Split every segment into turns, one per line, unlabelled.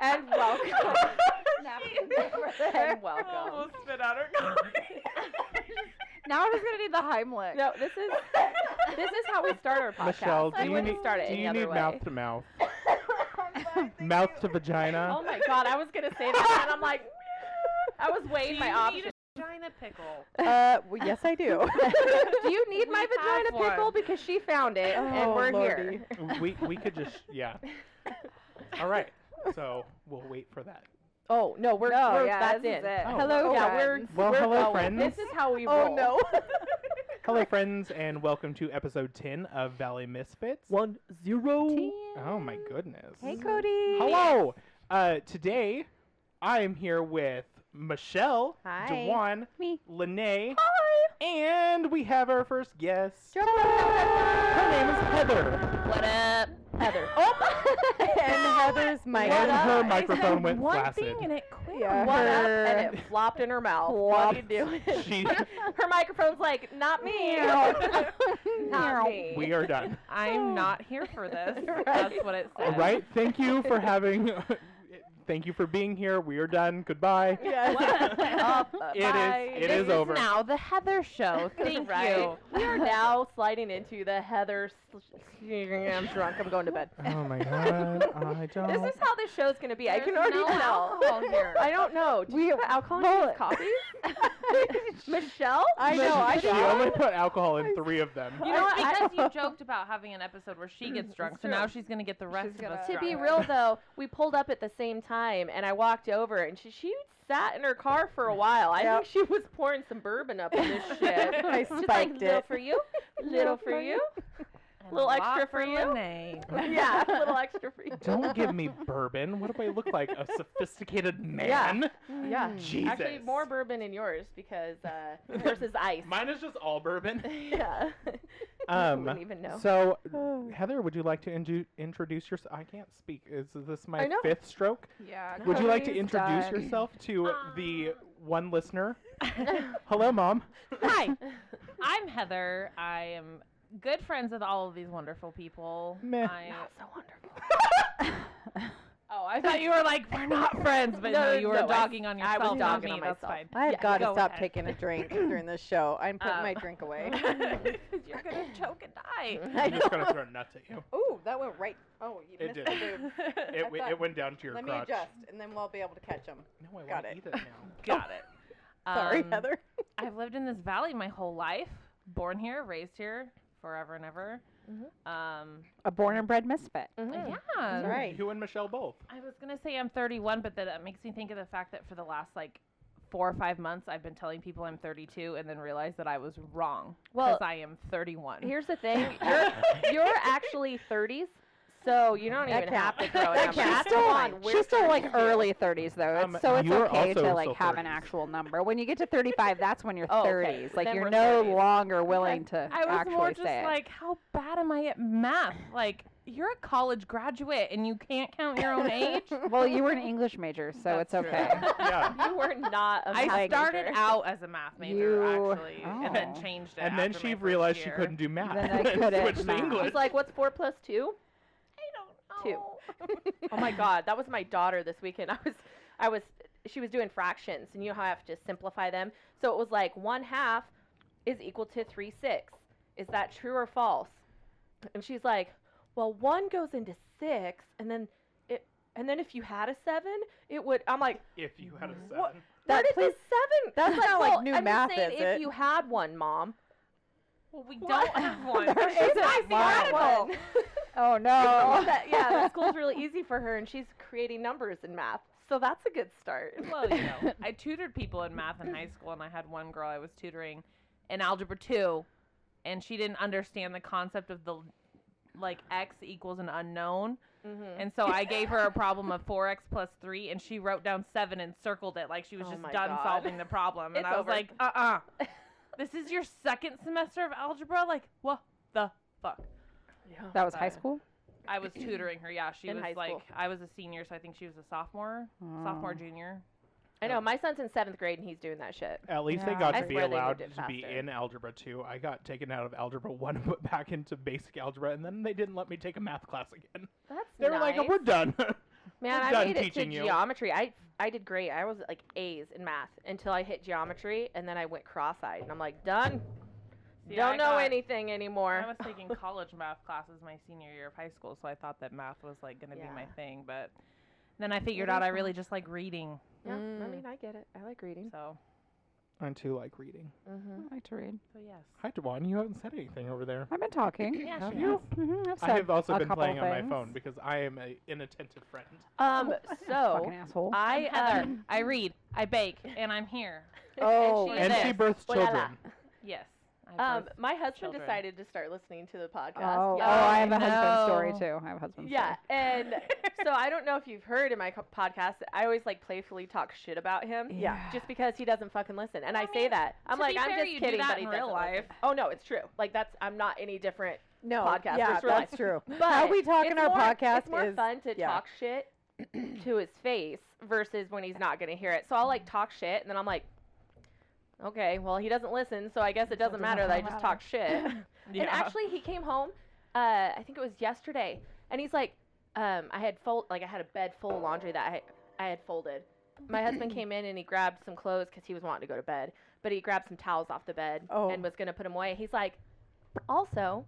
and welcome. Napkins over there.
and welcome.
Almost spit out her coffee.
Now I'm just gonna need the Heimlich.
No, this is this is how we start our podcast.
Michelle, do
we
you
wouldn't
need-
start it
Do
any
you
other
need
way.
mouth to mouth?
I'm sorry, thank
Mouth
you.
to vagina?
Oh my god, I was gonna say that, and I'm like, I was
Do
weighing
you
my
need
options.
a vagina pickle?
Uh, yes, I do.
Do you need my
We have
vagina pickle
one.
because she found it and
Oh,
we're
Lordy.
here.
we we could just yeah. All right. So we'll wait for that.
Oh no, we're,
No,
we're
yeah,
that's
this
in.
is it.
Oh,
Hello,
we're
yeah, we're
friends.
Well,
we're
hello,
going.
friends.
This is how we
Oh
roll.
no.
Hello, friends, and welcome to episode ten of Valley Misfits.
One zero.
Oh my goodness.
Hey Cody.
Hello. Uh, today, I am here with Michelle,
Hi.
Dewan,
Me.
Lene,
Hi.
and we have our first guest. Her name is
Her
Heather,
What up, Heather?
Oh my.
And Heather's mic.
and
up?
her
I
microphone went flaccid.
it quit.
Yeah.
What up?
Her-
And it flopped in her mouth. What are you doing?
She,
her microphone's like, not me.
Meow.
not me.
we are done.
I'm not here for this.
Right.
That's what it
All
says.
right. Thank you for having. thank you for being here. We are done. Goodbye.
Yes. Up,
It is-
bye.
it is over.
now the Heather show. Thank
Right.
you. We are now sliding into the Heather. Sl- I'm drunk. I'm going to bed.
Oh my god. I don't.
This is how this show's going to be. I
There's
can already
no
tell.
alcohol here.
I don't know. Do you put alcohol in these coffees? Michelle?
I know, I
she
don't-
only put alcohol in three of them.
You know what? I-
Because you joked about having an episode where she gets drunk, so now she's gonna get the rest
She's
of us
To
gonna-
be
drunk.
real though, we pulled up at the same time, and I walked over, and she she sat in her car for a while. I
Yep.
think she was pouring some bourbon up in this shit.
I
Just like
spiked
little
it.
for you, little for you.
And
little
a
extra
lot
for you?
Lene.
yeah, a little extra for you.
Don't give me bourbon. What do I look like? A sophisticated man?
Yeah.
Jesus.
Hmm. Actually, more bourbon in yours because uh, yours is ice.
Mine is just all bourbon.
yeah.
Um,
wouldn't even know.
So, Heather, would you like to indu- introduce yourself? I can't speak. Is this my
know.
fifth stroke?
Yeah.
Would you like to
Cody's
introduce
done.
yourself to the one listener? Hello, mom.
Hi, I'm Heather. I am good friends with all of these wonderful people.
Meh.
I,
so wonderful.
oh, I thought you were like we're not friends, but
No,
no, you were
no, I-
dogging on
I
yourself.
was
not
dogging
me.
on
That's
myself.
fine.
I have
Yeah,
got to
go
stop
ahead.
taking a drink during this show. I'm putting
Um,
my drink away.
You're gonna choke and die.
I
I'm just
know.
going to throw nuts at you.
Ooh, that went right. Oh, you
It did.
missed the boob.
It, w-
thought-
it went down to your
Let me
crotch.
adjust, and then we'll be able to catch them.
No, I
Got
want to
it.
eat it now.
Got it.
Sorry,
Um,
Heather.
I've lived in this valley my whole life, born here, raised here, forever and ever.
Mm-hmm.
Um,
A born and bred misfit.
Mhm.
Yeah,
That's right.
You and Michelle both.
I was gonna say I'm 31, but then that makes me think of the fact that for the last like four or five months, I've been telling people I'm 32, and then realized that I was wrong
Well,
because I am 31.
Here's the thing: you're you're actually 30s, so you don't
That
even
count.
have to throw it.
That
out.
counts.
Oh, That's
Still
fine.
like-
We're
She's still like
32.
early 30s though,
Um,
it's, so it's
you're
okay
also
to like
still
have an
30s.
actual number. When you get to 35, that's when you're
Oh, okay.
30s. Like
Then
you're
we're
no
30s.
longer willing to
I was
actually
more just
say
like, how bad am I at math? Like, you're a college graduate and you can't count your own age.
it. Well, you were an English major, so it's
That's true.
okay.
Yeah.
You were not. a
I
math
started
major.
out as a math major
You-
actually, and then
oh.
changed it.
And then
after my
she
first
realized she
year.
couldn't do math.
Then I
and
couldn't
switched to
math.
English.
She's like, what's four plus two?
I
Two.
don't know.
Oh my god, that was my daughter this weekend. I was, I was, she was doing fractions, and you know how I have to simplify them. So it was like one half is equal to three six. Is that true or false? And she's like, well, one goes into six, and then it, and then if you had a seven, it would. I'm like,
if you had a seven.
What- where
That
did the
please-
seven?
that's
I'm like,
not like
well,
new
I'm just
math,
saying
is
if
it?
you had one, mom.
Well, we
What?
don't have one.
There
She's
isn't
not
one.
theoretical.
oh
Oh,
no.
that, yeah, that school's really easy for her, and she's creating numbers in math. So that's a good start.
Well, you know, I tutored people in math in high school, and I had one girl I was tutoring in algebra two, and she didn't understand the concept of the like x equals an unknown,
Mm-hmm.
and so I gave her a problem of four x plus three, and she wrote down seven and circled it like she was
Oh
just
my
done
God.
solving the problem, and
It's
I was
over.
like, uh uh this is your second semester of algebra, like what the fuck.
That was high
Uh,
school?
I was tutoring her. Yeah, she
In
was
high
like
school. Oh.
I was a senior, so I think she was a sophomore, sophomore, junior.
I know my son's in seventh grade and he's doing that shit.
At least they
Yeah.
got
I
to be
swear they moved
allowed to
it
be
faster.
in Algebra 2. I got taken out of Algebra 1 and put back into basic algebra, and then they didn't let me take a math class again.
That's
They were like, "Oh, we're done.
Man,
We're
I
done
made it to
teaching you.
geometry. I I did great. I was like A's in math until I hit geometry, and then I went cross-eyed, and I'm like, done.
See,
Don't
I
know
got-
anything anymore.
I was taking college math classes my senior year of high school, so I thought that math was like going to be my
Yeah.
thing. But then I figured out I really just like reading.
yeah, I
Mm.
mean, I get it. I like reading.
So,
I too like reading.
Mm-hmm.
I like to read.
so yes.
Hi, Dewan. You haven't said anything over there.
I've been talking.
Yeah,
Have
she
you?
has.
Mm-hmm, I've said
I have also
a
been
couple
playing on my
things.
phone because I am an inattentive friend.
Um, so
Fucking asshole.
I uh,
I Heather. Uh, I read. I bake, and I'm here.
oh,
she
and she
this.
births
Well, la, la.
children.
Yes. I
um,
was-
my husband
children.
decided to start listening to the podcast.
oh, oh,
yeah.
I have
I
a husband story
know.
too. I have a husband
Yeah,
story.
and so I don't know if you've heard in my co- podcast, I always like playfully talk shit about him.
Yeah.
Just because he doesn't fucking listen, and I,
I
say
mean,
that I'm
to
like
be
I'm
fair,
just
you do
kidding,
that
but he
in
doesn't
real
listen."
life.
Oh no, it's true. Like that's I'm not any different.
No,
podcast,
yeah,
it's real life.
that's true.
But
But
How we talk
it's
in our
more-
podcast
It's more
is
fun to
yeah.
talk shit to his face versus when he's not going to hear it. So I'll like talk shit, and then I'm like, okay, well he doesn't listen, so I guess it doesn't matter that I just talked shit.
yeah.
And actually, he came home. Uh, I think it was yesterday, and he's like, um, "I had fold like I had a bed full of laundry that I I had folded." My husband came in and he grabbed some clothes because he was wanting to go to bed, but he grabbed some towels off the bed
Oh.
and was gonna put them away. He's like, "Also,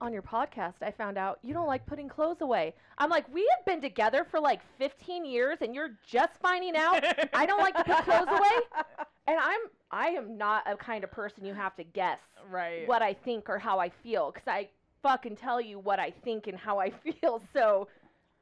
on your podcast, I found out you don't like putting clothes away." I'm like, "We have been together for like 15 years, and you're just finding out I don't like to put clothes away." And I'm I am not a kind of person you have to guess
right.
what I think or how I feel because I fucking tell you what I think and how I feel. So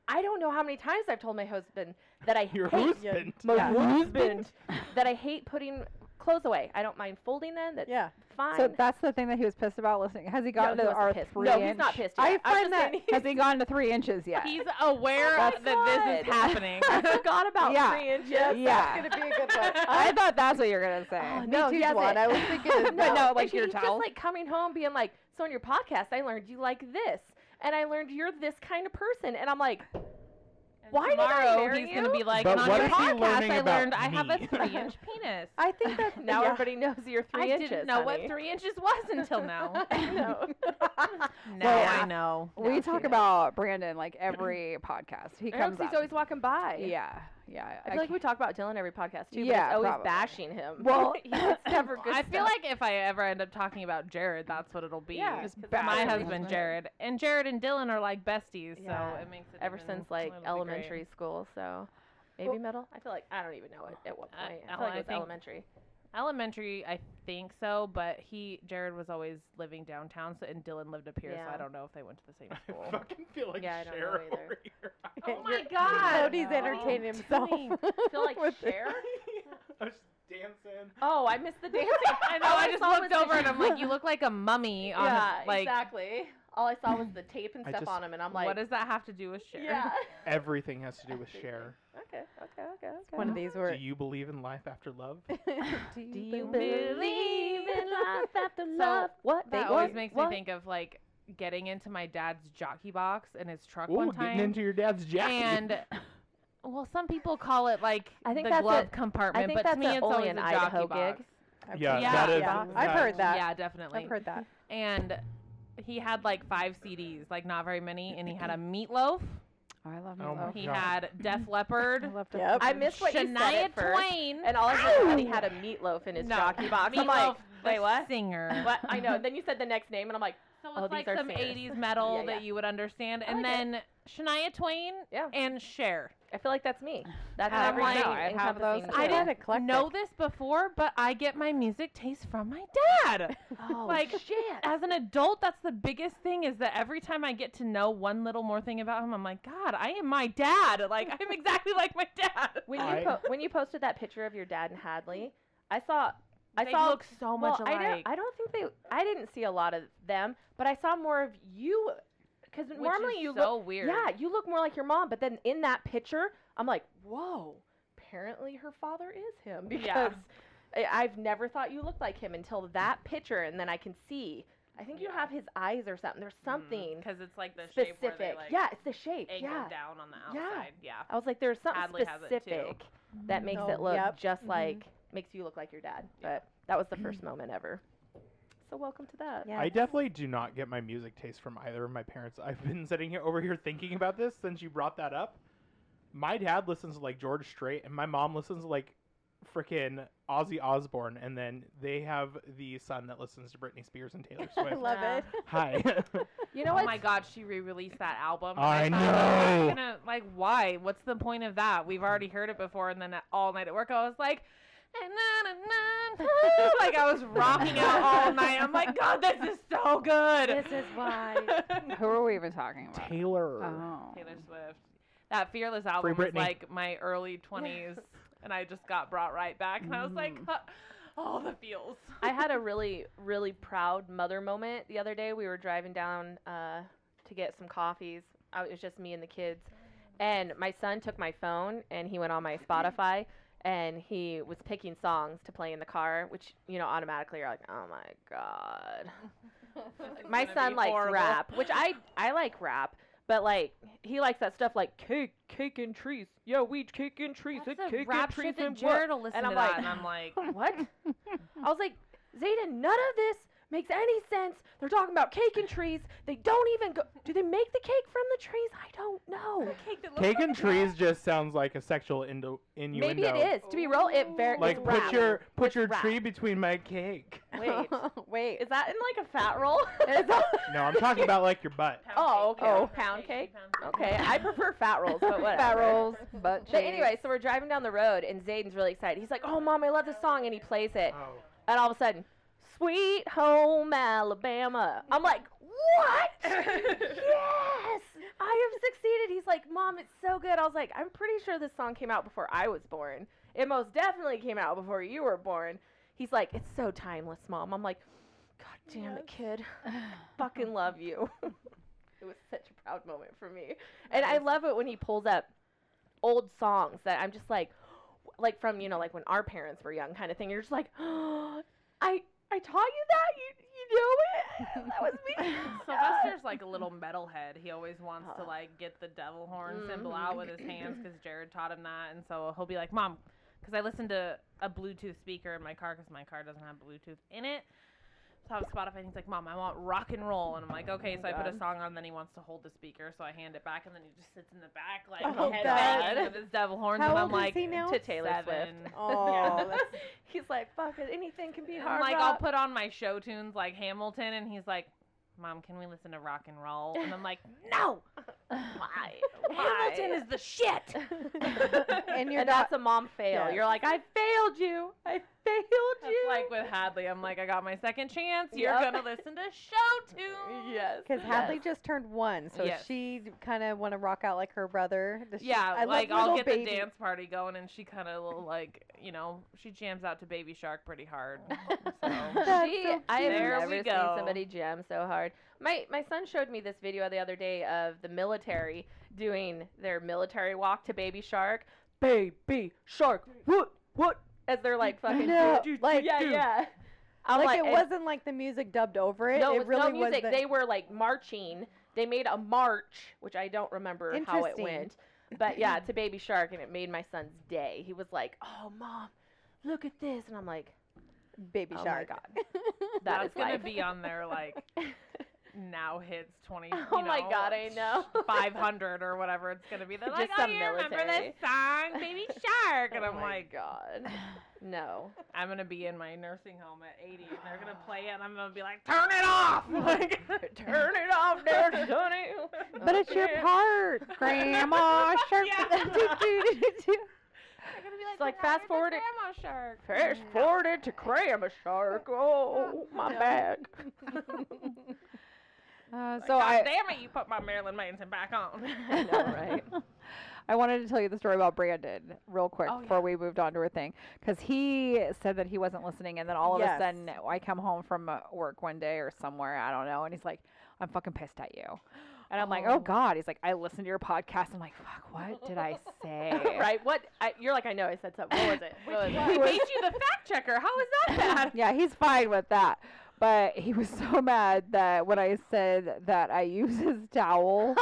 I don't know how many times I've told my husband that I
Your
hate
husband.
my
Yeah.
husband that I hate putting clothes away. I don't mind folding them. That's
Yeah.
fine.
So that's the thing that he was pissed about listening. Has he gotten
no, he
to our
wasn't pissed.
three
no,
inch?
he's not pissed.
I
Yet. I'm
find
just saying
that has he gotten to three inches yet?
He's aware
That's
that this
good.
is happening.
I forgot about
Yeah.
three inches.
yeah.
That's gonna be a good one.
I thought that's what you're gonna say.
Oh,
Me
no,
too,
he hasn't.
Juan. I was thinking of
But no, like
and
your
he's
towel?
just like coming home being like, so on your podcast, I learned you like this, and I learned you're this kind of person, and I'm like,
And
Why did I
tomorrow
marry
he's
you?
gonna be like,
But
and on
what
your
is he learning
podcast, I
about
learned I have a
me?"
three-inch penis.
I think that
now
yeah.
everybody knows you're three
I
inches.
didn't know
honey."
what three inches was until now.
I know.
now
Well,
I know.
we
No,
talk
she-
about Brandon like every podcast. He
I know
comes
'cause he's
up.
always walking by.
yeah, yeah.
I feel like we talk about Dylan every podcast too. Yeah,
Yeah,
but it's always
probably.
bashing him.
Well,
He- it's never good.
I feel
stuff.
like if I ever end up talking about Jared, that's what it'll be.
Yeah,
Just
'Cause
bash
my
him.
husband Jared and Jared and Dylan are like besties,
Yeah.
so it makes it
ever
even
since like
a little bit
elementary school, so maybe
Well-
middle. I feel like I don't even know it at what
Uh,
point. I,
Ellen,
feel like
I
it was
think-
elementary.
great. Elementary, I think so, but he Jared was always living downtown, so and Dylan lived up here, so
Yeah.
I don't know if they went to the same
I
school.
fucking feel like
Yeah, I
yeah,
don't know
Cher
either.
over here.
oh my
You're-
god,
Cody's
no.
entertaining himself.
doing?
feel like
with it.
Cher.
I was dancing.
Oh, I missed the dancing.
I know.
All
I just
saw was
looked
the-
over and I'm like, you look like a mummy on
yeah,
like.
exactly. All I saw was the tape and
I
stuff
just-
on him, and I'm like,
what does that have to do with Cher?
Yeah.
Everything has to do with Cher.
okay. Okay. Okay. Okay.
One of these
Do
were.
you believe in life after love?
Do you,
after What
That
they
always
do?
makes
What?
me think of like getting into my dad's jockey box in his truck
Ooh,
one
getting
time.
into your dad's jacket.
and well, some people call it like
I think
the
that's
glove
a-
compartment,
think
but
that's
to me
a-
it's
only
always
an
a
Idaho
jockey box.
gig.
I've
yeah,
Yeah.
that is.
Yeah.
that
I've heard
is-
that.
Yeah, definitely.
I've heard that.
And he had like five CDs, like not very many, and he had a meatloaf.
Oh, I love
Oh my
meatloaf.
He
God.
had Def Leppard.
I love to-
Yep.
I missed what you said
Shania
at first,
Twain.
and all I heard was that he had a meatloaf in his
No,
jockey box. I'm
Meatloaf,
like,
the
wait, what?
Singer.
what? I know. Then you said the next name, and I'm like,
So it's
Oh, these
like
are
some
singers.
80s metal
Yeah, yeah.
that you would understand. And
like it.
then Shania Twain
Yeah.
and Cher.
I feel like that's me. That's
I'm
every
like-
thing
No, I
have those
encompassing
too.
me.
I didn't
eclectic.
know this before, but I get my music taste from my dad.
Oh,
like,
shit.
As an adult, that's the biggest thing is that every time I get to know one little more thing about him, I'm like, God, I am my dad. Like, I'm exactly like my dad.
When you
I-
po- when you posted that picture of your dad and Hadley, I saw I
they
saw
look so much
well, I
alike.
don't, I don't think they. I didn't see a lot of them, but I saw more of you. Because
which
normally
is
you look,
so weird.
yeah, you look more like your mom. But then in that picture, I'm like, whoa. Apparently, her father is him because
Yeah.
I, I've never thought you looked like him until that picture, and then I can see. I think you
Yeah.
have his eyes or something. There's something
Because Mm, it's like the shape where they
specific.
like
yeah, it's the shape.
angle
Yeah.
down on the
Yeah.
outside. Yeah.
I was like, there's something
Adley has it too.
specific that makes
Oh,
it look
yep.
just
Mhm.
like makes you look like your dad. But that was the first
Mm-hmm.
moment ever. So welcome to that.
Yeah.
I definitely do not get my music taste from either of my parents. I've been sitting here over here thinking about this since you brought that up. my dad listens to like George Strait, and my mom listens to like freaking Ozzy Osbourne, and then they have the son that listens to Britney Spears and Taylor
I
Swift.
love
Yeah.
it.
Hi.
You know
oh
what?
my god, she re-released that album. and
I
thought, like,
know.
I'm gonna- like, why? What's the point of that? We've already heard it before. And then at- all night at work, I was like, "Na, na, na, na," like I was rocking out all night. I'm like, God, this is so good.
This is why.
Who are we even talking about?
Taylor.
Oh.
Taylor Swift. That Fearless album was
Britney.
like my early 20s, and I just got brought right back, and I was like,
Mm.
huh, all the feels.
I had a really, really proud mother moment the other day. We were driving down uh, to get some coffees. I, it was just me and the kids. And my son took my phone and he went on my Spotify and he was picking songs to play in the car, which, you know, automatically you're like, oh my God. my
gonna
son
be
likes
horrible.
rap, which I, I like rap. But like he likes that stuff like cake, cake and trees. Yeah, we cake and trees.
That's
uh,
the
cake
rap
and trees
shit that
and what?
Jared will listen
And
to
I'm
that,
like-
and I'm like,
what? I was like, Zayden, none of this makes any sense. They're talking about cake and trees. They don't even go. Do they make the cake from the trees? I don't know.
cake that looks
Cake
like
and
a
trees just sounds like a sexual indo- innuendo.
Maybe it is. To be real, it very
Like
it's
put
rap.
your put
It's
your
rap.
tree between my cake.
Wait,
Wait.
is that in like a fat roll?
No, I'm talking about like your butt.
pound
oh,
cake.
okay.
Yeah,
Pound cake.
pound
Okay, I prefer fat rolls, but whatever.
Fat rolls, butt
But anyway, so we're driving down the road and Zayden's really excited. He's like, "Oh, mom, I love this song," and he plays it.
Oh.
And all of a sudden, Sweet Home Alabama. I'm like, what? yes, I have succeeded. He's like, Mom, it's so good. I was like, I'm pretty sure this song came out before I was born. It most definitely came out before you were born. He's like, it's so timeless, Mom. I'm like, God damn it, kid. Fucking love you. it was such a proud moment for me. And I love it when he pulls up old songs that I'm just like, like from you know like when our parents were young kind of thing you're just like i i taught you that you you know it that was me
Sylvester's like a little metalhead. He always wants to
Oh.
like get the devil horn symbol
Mhm.
out with
Mm.
his hands because Jared taught him that, and so he'll be like, "Mom," because I listened to a Bluetooth speaker in my car because my car doesn't have Bluetooth in it. So I have Spotify, and he's like, "Mom, I want rock and roll," and I'm like,
Oh
"Okay." so I put a
God.
song on, then he wants to hold the speaker, so I hand it back, and then he just sits in the back like
Oh,
head
God.
banging with his devil horns,
How
and I'm
old is
like,
he now?
to taylor swift
"Seven."
Oh,
Yeah.
that's-
he's like fuck it anything can be
And,
hard
like
rock.
I'll put on my show tunes like Hamilton, and he's like, "Mom, can we listen to rock and roll?" And I'm like, "No,
why
Hamilton
Why?
is the shit."
And you're
and
not-
that's a mom fail
Yeah.
you're like i failed you i failed
That's
you
like with Hadley. I'm like, I got my second chance. You're
Yep.
gonna listen to show tunes.
yes
Because Hadley just turned one, so
Yes.
she kind of want to rock out like her brother. Does she-
Yeah,
I love
like I'll
little
get
baby.
the dance party going, and she kind of like, you know, she jams out to Baby Shark pretty hard. So
That's
she,
so
I have
cute. There
never
we
seen
go.
somebody jam so hard. My my son showed me this video the other day of the military doing their military walk to Baby Shark. Baby Shark, what what? As they're like fucking
No,
do, do, do,
like-
yeah yeah. I'm
like, it
and-
wasn't like the music dubbed over it.
no,
it
was
really
no music.
was. The,
They were like marching. They made a march, which I don't remember how it
Interesting.
went. But yeah, to Baby Shark, and it made my son's day. He was like, "Oh, mom, look at this," and I'm like,
baby
"Oh
shark.
my god, that
that's
is
gonna
life."
be on there like. Now hits twenty.
Oh my God, I know.
Five hundred or whatever it's gonna be. They're
Just
like, oh,
some
you remember
military.
this song, Baby Shark? And
oh
I'm
my
like,
God, no.
I'm gonna be in my nursing home at 80, and they're gonna play it, and I'm gonna be like, "Turn it off!" Like,
Turn it off there, Sonny.
But it's your
Yeah.
part, Grandma Shark.
Yeah.
Do-do-do-do-do.
I'm gonna be
It's like, fast forward it-
Grandma Shark.
Fast forwarded to cram a shark. Oh, my back.
Uh,
Like,
so
God
I.
damn it, you put my Marilyn Manson back on.
I know, right?
I wanted to tell you the story about Brandon real quick
Oh,
before we moved on to her thing, because he said that he wasn't listening, and then all of
Yes.
a sudden I come home from uh, work one day or somewhere I don't know, and he's like, "I'm fucking pissed at you," and I'm like,
Oh.
"Oh God," he's like, "I listened to your podcast." I'm like, "Fuck, what did I say?"
Right? What? I, you're like, I know I said something. What was it? What was
We
it?
was-
made you the fact checker. How is that bad?
yeah, he's fine with that. But he was so mad that when I said that I use his towel.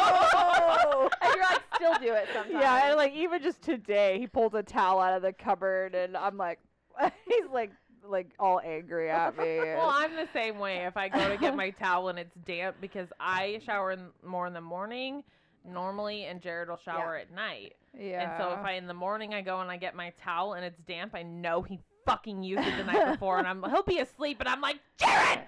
Oh! and you're like, still do it sometimes.
Yeah, and like even just today, he pulled a towel out of the cupboard, and I'm like, he's like, like all angry at me.
Well, I'm the same way. If I go to get my towel and it's damp because I shower in, more in the morning, normally, and Jared will shower at night.
Yeah.
And so if I in the morning I go and I get my towel and it's damp, I know he fucking used it the night before, and I'm he'll be asleep, and I'm like Jared.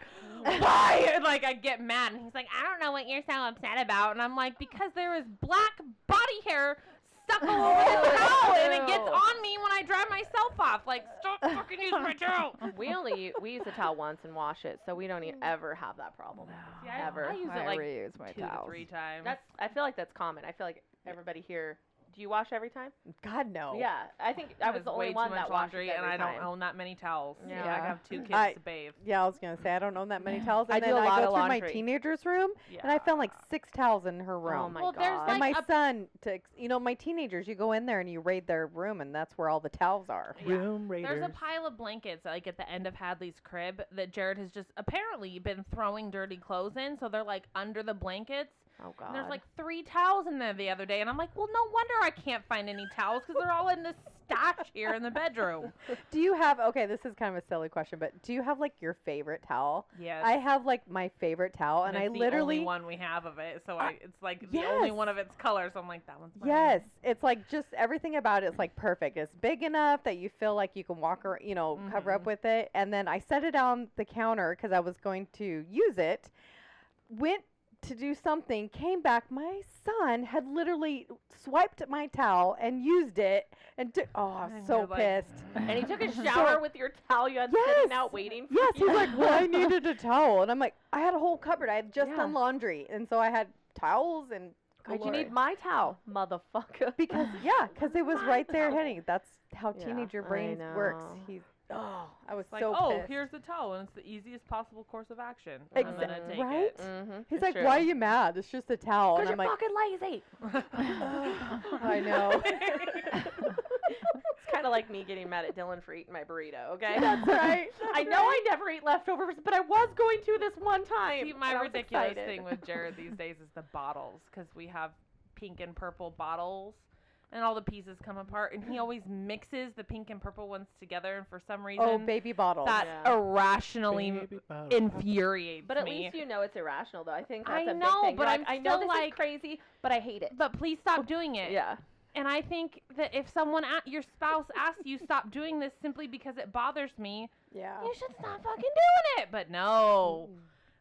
Why? And like I get mad, and he's like, I don't know what you're so upset about, and I'm like, because there is black body hair stuck all over
Oh.
the towel, and it gets
Ew.
on me when I dry myself off. Like, stop fucking using my towel.
we only we use the towel once and wash it, so we don't e- ever have that problem.
See, I,
Ever.
I use
I
it like
reuse my
two
towels.
to three times.
That's I feel like that's common. I feel like everybody here. Do you wash every time?
God no.
Yeah, I think I was
There's
the only
way
one
too much
that washes
laundry, and
every
I don't
time.
own that many towels.
Yeah.
I
Yeah.
have two kids
I-
to bathe.
Yeah, I was gonna say I don't own that many towels, and
I do
then
a lot
I go
of
through my
laundry.
teenager's room,
Yeah.
and I found like six towels in her room.
Oh my
Well,
god.
there's,
and
like
my
a-
son, to ex- you know, my teenagers, you go in there and you raid their room, and that's where all the towels are.
Yeah.
Room Raiders.
There's a pile of blankets like at the end of Hadley's crib that Jared has just apparently been throwing dirty clothes in, so they're like under the blankets.
oh god.
And there's like three towels in there the other day, and I'm like, well, no wonder I can't find any towels because they're all in this stash here in the bedroom.
Do you have? Okay, this is kind of a silly question, but do you have like your favorite towel?
Yes.
I have like my favorite towel, and,
it's
I
the only
literally
one we have of it, so I, it's like the only
yes.
one of its colors. I'm like, that one's mine.
Yes, it's like just everything about it's like perfect. It's big enough that you feel like you can walk or you know cover
Mm-hmm.
up with it. And then I set it on the counter because I was going to use it. Went to do something, came back. My son had literally swiped my towel and used it. And took oh, I
And
was so
you're like,
pissed.
and he took a shower with your towel you had sitting
Yes.
out waiting. For
Yes, he's
you.
like, well, I needed a towel, and I'm like, I had a whole cupboard. I had just
Yeah.
done laundry, and so I had towels and.
Why'd you
galore.
need my towel, motherfucker?
Because yeah, because it was right there
Wow.
hitting. That's how
Yeah,
teenager
I
brains works.
know.
He oh, I was
It's like,
so
oh,
pissed.
here's the towel, and it's the easiest possible course of action. I'm
Exa-
gonna take
right?
it.
mm-hmm.
He's like, why are you mad? It's just a towel.
Because
And
you're
I'm like,
fucking lazy.
"Ugh, I know.
It's kind of like me getting mad at Dylan for eating my burrito. Okay.
That's right.
I know I never eat leftovers, but I was going to this one time.
See, my
and I was
ridiculous
excited.
thing with Jared these days is the bottles because we have pink and purple bottles, and all the pieces come apart, and he always mixes the pink and purple ones together, and for some reason
Oh, baby bottle.
that
Yeah.
irrationally m-
Baby bottle.
infuriates
But at
me.
least you know it's irrational, though. I think
I
that's a
know,
big thing. You're
but
like,
I'm
I know
still
this
like-
is crazy, but I hate it. Oh,
but please stop doing it.
Yeah.
And I think that if someone at your spouse asks you stop doing this simply because it bothers me,
yeah.
you should stop fucking doing it. But no.
Oh,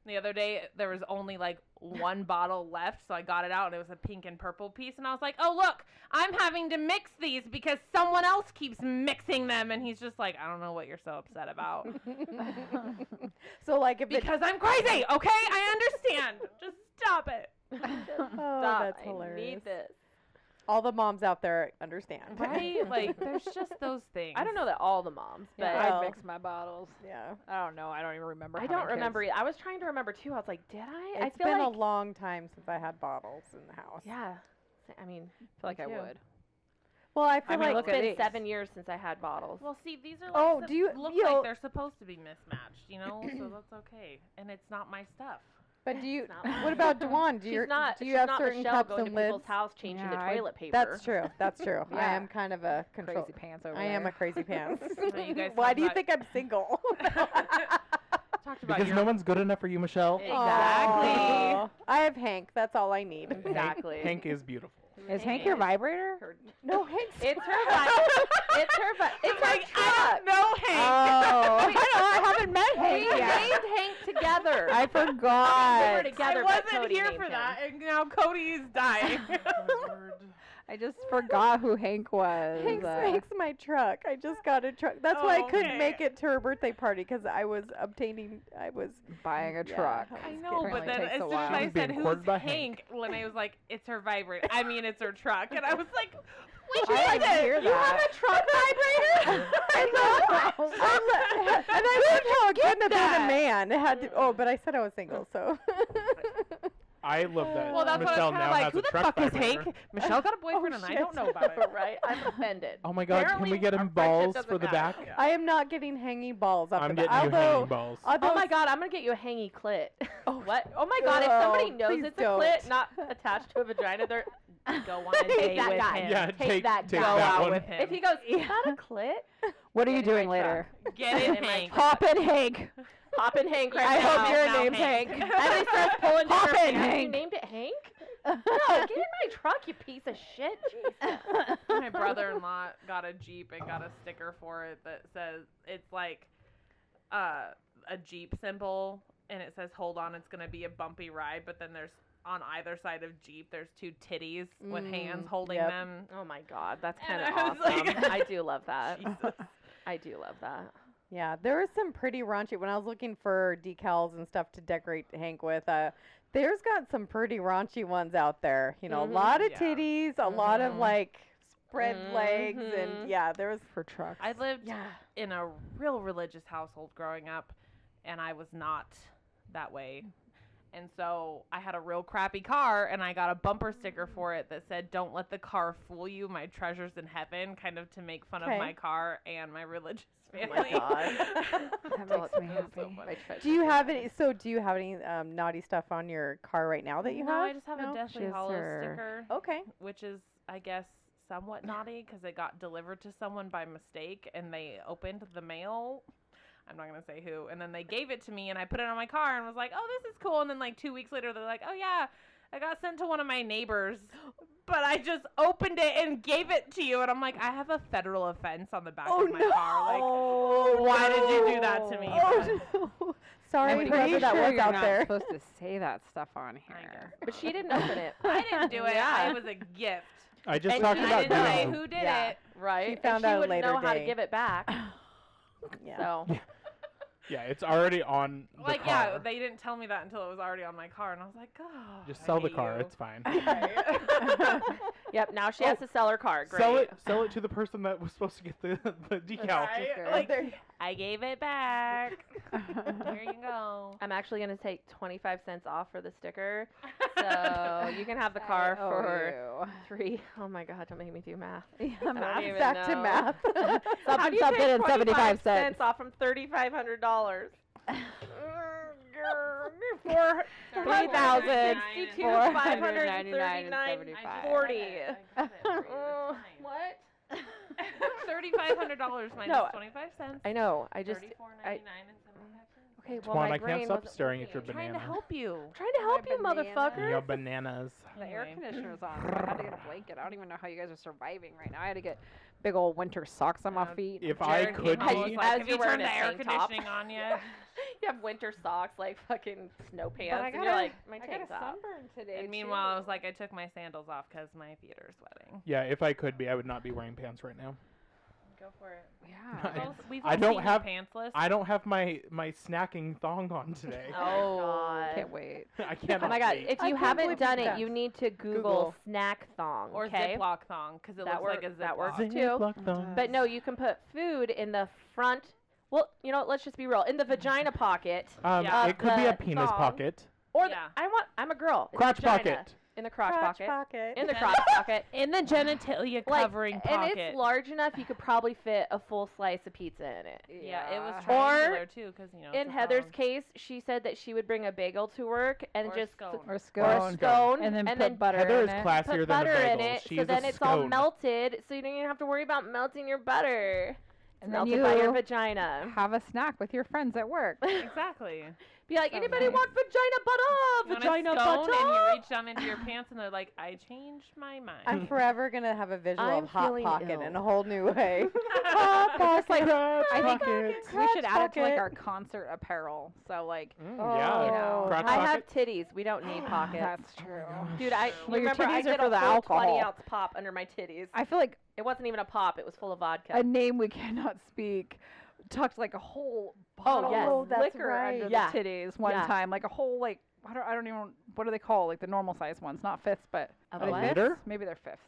The other day, there was only like one bottle left, so I got it out and it was a pink and purple piece. And I was like, oh, look, I'm having to mix these because someone else keeps mixing them. And he's just like, I don't know what you're so upset about.
so like if it,
because I'm crazy, okay? I understand. Just stop it.
oh,
Stop.
that's
I need
hilarious.
this.
All the moms out there understand.
Right? like, there's just those things.
I don't know that all the moms, but
Yeah.
I-
Well.
I'd mix my bottles.
Yeah.
I don't know. I don't even remember.
I,
how many
don't
kids-
remember. Either. I was trying to remember too. I was like, did I?
It's
I feel
been
like
a long time since I had bottles in the house.
yeah. S- I mean,
I feel like I
too.
would.
Well, I feel
I mean,
like
it's
look at
been
these.
seven years since I had bottles.
Well, see, these are like,
Oh,
sup-
do you-
look
you know-
like they're supposed to be mismatched, you know? so that's okay. And it's not my stuff.
But do you?
not mine.
What about Dwan? Do
she's
you?
not.
do you
she's
have
not
certain
Michelle
cups
going
and
to
lids?
people's house changing
Yeah,
the
I-
toilet paper.
That's true. That's true. I
Yeah.
am kind of a control.
Crazy pants over
I am a
there.
crazy pants.
Well, you guys
Why
talked
do you
about-
think I'm single?
Talked about
Because
your
no one's good enough for you, Michelle.
Exactly.
Aw. I have Hank. That's all I need.
Hank-
Exactly.
Hank is beautiful.
Is Hank your vibrator?
No, Hank's.
It's her vibe. It's her vibe. It's her truck.
no
Oh, I, don't, I haven't met Hank
We
yet.
named Hank together.
I
we
forgot.
were together.
I
but
wasn't
Cody
here
named
for
him.
that, and now Cody is dying.
I just forgot who Hank was.
Hank's,
Uh,
Hank's my truck. I just got a truck. That's why I couldn't
Okay.
make it to her birthday party because I was obtaining. I was.
buying a
Yeah.
truck.
I
It's
know, but
apparently
then
takes
as
a
soon as
while.
I
She's being
said who's
courted by
Hank, Lene was like, "It's her vibrator." I mean, it's her truck, and I was like, "We
I
should
didn't hear
it. You have
that.
a truck vibrator?"
And I lo- and I loved how it couldn't have been
that?
a man. It had to. Oh, but I said I was single, so.
I love that.
well, that's
Michelle
what I
now has
was kind of like. Who
a
the
truck
fuck is
vibrator.
Hank? Michelle got a boyfriend, and I
shit.
don't know about it.
Right? I'm offended.
Oh my God! can
Apparently,
we get
our
him
friendship
balls
doesn't
for the
matter.
back?
Yeah.
I am not getting hanging balls off
I'm
the
getting
bat.
you hanging
Although,
balls.
although
Oh my god, I'm gonna get you a hangy clit. Oh what? Oh my god, if
no,
somebody knows
please
it's
don't.
a clit not attached to a vagina, they're
Go on a date
Take that
with
guy.
him.
yeah,
take
take,
that
take
Go
guy.
that
out
one.
with him.
if he goes, is that a clit?
What are
Get
you
in my truck.
doing later?
Get in,
in my
Hank.
Hop in, Hank.
Hop and Hank right
I
now.
hope your
now
name's
Hank.
Hank.
and he starts pulling down
Hop
her pants.
in,
You
Hank.
named it Hank? No, get in my truck, you piece of shit. Jesus.
my brother-in-law got a jeep and got a sticker for it that says it's like uh, a jeep symbol and it says hold on it's going to be a bumpy ride but then there's on either side of jeep there's two titties with
Mm,
hands holding
yep.
them
Oh my god, that's
And
kind of
I was
awesome.
like-
I do love that. I do love that.
Yeah, there was some pretty raunchy. When I was looking for decals and stuff to decorate Hank with, uh, there's got some pretty raunchy ones out there. You know,
Mhm.
a lot of
Mm-hmm. Yeah. Mm-hmm.
titties, a lot of
Mhm.
like spread legs,
Mhm.
and yeah, there was.
for trucks.
i lived
Yeah.
in a real religious household growing up and i was not that way and so i had a real crappy car and i got a bumper sticker
Mm.
for it that said don't let the car fool you my treasures in heaven kind of to make fun
Okay.
of my car and my religious
Oh
family
my God.
that
Don't-
makes me
It was so
happy.
funny.
My treasure.
Do you have any? So, do you have any um, naughty stuff on your car right now that you
no,
have?
I just have
No?
a Deathly
She has
Hollow
her-
sticker,
Okay.
which is, I guess, somewhat naughty because it got delivered to someone by mistake and they opened the mail. I'm not going to say who. And then they gave it to me and I put it on my car and was like, oh, this is cool. And then, like, two weeks later, they're like, oh, yeah. I got sent to one of my neighbors, but I just opened it and gave it to you. And I'm like, I have a federal offense on the back
Oh
of my
no!
car. Like, why did you do that to me?
Oh no! Sorry,
I'm
pretty
whoever
pretty
that
sure
was
you're
out
not
there.
supposed to say that stuff on here.
here.
But she didn't open it.
I didn't do it.
Yeah.
It was a gift.
I just
And
talked
you
about
I didn't say
doom.
who did
Yeah.
it.
Right?
She
And
found out
she wouldn't
later
know how to
day.
give it back.
Yeah.
So
Yeah, it's already on the
Like,
car.
yeah, they didn't tell me that until it was already on my car, and I was like, oh.
just sell
I
the
hate
car.
you."
It's fine.
Yep, now she has to sell her car. Great.
Sell it. Sell it to the person that was supposed to get the the decal.
sticker.
Oh,
Like, I gave it back. Here you go.
I'm actually gonna take twenty five cents off for the sticker. So you can have the car
Oh,
I owe
for
you.
three. Oh my god, don't make me do math.
Yeah, math.
even
Back to
know.
math.
How do you
Something, something,
take
and
25
75 cents.
off from thirty five hundred dollars.
Four,
Three thousand,
$3,000,
sixty-two,
$499,
five hundred and
$7,9.
thirty-nine.
I just
Forty.
What?
What?
Thirty-five hundred dollars minus
No,
twenty-five cents.
I know. I just.
Thirty-four
I-
ninety-nine and seventy-five cents.
Okay, well,
Juan,
my
I
brain
can't stop
wasn't
staring at your
working.
I'm trying to
banana.
help you.
Trying to help
My
you,
banana.
Your
motherfucker.
bananas.
The air
Anyway.
conditioner was on. so I had to get a blanket. I don't even know how you guys are surviving right now. I had to get big old winter socks on my
Uh,
feet.
If I
Jared came
could
home and
I-
was
be,
like,
as
"Have
you're
you
wearing
turned
a
the air
tank top."
conditioning on yet?
you have winter socks, like fucking snow pants,
I
and
got
you're
a-
like, my
I got a
tank's off.
sunburn today.
And meanwhile, I was like, I took my sandals off because my feet are sweating.
yeah, if I could be, I would not be wearing pants right now.
Go for it.
too. yeah.
I-
Ah, Well, we've
I
all
don't
seen
have-
your pantsless.
I don't have my my snacking thong on today.
Oh,
Can't wait.
I cannot.
Oh my god!
wait.
If
I
you
can't
haven't
believe you
done it,
guessed.
you need to Google,
Google.
snack thong
or
okay?
Ziploc thong because it
That
looks like a
work- that
Ziploc.
works. too.
Ziploc thongs.
But no, you can put food in the front. Well, you know, what, let's just be real. In the vagina pocket,
um,
yeah.
it could be a
Uh,
penis
thong.
pocket,
or the,
Yeah.
I want. I'm a girl. in the
crotch
vagina,
pocket.
In the crotch, pocket.
pocket.
In the crotch pocket.
In the genitalia
Like,
covering pocket.
And it's large enough you could probably fit a full slice of pizza in it.
yeah, it was
Or-
triangular too, because you know.
In Heather's case, she said that she would bring a bagel to work and
Or a
just
scone.
or
or a
scone.
scone
And then put butter
Heather
in
is
it.
classier
put
than a
butter in
bagel.
it,
She's
so then
a
it's all
scone.
melted, so you don't even have to worry about melting your butter.
And then
melted by your
you
vagina.
Have a snack with your friends at work.
exactly.
Be like,
So
anybody
nice.
want
You want a
vagina butter? Vagina
scone
butter.
and you reach down into your pants and they're like, I changed my mind.
I'm forever gonna have a visual
I'm
of hot
feeling
pocket
ill.
in a whole new way.
Hot
pocket. like-
crotch
I think-
pocket.
we
Crotch
should add it to like
pocket.
our concert apparel. So like,
Mm,
Oh,
yeah.
You know.
Crotch
I have
pocket.
titties. We don't need pockets.
that's true.
Dude, I
Well,
you
your
remember I
titties are
did
for
a
the
full
alcohol.
20 ounce pop under my titties.
I feel like
it wasn't even a pop. It was full of vodka.
a name we cannot speak tucked like a whole bottle
yes.
Oh,
of
that's
liquor
right.
under
Yeah.
the titties one
Yeah.
time, like a whole like I don't I don't even what do they call like the normal size ones, not fifths, but
Of
A
what?
liter?
maybe they're fifths.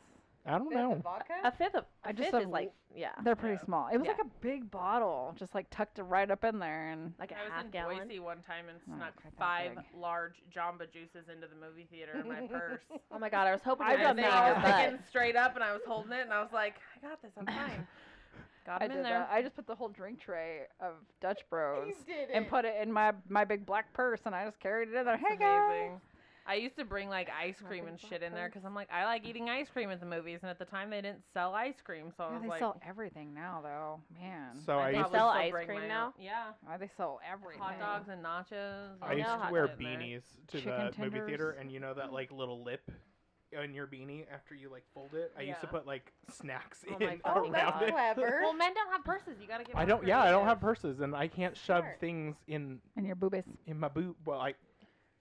I don't know.
A fifth of. I
I just
just
said
is like Ah, yeah,
They're pretty small. It was
Yeah.
like a big bottle, just like tucked right up in there, and
like a
I was
half
in
gallon.
Boise one time and
Oh,
snuck
okay, that
five
big.
large Jamba Juices into the movie theater in my purse.
Oh my god, I was hoping
I
you
was
were
thinking-
making
I
your
was
butt.
thinking straight up and I was holding it and I was like, I got this. I'm fine. Got
I
him
did
in
that.
there.
I just put the whole drink tray of Dutch Bros
did
and put it in my my big black purse, and I just carried it in there.
It's
Hey guys,
amazing. I used to bring like ice cream and shit in there because I'm like, I like eating ice cream at the movies, and at the time they didn't sell ice cream, so I
Yeah,
was
they
like,
sell everything now, though. Man.
So Oh, I,
I
used
probably
sell
still
ice
bring
cream
mine
now?
out. Yeah,
Why they sell everything?
hot dogs and nachos.
I
I
used
know
to
how
wear
shit in there.
beanies to
Chicken
the movie theater,
tenders.
and you know that like little lip on your beanie after you like fold it. I used to
Yeah.
put like snacks
Oh
in
my God.
Oh,
around
that's
it.
clever.
Well, men don't have purses. You gotta get.
I
more
don't. Yeah, I don't
creative.
have purses, and I can't shove
Smart.
things in
And your boobies.
in my boot. Well, I,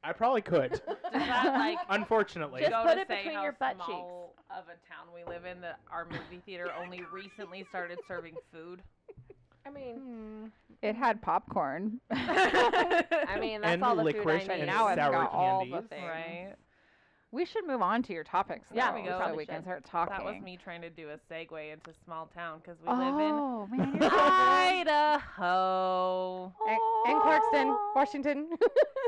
I probably could.
Does that like
Unfortunately,
Just
go
put
to
it
say
between
how
your butt cheeks.
small Of a town we live in, that our movie theater only recently started serving food.
I mean,
Hmm.
It had popcorn.
I mean, that's
and
all the
licorice
food I need.
and
Now it's
sour
got all the
candies.
things.
Right.
We should move on to your topics.
Yeah,
though,
we
so
probably
we can
should.
start talking.
That was me trying to do a segue into small town because we live
Oh man.
in Idaho.
And,
Oh.
and Clarkston, Washington.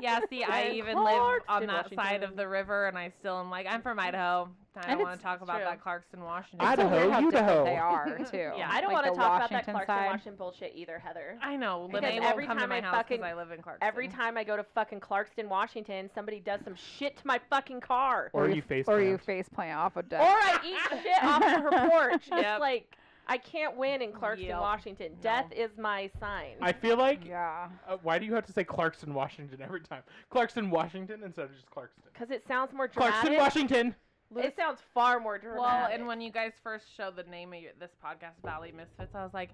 Yeah, see, I
And
even live on
Clarkston,
that side of
Washington.
the river, and I still am like, I'm from Idaho. I
And
don't want
it's
to talk about
true.
that Clarkston, Washington.
It's so
Idaho,
weird how different
Udaho.
They are too.
Yeah,
I don't
like
want to
the
talk about that
Washington
Clarkson
side.
Washington bullshit either, Heather.
I know.
Because
Lene won't
every
come to
time
my
I
house because
fucking-
I live in Clarkston.
Every time I go to fucking Clarkston, Washington, somebody does some shit to my fucking car.
Or you face
Or you
plant.
face plant off a
Or
deck.
I eat shit off of her porch.
Yep.
It's like, I can't win in Clarkston,
Yep.
Washington.
No.
Death is my sign.
I feel like.
yeah.
Uh, why do you have to say Clarkson, Washington every time? Clarkson, Washington instead of just Clarkston.
Because it sounds more
Clarkson,
dramatic.
Washington.
It sounds far more dramatic.
Well, and when you guys first showed the name of your, this podcast, Valley Misfits, I was like,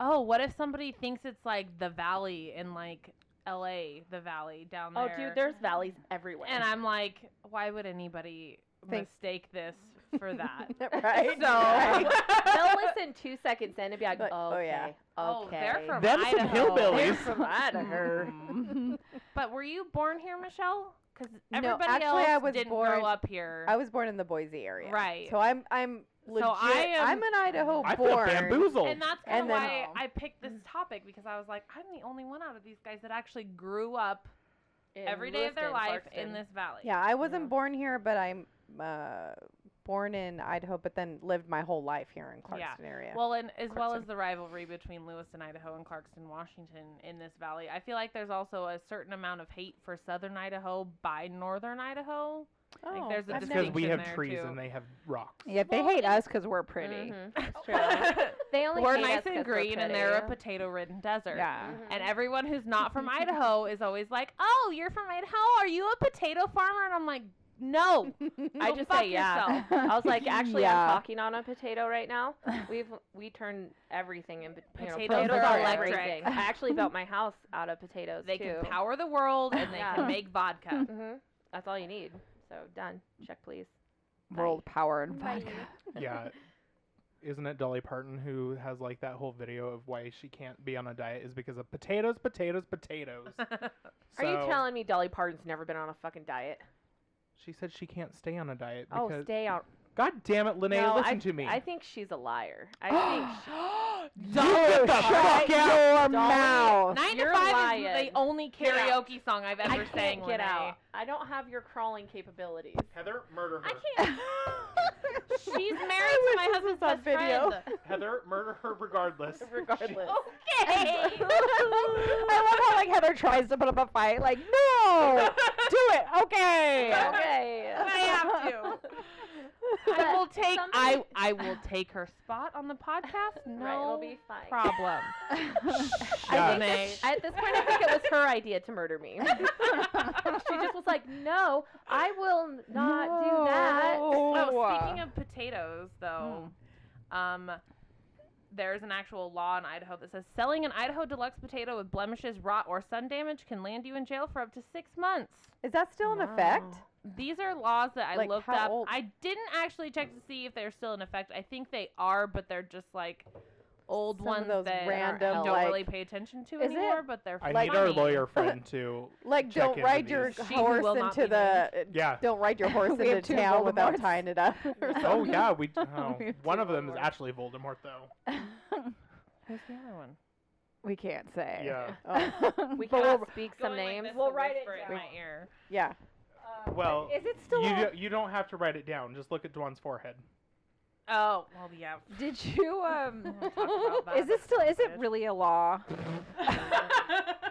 oh, what if somebody thinks it's like the Valley in like L.A., the Valley down
Oh,
there?
dude, there's valleys everywhere.
And I'm like, why would anybody
Think-
mistake this for that?
right.
So-
Right.
They'll listen two seconds in and be like,
Like,
okay,
oh, yeah.
Oh,
okay.
they're from
Them some
Idaho.
hillbillies.
They're
Billies.
from Idaho.
Mm.
But were you born here, Michelle? Because
No,
everybody
actually,
else
I was
didn't
born-
grow up here.
I was born in the Boise area.
Right.
So I'm I'm
So
legit.
I am-
I'm an Idaho
I feel
born.
bamboozled.
and that's kind of
And then-
why I picked this topic because I was like, I'm the only one out of these guys that actually grew up
In
every day of their
Lewiston,
life in
Clarkston.
this valley.
Yeah, I wasn't
Yeah.
born here, but I'm uh, born in Idaho, but then lived my whole life here in
Yeah.
Clarkston area.
Well, and as well as
Clarkson.
the rivalry between Lewiston, Idaho, and Clarkston, Washington, in this valley, I feel like there's also a certain amount of hate for Southern Idaho by Northern Idaho. like, there's a
Oh, I've
It's
never-
because we
distinction
have
there,
trees
too.
and they have rocks.
yeah, they
Well,
hate
and-
us because we're pretty.
Mhm. That's true. They only
we're
hate
nice
us 'cause
and
we're
green,
pretty.
and they're a potato-ridden desert.
Yeah.
Mhm.
And everyone who's not from Idaho is always like, "Oh, you're from Idaho? Are you a potato farmer?" And I'm like, "No,
I
Go
just
fuck
say yeah.
yourself.
I was like, actually,
Yeah.
I'm talking on a potato right now. We've we turn everything in you know,
Potatoes
potatoes
are
are
electric.
everything. I actually built my house out of potatoes
they
too.
can power the world and they
Yeah.
can make vodka."
Mhm. That's all you need. So done. Check please.
World power and
Bye.
vodka.
yeah. Isn't it Dolly Parton who has like that whole video of why she can't be on a diet is because of potatoes, potatoes, potatoes.
Are you
So,
telling me Dolly Parton's never been on a fucking diet?
She said she can't stay on a diet because
Oh, stay out.
God damn it, Linnea,
no,
listen
I,
to me.
I think she's a liar. I think she,
You get the fuck out.
your
Dolly.
mouth.
Nine
You're
to five is
lying.
the only
Get out.
karaoke song I've
I
ever
can't
sang.
get
Renee.
out. I don't have your crawling capabilities.
Heather, murder her.
I can't. She's married to my husband's
on
best friend.
Heather, murder her regardless.
Regardless.
Okay.
I love how like Heather tries to put up a fight. Like, no, do it. Okay.
okay.
I have to. I will take. I
somebody-
I will take her spot on the podcast. No
Right, it'll be fine.
problem.
I
Yeah.
think
Renee.
at this point, I think it was her idea to murder me. she just was like, "No, I will not do that."
Oh,
No.
speaking of potatoes, though,
Hmm.
um, there's an actual law in Idaho that says selling an Idaho deluxe potato with blemishes, rot, or sun damage can land you in jail for up to six months.
Is that still in effect?
These are laws that I
Like,
looked
how
up.
old?
I didn't actually check to see if they're still in effect. I think they are, but they're just like old
Some of
ones
those
that
random,
don't really
like-
pay attention to
Is it-
anymore. But they're
I
funny.
need our lawyer friend to.
Like,
Check
don't
in
ride
with
your
these.
She
horse
will not
into
be
the.
Yeah.
Don't ride your horse
We have
into
two
town without
Voldemorts.
tying it up. or
Oh
something.
yeah, we. Oh.
We have
One
two
of them is
Voldemorts.
actually Voldemort though.
Who's the other one?
we can't say.
Yeah.
Oh,
We
But
can't
we'll-
speak some names.
in my ear.
yeah.
Well,
Is it
you
still? on-
do- you don't have to write it down. Just look at Dwan's forehead.
Oh, well, yeah.
Did you? Um,
We'll talk about
is
that
it still? Is it
bitch.
really a law?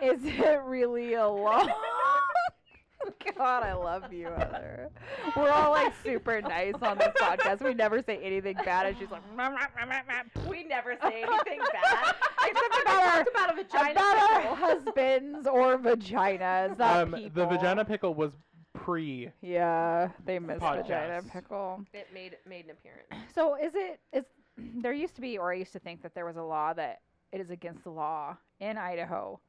Is it really a law? God, I love you, Heather. We're all like super nice on this podcast. We never say anything bad, and she's like,
We never say anything bad.
except
We
about our
talked about a vagina.
about our
pickle.
husbands or vaginas, not
um,
people.
the vagina pickle was pre.
Yeah, they miss vagina
Podcast.
pickle.
It made made an appearance.
So is it is there used to be, or I used to think that there was a law that it is against the law in Idaho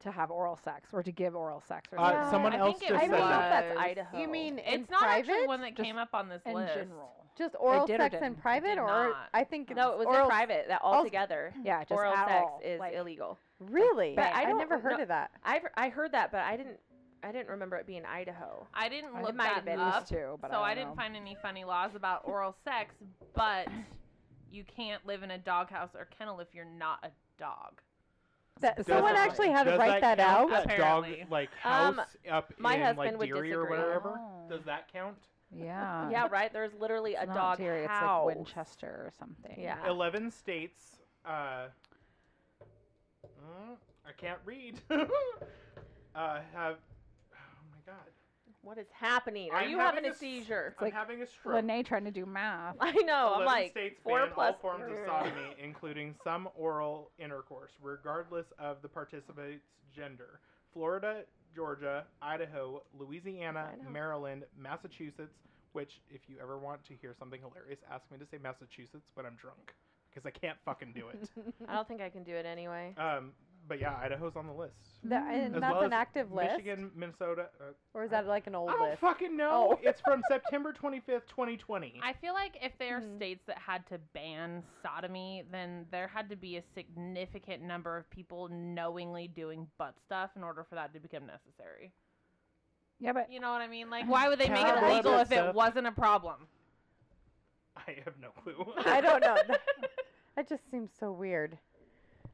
to have oral sex or to give oral sex or
Uh,
something.
someone
I
else
think it
just
I
said
don't know if
that.
that's
was-
Idaho. You mean in
It's not actually
private?
one that came up on this
in
list.
general.
Just oral
did or
sex in
didn't? It
private,
did
or
not.
I think
No, it was
oral
in private. That
also-
altogether,
Yeah, just
Hmm. oral
at
sex
all,
is
like-
illegal.
Really?
But I
I,
don't
never heard
know-
of that.
I've I heard that, but I didn't I didn't remember it being Idaho.
I didn't
I
look
might have
that
been
used
up,
to, but
so
I,
I,
don't
didn't
know.
find any funny laws about oral sex. But you can't live in a doghouse or kennel if you're not a dog.
That,
Does
someone
that-
actually had to
does
write that,
count,
out.
That dog
Apparently.
like house
Um,
up
my
in
husband
like
would
Deary or
disagree.
whatever.
Oh.
Does that count?
Yeah.
yeah, right. There's literally
Uh, It's
a
not
dog
Terry, It's like
house.
Winchester or something.
Yeah.
Eleven states. Uh, mm, I can't read. uh, have. Oh my god.
What is happening? Are
I'm
you having,
having a
a
s-
seizure?
I'm
like
having a stroke.
Lene trying to do math.
I know. Oh, I'm
11
like
states
four
ban
plus.
all forms of sodomy, including some oral intercourse, regardless of the participant's gender. Florida, Georgia, Idaho, Louisiana,
Idaho.
Maryland, Massachusetts. Which, if you ever want to hear something hilarious, ask me to say Massachusetts when I'm drunk, because I can't fucking do it.
I don't think I can do it anyway.
um, but yeah, Idaho's on the list.
That- and
As
that's
well
an
as
active list,
Michigan, Oh, Minnesota. Uh,
or is that like an old
I don't
list? Oh.
fucking know. It's from September 25th, 2020.
I feel like if there are
Hmm.
Mhm.
states that had to ban sodomy, then there had to be a significant number of people knowingly doing butt stuff in order for that to become necessary.
Yeah, but
You know what I mean? Like, why would they make
Yeah,
it legal
butt
if it
stuff.
wasn't a problem?
I have no clue.
I don't know. that just seems so weird.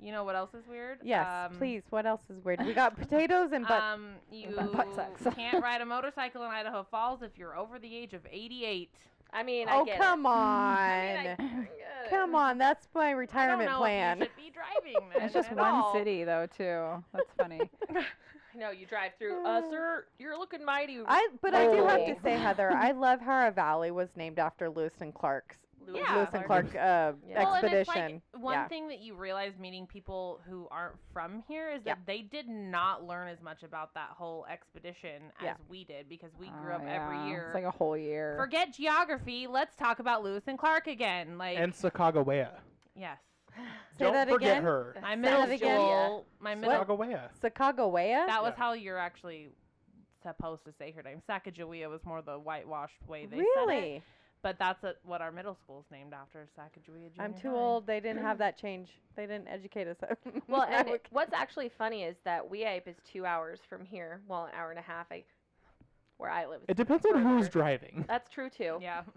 You know what else is weird?
Yes,
Um,
please. What else is weird? We got potatoes and butt.
um, you
butt sex.
can't ride a motorcycle in Idaho Falls if you're over the age of 88.
I mean, I
oh
get
come
it.
on,
I mean, I get it.
come on. That's my
I don't
retirement
know if
plan.
you should be driving then
it's just
at
one
all.
city though too. That's funny.
I know you drive through. Uh,
Uh,
sir, you're looking mighty.
I but I do have
Totally.
to say, Heather, I love how a valley was named after Lewis and Clark's
Louis
Yeah.
Lewis and Clark uh,
Yeah. Well,
and it's
expedition.
like, one
yeah.
thing that you realize meeting people who aren't from here is
Yeah.
that they did not learn as much about that whole expedition
Yeah.
as we did because we grew
Oh,
up
yeah.
every year.
It's like a whole year.
Forget geography. Let's talk about Lewis and Clark again. Like
and Sacagawea.
yes,
Say
Don't
that
forget
again.
her.
my
Say
middle
that again.
school. My middle.
Sacagawea.
Sacagawea.
That was
Yeah.
how you're actually supposed to say her name. Sacagawea was more the whitewashed way they said it.
really?
But that's a, what our middle school's named after. Sacagawea.
I'm
Junior
too
High.
old. They didn't have that change. They didn't educate us.
Well,
I
and
would-
it- what's actually funny is that Weape is two hours from here. Well, an hour and a half. I, where I live.
It depends on who's
Further.
driving.
That's true too.
Yeah.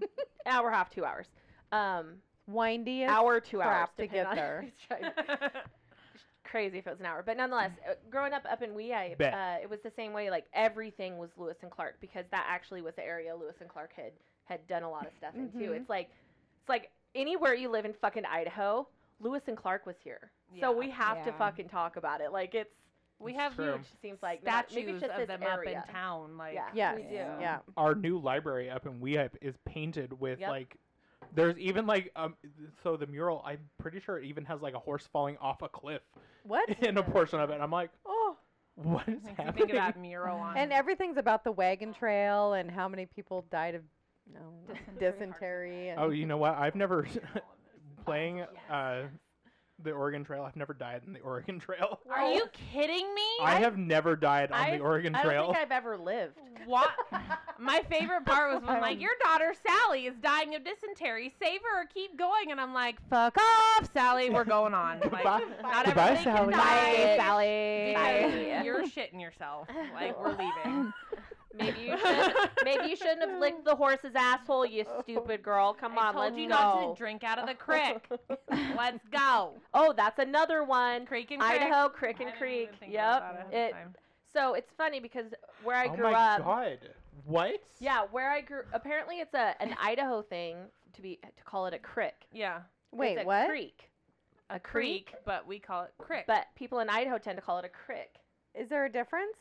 An hour and a half, two hours. Um,
windy as
hour, two hours
crap to
depending
get
on-
there.
it's driving- Crazy if it was an hour, but nonetheless, uh, growing up up in Weape,
Bet.
uh, it was the same way. Like everything was Lewis and Clark because that actually was the area Lewis and Clark had had done a lot of stuff into.
Mm-hmm.
Mhm.
It's like it's like anywhere you live in fucking Idaho, Lewis and Clark was here,
Yeah.
so we have to
Yeah.
fucking talk about it. Like it's
we
It's
have
true.
huge
it seems like not-
statues
maybe it's just this
of them
area.
up in town. Like
Yeah,
Yes.
we do.
Yeah.
Yeah.
Our new library up in Weep is painted with
Yep.
like. There's even like um, so the mural. I'm pretty sure it even has like a horse falling off a cliff
What?
in a portion of it. I'm like,
Oh.
what is
makes me think
happening?
of that mural on.
And everything's about the wagon trail and how many people died of no, dysentery.
Dysentery
and
Oh, you know what? I've never playing
yes.
uh, the Oregon Trail. I've never died in the Oregon Trail.
Are you kidding me?
I have never died on
I've-
the Oregon
I don't
Trail.
think I've ever lived.
What? My favorite part was when like
Um,
your daughter Sally is dying of dysentery. Save her or keep going. And I'm like, fuck off, Sally. We're going on. Like,
Goodbye.
not
Goodbye,
everybody
Sally.
can die.
Bye,
Bye.
Sally.
because You're shitting yourself. Like we're leaving.
Maybe you should. maybe you shouldn't have licked the horse's asshole, you stupid girl. Come
I
on,
told
let's go.
you not to drink out of the creek. Let's go.
Oh, that's another one.
Creek and creek.
Idaho Crick
I
and
didn't
Creek.
even think
Yep.
about that ahead of
It.
time.
So it's funny because where I
oh
grew
my
up.
god! What?
Yeah, where I grew. Apparently, it's a an Idaho thing to be to call it a crick.
yeah.
Wait,
it's a
what?
Creek.
A creek, but we call it crick.
But people in Idaho tend to call it a crick.
Is there a difference?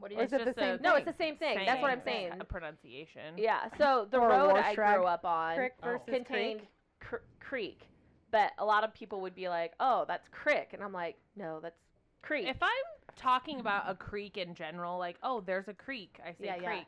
What do
Or
you?
is it the
just a
same
No, it's
thing?
the same thing. That's what I'm
saying.
saying.
A pronunciation.
Yeah. So the
Or a
road I
Warschlag
grew up on
Crick
Oh.
versus Creek.
contained cr- creek, but a lot of people would be like, "Oh, that's crick," and I'm like, "No, that's creek."
If I'm talking about a creek in general, like, oh, there's a creek, I say
Yeah,
creek.
yeah.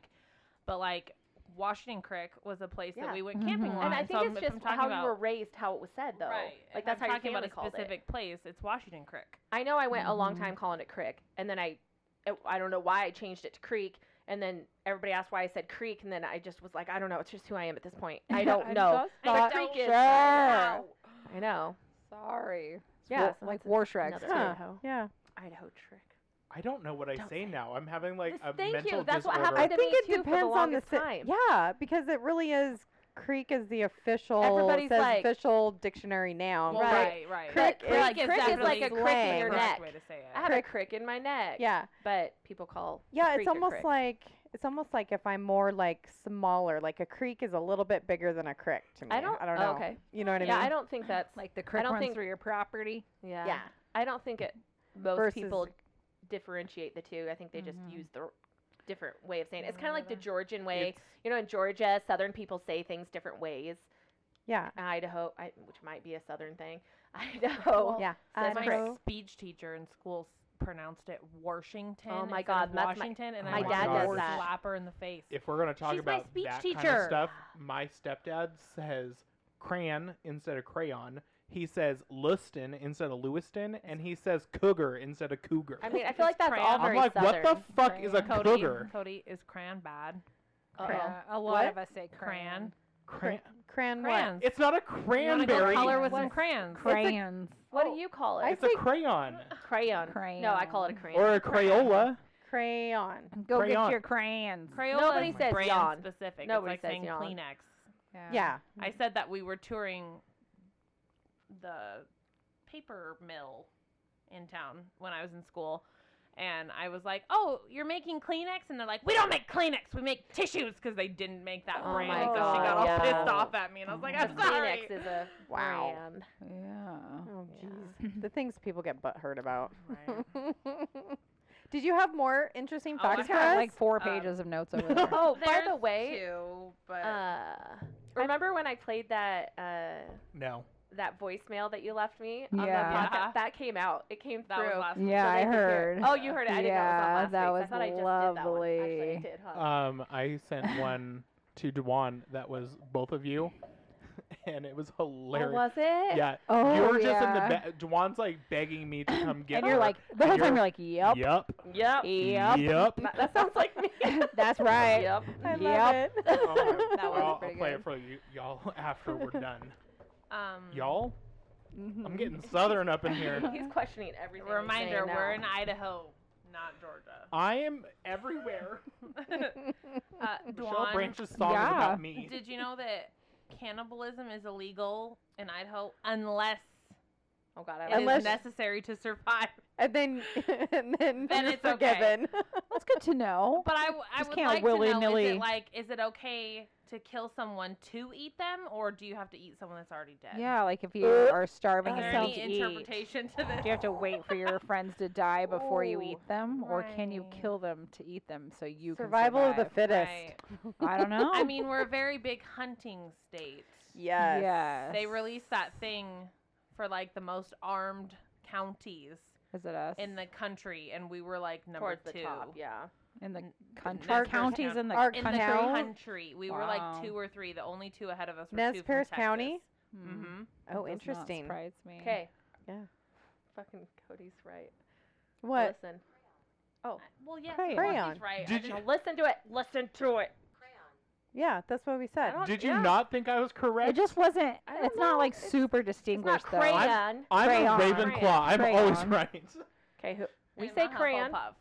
But like Washington Creek was a place
Yeah. Mm-hmm.
that we went camping
Mhm.
on.
and I
so
think it's
I'm- if
just
I'm talking
how
about,
you were raised, how it was said, though.
Right.
Like
if
that's
I'm
how your
talking about
family
a
called it.
specific Mm-hmm. place. It's Washington Creek.
I know I went a long
Mhm.
time calling it crick, and then I, it- I don't know why I changed it to creek, and then everybody asked why I said creek, and then I just was like, I don't know, it's just who I am at this point. I don't
I'm
know.
so
But
sorry.
creek is-
sure.
I know.
Sorry. It's
Yeah,
wa-
so
like
that's
War Shrek.
another
Huh.
Idaho.
Yeah.
Idaho trick.
I don't know what I
Don't
say
say
now. I'm having like
This-
a
thank you,
mental
that's what
disorder.
happened.
I
to
think
me
it
too for the
depends on the
longest
si-
time.
Yeah, because it really is. Creek is the official
Everybody's
says
like-
official dictionary noun.
Well,
but-
Right.
Oh, right, right.
Crick
But crick
is
is, like
definitely
a crick in
slang.
your
correct
neck.
way to say it.
I have a crick in my neck.
Yeah.
But people call the
Yeah,
creek
it's
a
almost
crick.
like it's almost like if I'm more like smaller, like a creek is a little bit bigger than a crick to me.
I don't.
I don't know.
oh, okay.
You know what
yeah,
I mean?
I don't think that's
Like the creek
don't
runs
think-
through your property.
Yeah.
Yeah.
I don't think it. Most
Versus- Mm-hmm.
people differentiate the two. I think they just
Mhm.
use the r- different way of saying it. It's
Yeah,
kind of like the
whatever.
Georgian way.
It's-
you know, in Georgia, Southern people say things different ways.
yeah.
Idaho, I, which might be a Southern thing. Idaho.
yeah.
says
my
Idaho.
speech teacher in school s- pronounced it Washington.
Oh my
instead
God, that's
of
my-
Washington, and
Oh
I
my
wanted to
God.
God.
slap her in the face.
if we're gonna talk
She's my
about
speech
that kind
teacher.
of stuff, my stepdad says crayon instead of crayon. He says Lewiston instead of Lewiston, and he says cougar instead of cougar.
I mean, I feel like that's all
Crayon.
I'm
very
like,
Southern.
what the fuck is a
Cody,
cougar?
Cody is crayon bad.
Uh-oh.
Yeah, uh, a lot
What?
of us say crayon.
Cran-
Crayon.
Cran what?
Crayons.
it's not a
You wanna go
cranberry.
Color with
What
some
is-
crayons.
Crayons.
What
Oh,
do you call it?
I
It's a
think-
crayon
crayon.
Crayon.
No, I call it a crayon.
or a Crayola.
Crayon.
Go
Crayon.
get your crayons.
Crayola
Nobody
is
says
brand
yawn.
specific.
Nobody
it's
says
like saying
yawn.
Kleenex.
Yeah.
I said that we were touring the paper mill in town when I was in school. And I was like, "Oh, you're making Kleenex," and they're like, "We don't make Kleenex. We make tissues because they didn't make that
Oh
brand."
my
so she got
God,
all
yeah.
pissed off at me, and I was like,
The
"I'm sorry."
Kleenex is a
Wow.
brand.
Yeah.
Oh
Yeah.
jeez. the things people get butthurt about.
Right.
Did you have more interesting
Oh, I
facts for
have,
us?
Like uh, four
Um,
pages of notes over there.
Oh, by the
There's
way,
two, but
uh, remember when I played that uh,
No.
that voicemail that you left me on
Yeah.
the podcast? That came out. It came
that
through.
was last.
Yeah,
So
I
they could hear
heard.
it. Oh, you heard it. I
Yeah,
didn't
that
know it was
was
last week's. I thought I just did that one.
lovely.
Actually, I did,
Oh,
huh? Oh,
Um, I sent one to Dewan that was both of you, and it was hilarious.
oh, was it?
Yeah,
Oh,
you were just in
yeah.
the be- Dewan's like begging me to come get
and
her.
you're like the whole
you're-
time you're like, yep,
Yup.
Yep.
yep,
Yup.
Ma- That sounds like me.
that's right.
Yep.
I love
Yep.
it.
Oh, my-
That was
I'll, I'll
pretty
play
good.
it for you, y'all after we're done.
Um,
Y'all, I'm
Mhm.
getting southern up in here.
He's questioning everything. he's
Reminder:
saying now.
We're in Idaho, not Georgia.
I am everywhere.
uh,
Michelle
Dwan,
Branch's song is
Yeah.
about me.
Did you know that cannibalism is illegal in Idaho unless
Oh God, I
it
like
is
Unless-
necessary to survive?
And then and then,
Then
you're
it's okay.
forgiven.
That's good to know.
But I, w- I
Just
would
can't
like to know, is
willy-nilly.
it like, is it okay to kill someone to eat them, or do you have to eat someone that's already dead?
Yeah, like if you
Uh,
are starving
Is
and
there
something
any
to eat, do
interpretation to this?
you have to wait for your friends to die before you
Ooh,
eat them, or can you
right.
kill them to eat them so you
Survival
can
of the
survive?
fittest.
Right.
I don't know.
I mean, we're a very big hunting state.
Yes.
Yes.
They released that thing for like the most armed counties
is it us
in the country, and we were like number
towards the
two.
top. Yeah.
in the
n-
country
our-
counties in the
our
in
country?
the
Count?
country. We were
Wow.
like two or three. The only two ahead of us were
Nez
two from
Perce
Texas.
County?
mm-hmm.
Mm,
hmm
Oh,
that does not
interesting.
surprise me.
Okay.
Yeah.
Fucking Cody's right.
What?
Listen.
Well, yeah.
Crayon.
Crayon. Right.
Did
I
you-
Now listen to it. Listen to it.
Yeah, that's what we said.
I don't-
Did you
yeah.
not think I was correct?
It just wasn't.
I don't
It's not
know,
like
it's-
super
It's not
distinguished though.
crayon.
I'm
Crayon.
a Ravenclaw. I'm always
Crayon.
right.
Okay. Who? We
And
say
not
crayon.
Hufflepuff.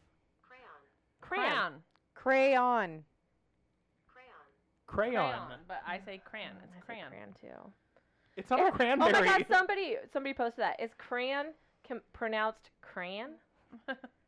Crayon.
Crayon.
Crayon.
Crayon.
But I say crayon. It's
I say
crayon.
Crayon too.
It's not
Yeah.
a cranberry.
Oh my God! Somebody, somebody posted that. Is crayon com- pronounced crayon?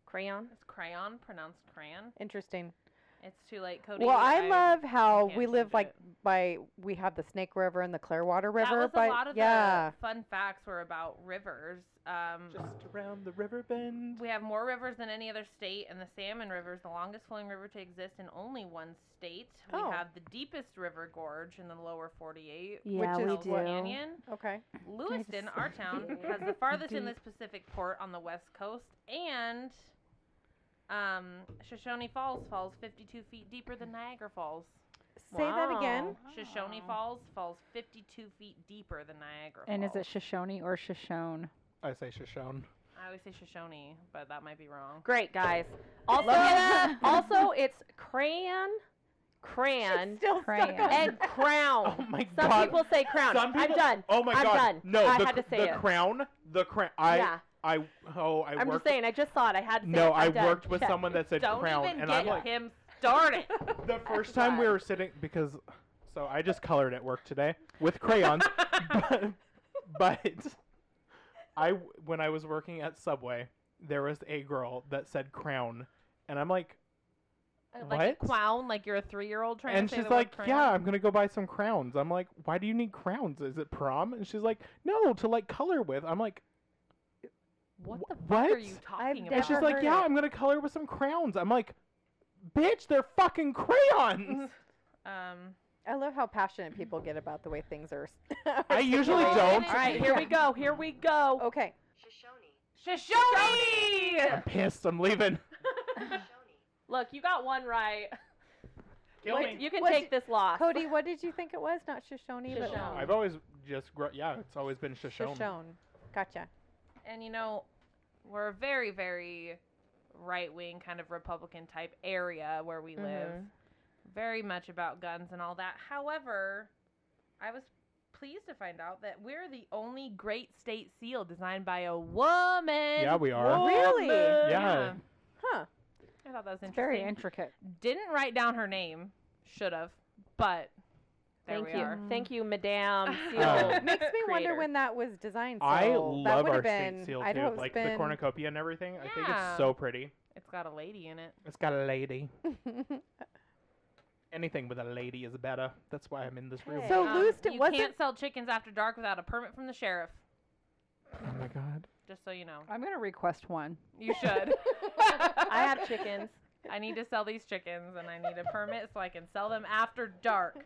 crayon.
It's crayon pronounced crayon.
Interesting.
It's too late, Cody.
Well, I love how
can't
we live
change
like
it.
by we have the Snake River and the Clearwater River,
that was
but
a lot of
yeah,
the fun facts were about rivers. Um,
Just around the river bend.
we have more rivers than any other state, and the Salmon River is the longest flowing river to exist in only one state.
Oh.
We have the deepest river gorge in the lower 48,
Yeah,
which
we
is Hell's Canyon.
okay.
Lewiston, our town,
Yeah.
has the farthest
Deep.
inland Pacific port on the west coast, and um, Shoshone Falls falls 52 feet deeper than Niagara Falls.
Say that again.
Wow.
Shoshone Falls falls 52 feet deeper than Niagara
And is
Falls.
it Shoshone or Shoshone?
I say Shoshone.
I always say Shoshone, but that might be wrong.
Great guys. Also,
it up.
also it's crayon,
She's
crayon,
still
Crayon.
stuck on
and crown.
Oh my
Some
god.
people say crown.
Some people,
I'm done.
Oh my
I'm
god.
done.
No,
I
the,
had to
cr-
say
the
it.
crown. The crown. I
yeah,
I oh I
I'm just
worked
saying. I just saw it. I had to say
No,
it. I'm
I
done.
worked with
Check.
someone that said
Don't
crown
even
and
get
I'm like
him started.
The first time we
why.
were sitting because, so I just colored at work today with crayons, but, but I w- when I was working at Subway, there was a girl that said crown, and I'm like,
Uh, like a
What?
clown, like you're a three-year-old trying
and
to say
she's
the word
like,
crown.
yeah, I'm gonna go buy some crowns. I'm like, why do you need crowns? Is it prom? And she's like, no, to like color with. I'm like,
What
wh-
the fuck
what?
are you
I've
talking
and
about?
never
she's like,
heard
yeah,
it.
I'm gonna color with some crowns. I'm like, bitch, they're fucking crayons.
um,
I love how passionate people get about the way things are. s-
I usually
articulated.
don't.
All right, here we go. Here we go.
Okay.
I'm pissed. I'm leaving.
Look, you got one right.
Kill
Wait,
me.
You can
Was
take
it-
this loss.
Cody, what did you think it was? Not Shoshone, but
Oh.
Shoshone.
I've always just gr- yeah, it's always been Shoshone.
Shoshone. Gotcha.
and you know, we're a very, very right wing kind of Republican type area where we live. Very much about guns and all that. However, I was pleased to find out that we're the only great state seal designed by a woman.
Yeah, we are.
Really?
Yeah.
Woman.
Yeah.
Huh.
I thought that was
It's
interesting.
very intricate.
Didn't write down her name. Should have. But there
Thank
we
you.
are.
Thank you, Madame Seal.
Uh,
Oh. Makes me wonder
creator.
when that was designed. So
I
that
love
would've
our
been,
state seal
I
too, like the cornucopia and everything. I think
Yeah.
it's so pretty.
It's got a lady in it.
It's got a lady.
cornucopia.
Anything with a lady is better. That's why I'm in this room.
Hey. So- Lewiston
Um, you
wasn't-
can't sell chickens after dark without a permit from the sheriff.
oh my god.
Just so you know,
I'm gonna request one.
you should.
I have chickens.
I need to sell these chickens, and I need a permit so I can sell them after dark.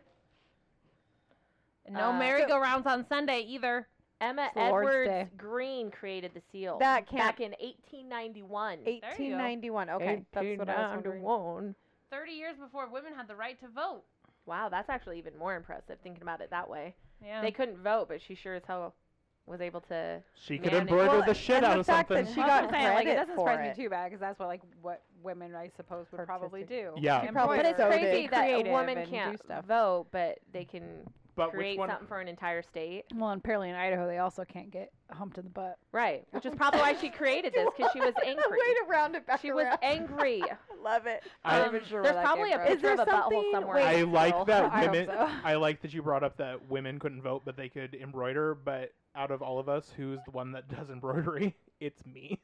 And No
Uh,
merry-go-rounds on Sunday either.
Emma
It's the Lord's
Edwards
Day.
Green created the seal
That can't-
back in 1891.
1891. Okay, that's what I was wondering.
1891.
Thirty years before women had the right to vote.
Wow, that's actually even more impressive thinking about it that way.
Yeah.
They couldn't vote, but she sure as hell was able to.
She could
Man,
embroider
well,
the shit
and
out
the
of
fact that
something.
she
I was
got
gonna say, like,
credit
it doesn't
for
surprise
it.
me too bad because that's what like what women I suppose would probably do.
Yeah.
And
probably
But it's
so
boys.
did.
crazy that a
Oh, Creative
woman
and do
can't
stuff.
vote, but they can
but Uh, which
create
one?
something for an entire state.
Well, and apparently in Idaho they also can't get humped in the butt.
Right, which is probably why she created this because she was
Way
angry.
to round it back
She was
around.
angry.
love it.
I,
Um, sure where
There's
that came
probably a
from. Is
picture of
there
a butthole
something-
somewhere.
wait,
in
I
the
like
seal.
that
I hope
women.
so.
I like that you brought up that women couldn't vote, but they could embroider. But out of all of us, who's the one that does embroidery? It's me.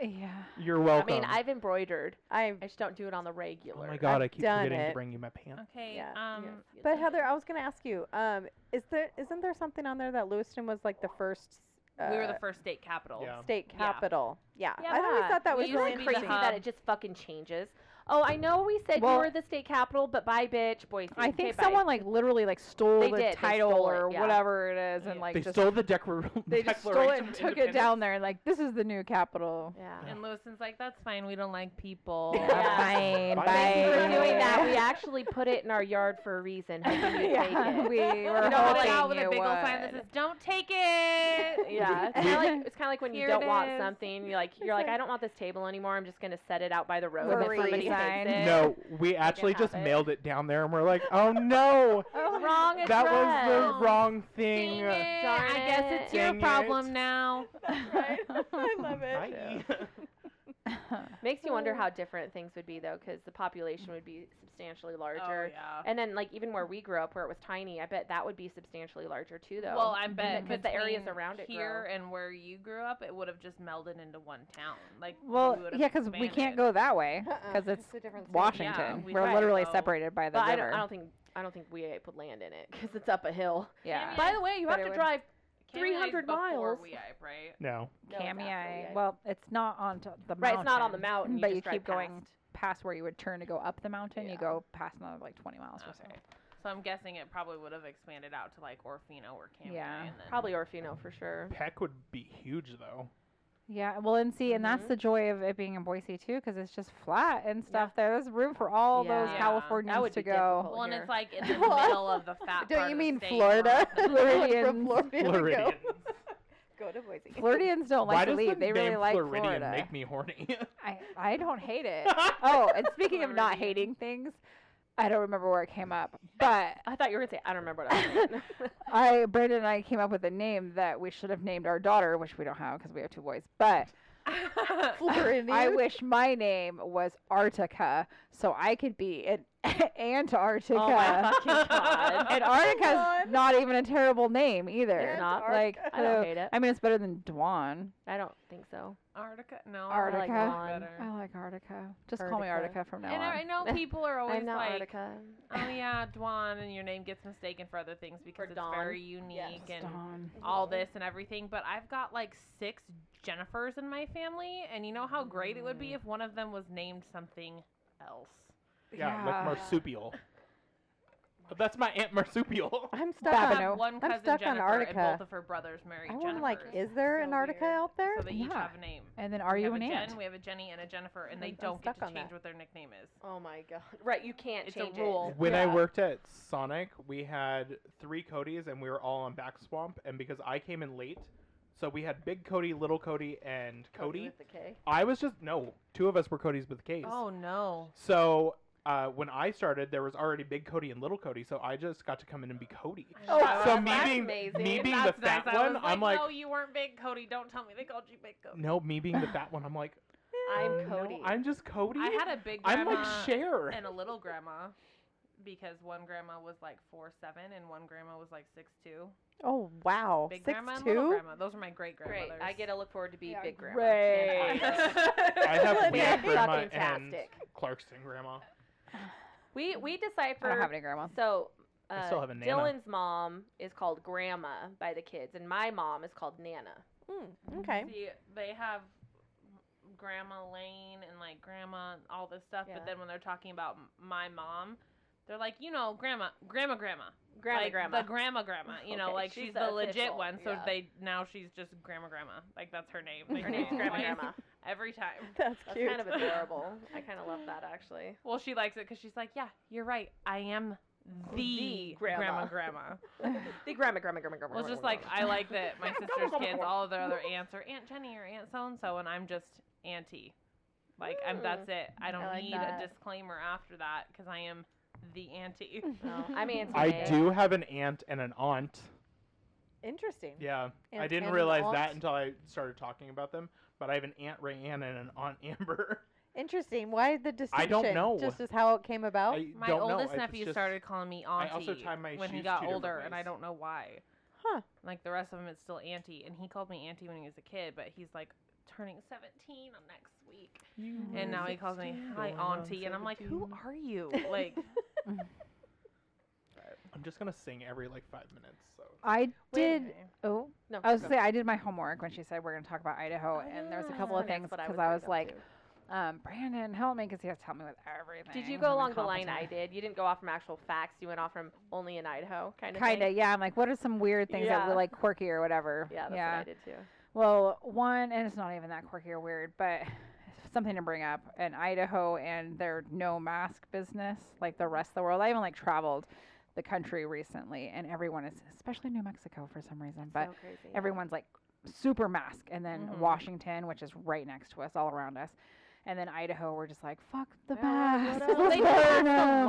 Yeah.
You're
I
welcome.
mean, I've embroidered.
I.
I just don't do it on the regular.
oh my god,
I've
I keep
done
forgetting
it.
to bring you my pants.
okay.
Yeah,
Um.
Yes,
But
yes,
Heather,
yes.
I was gonna ask you. Um, is there isn't there something on there that Lewiston was like the first? Uh,
we were the first state capital.
Yeah.
state
Yeah.
capital. Yeah.
Yeah,
I always
but
thought that
we
was
used
really
to be the
crazy
interesting.
hub.
that it just fucking changes. Oh, I know we said
Well-
you were the state capital, but bye, bitch, Boise.
I
Okay,
think
bye.
someone like literally like stole
They
the
did, they
title
stole it,
or
yeah.
whatever it is
Yeah.
and like
they
just
stole the declar-
they
Declaration
just stole it
of
and took it
Independence.
down there and like this is the new capital.
Yeah.
And Lewiston's like, that's fine. We don't like people.
Yeah.
Fine,
Bye.
bye.
Thank you for doing that. We
Yeah.
actually put it in our yard for a reason. Hoping you
yeah,
take it.
we were
You
hoping
know, put it out with a
you
big old sign that
would.
says, "Don't take it."
Yeah, it's kind of like it's kind of like when you
Here
don't
it
want
is.
something. You're like you're like I don't want this table anymore. I'm just gonna set it out by the road.
With
if
a
somebody
free
takes
sign.
it.
No, we actually just
have it.
mailed it down there, and we're like, oh no,
Oh,
wrong address.
that was the wrong
Dang uh,
thing.
it. I
Darn
guess it's your
it.
problem now.
I love it.
Bye.
Makes you
Uh.
wonder how different things would be though, because the population would be substantially larger.
Oh, yeah.
And then like even where we grew up, where it was tiny, I bet that would be substantially larger too though.
Well, I bet
because the areas
between
around it
here and where you grew up, it would have just melded into one town. Like
well,
we would have
yeah, because we can't
expanded.
go that way
Uh-uh,
because it's
a different state.
Washington.
we
We're
tried,
literally
though.
separated by the
but I
river.
don't, I don't think I don't think we put land in it because it's up a hill.
yeah,
By the way, you have
But it
to
would-
drive.
Canyon is
300
before
miles.
Weipe, right?
No.
No, it's after
Kamei.
Weipe.
Well, it's not on t- the mountain.
right, it's not on the mountain,
but
you,
you
just drive
keep going
past.
past where you would turn to go up the mountain.
Yeah.
You go past another like 20 miles or so.
Okay. Uh-huh. So I'm guessing it probably would have expanded out to like Orfino or Camry.
Yeah.
and then
Probably Orfino for sure.
Peck would be huge though.
Yeah, well, and see, and that's
Mhm.
the joy of it being in Boise too, because it's just flat and stuff. There's room for all
Yeah.
those
Yeah.
Californians
That would
to
be
go.
difficult
Well, and
here.
it's like in the middle of the fat. part
Don't
of
you
the
mean
state,
Florida?
so-
Everyone
Floridians.
from Florida to go.
Floridians.
Go to Boise.
Floridians don't
Why
like to
does the
leave. They really
name
like
Floridian
Florida.
make me horny?
I, I don't hate it. oh, and speaking of not
Floridian.
hating things, I don't remember where it came up, but
I thought you were gonna say I don't remember what I was. saying."
I Brandon and I came up with a name that we should have named our daughter, which we don't have because we have two boys. But
Floridian.
I wish my name was Artica, so I could be in Antarctica.
oh my fucking god!
and Arnica's
God.
not even a terrible name either.
It's not.
like
Antarctica.
I don't
so-
hate it.
I mean, it's better than Dwan.
I don't think so.
Arctica? No.
Arctica. Oh,
Arctica.
Gone.
I like Artica. Just call me
Arctica.
Artica from now
And I
on.
know people are always
I'm not
like,
Artica.
oh yeah, Dwan, and your name gets mistaken for other things because it's
Dawn.
very unique
Yes.
and
Dawn.
all this and everything. But I've got like six Jennifers in my family, and you know how great it would
Mm.
be if one of them was named something else.
yeah,
Yeah.
like marsupial. But that's my aunt marsupial.
I'm stuck
I
on.
Babin- Babineau.
have one
I'm
cousin
stuck on
Jennifer, and
Arctica.
both of her brothers married
I
Jennifer.
want like, is
so
there an Antarctica
weird.
out there?
so they each
Yeah.
have a name.
And then are
we
you
have
an
a
aunt?
Jen, we have a Jenny and a Jennifer, and they
I'm- I'm
don't get
stuck
to
on
change
that.
what their nickname is.
Oh my god! Right, you can't
It's a
change
rule.
it.
When I
Yeah.
worked at Sonic, we had three Codys and we were all on Back Swamp. And because I came in late, so we had Big Cody, Little Cody, and Cody.
with the K.
I was just, no, two of us were Codys with Ks.
Oh no!
So uh, when I started, there was already Big Cody and Little Cody, so I just got to come in and be Cody.
Oh,
so
wow,
me
that's
being
amazing.
me being
That's
the fat
nice. I
one,
was
I'm like,
no, you weren't big, Cody. Don't tell me they called you big, Cody.
no, me being the fat one, I'm like,
Um,
I'm
no,
Cody.
I'm just Cody.
I had a big
I'm
grandma
like Cher.
and a little grandma because one grandma was like four seven and one grandma was like six two.
Oh wow,
Big
six
grandma and little
two.
grandma. Those are my great
Great.
grandmothers.
I get to look forward to be
Yeah,
big grandma.
great.
I have
Weird
weird grandma
fucking
and
tastic.
Clarkston grandma.
We we
I don't have
decipher.
any grandma.
So uh,
I still have a Nana.
Dylan's mom is called Grandma by the kids, and my mom is called Nana.
Mm, okay.
See, they have grandma Lane and like grandma and all this stuff,
Yeah.
but then when they're talking about m- my mom, they're like, you know, grandma, grandma, grandma,
Grandma,
like,
grandma.
the grandma, grandma. You know,
Okay,
like
she's
she's,
the
the legit
official,
one. So
yeah.
they now she's just grandma, grandma. Like that's her name. They
Her
say
name's
it
Grandma.
twice
grandma.
every time.
That's
That's
cute.
kind of adorable. I kind of love that actually.
Well, she likes it because she's like, yeah, you're right. I am the,
Oh, The grandma."
grandma, grandma.
The grandma, grandma, grandma, grandma.
Well, it's just like I like that my sister's kids, all of their other aunts are Aunt Jenny or Aunt so and so, and I'm just Auntie. Like I'm.
Mm.
That's it. I don't
like
need
that.
a disclaimer after that because I am the Auntie.
No, I'm Auntie.
I
May.
do have an aunt and an aunt.
Interesting.
Yeah, I
Aunt
didn't
and an
realize
aunt.
that until I started talking about them. But I have an aunt Rayanne and an aunt Amber.
Interesting. Why the distinction?
know.
Just as how it came about.
I
Oh, My
don't know.
oldest
It's
nephew
just-
started calling me
I
Auntie
also tie my
when he
shoes
got
two different
older, and I
ways.
don't know why.
Huh.
Like the rest of them, it's still Auntie, and he called me Auntie when he was a kid, but he's like turning 17 on next week. And now he calls me hi auntie, and I'm like, who are you? Like,
I'm just gonna sing every like five minutes. So
I
wait a
did.
minute.
Oh,
No,
I was
go.
gonna say I did my homework when she said we're gonna talk about Idaho, and there was a
Ah.
couple of
That's
things
what
because
gonna
I was
go
like,
to.
um, Brandon, help me because he has to help me with everything.
Did you
I'm
go along the line I
incompetent.
did? You didn't go off from actual facts. You went off from only in Idaho, kind of.
Kind of, yeah. I'm like, what are some weird things that
Yeah.
were like quirky or whatever?
Yeah, that's what I did too.
Well, one, and it's not even that quirky or weird, but something to bring up in Idaho and their no mask business, like the rest of the world. I even like traveled the country recently, and everyone is, especially New Mexico for some reason, but
so crazy.
everyone's like super mask. And then
Mm-hmm.
Mhm.
Washington, which is right next to us, all around us. And then Idaho, we're just like, fuck the
Yeah,
mask.
what
Well,
else?
let's
they
burn
passed a
'em."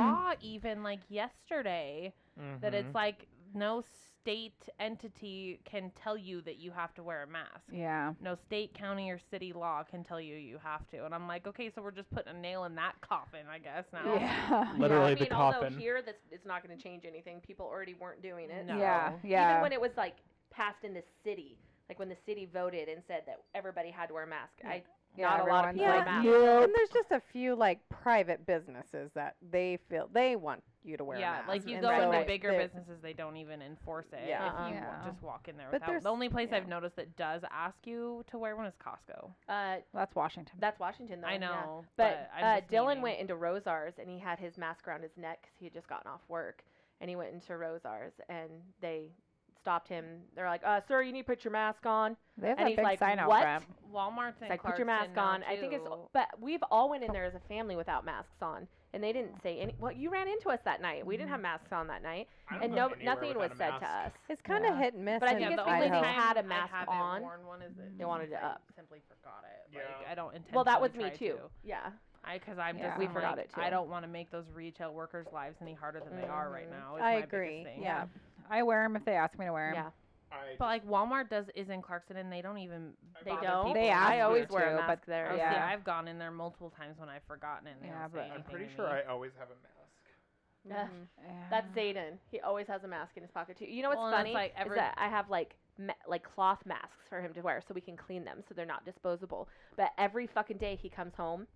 Mm-hmm.
law even like yesterday that it's like no state entity can tell you that you have to wear a mask.
Yeah.
No state, county, or city law can tell you you have to. And I'm like, okay, so we're just putting a nail in that coffin, I guess. Now,
Yeah.
Literally
I
the
mean, although
coffin.
here, that's it's not going to change anything. People already weren't doing it.
No.
Yeah.
Even
Yeah.
Even when it was like passed in the city, like when the city voted and said that everybody had to wear a mask. I
yeah,
not a lot of
everyone's
people
like,
like,
nope.
And there's just a few like private businesses that they feel they want you to wear. a
yeah, like
mask,
you
and
go
so
into
like
bigger
the-
businesses, they don't even enforce it.
Yeah.
If you
Uh-uh.
just walk in there
But
without.
there's-
The only place
yeah.
I've noticed that does ask you to wear one is Costco.
uh,
That's Washington.
that's Washington, though.
I
yeah.
know,
But,
I'm
uh,
just
Dylan
meaning-
went into Rosar's and he had his mask around his neck 'cause he had just gotten off work. And he went into Rosar's and they stopped him. They're like, uh, "Sir, you need to put your mask on."
They have
and
that
he's
big
like,
sign out
"What?"
front.
Walmart's
It's
and
like, "Put your
Clarkson
mask
now,
on." I think it's.
too.
But we've all went in there as a family without masks on, and they didn't say any. Well, you ran into us that night. We didn't have masks on that night,
I don't
and
go
no,
anywhere
nothing
without
was
a
said to
mask.
us.
It's kind of
Yeah.
hit and miss.
But I
in
think
yeah,
it's
the
Idaho.
only
because they
time
had a
I
mask
haven't
on.
Worn one is it
They wanted
because
it
I
up.
Simply forgot it. Like
Yeah.
I don't intend.
Well, that was me too. Yeah.
I because I'm
Yeah.
just
We
I'm
forgot
like,
it, too.
I don't want to make those retail workers' lives any harder than they are right
Mhm.
now. is
I
my biggest
agree,
thing.
yeah.
I wear them if they ask me to wear them.
Yeah.
I
But like Walmart does is in Clarkson and they don't even
They
bother
don't.
People.
They ask
I
you
always wear a
to, but-
mask there.
Oh, see,
Yeah.
I've gone in there multiple times when I've forgotten it. And they
Yeah,
don't say
but-
I'm
anything
pretty
to
sure
me.
I always have a mask.
Yeah. That's Zayden. He always has a mask in his pocket too. You know what's
Well, and that's,
funny
like, every-
is that I have like ma- like cloth masks for him to wear so we can clean them so they're not disposable. But every fucking day he comes home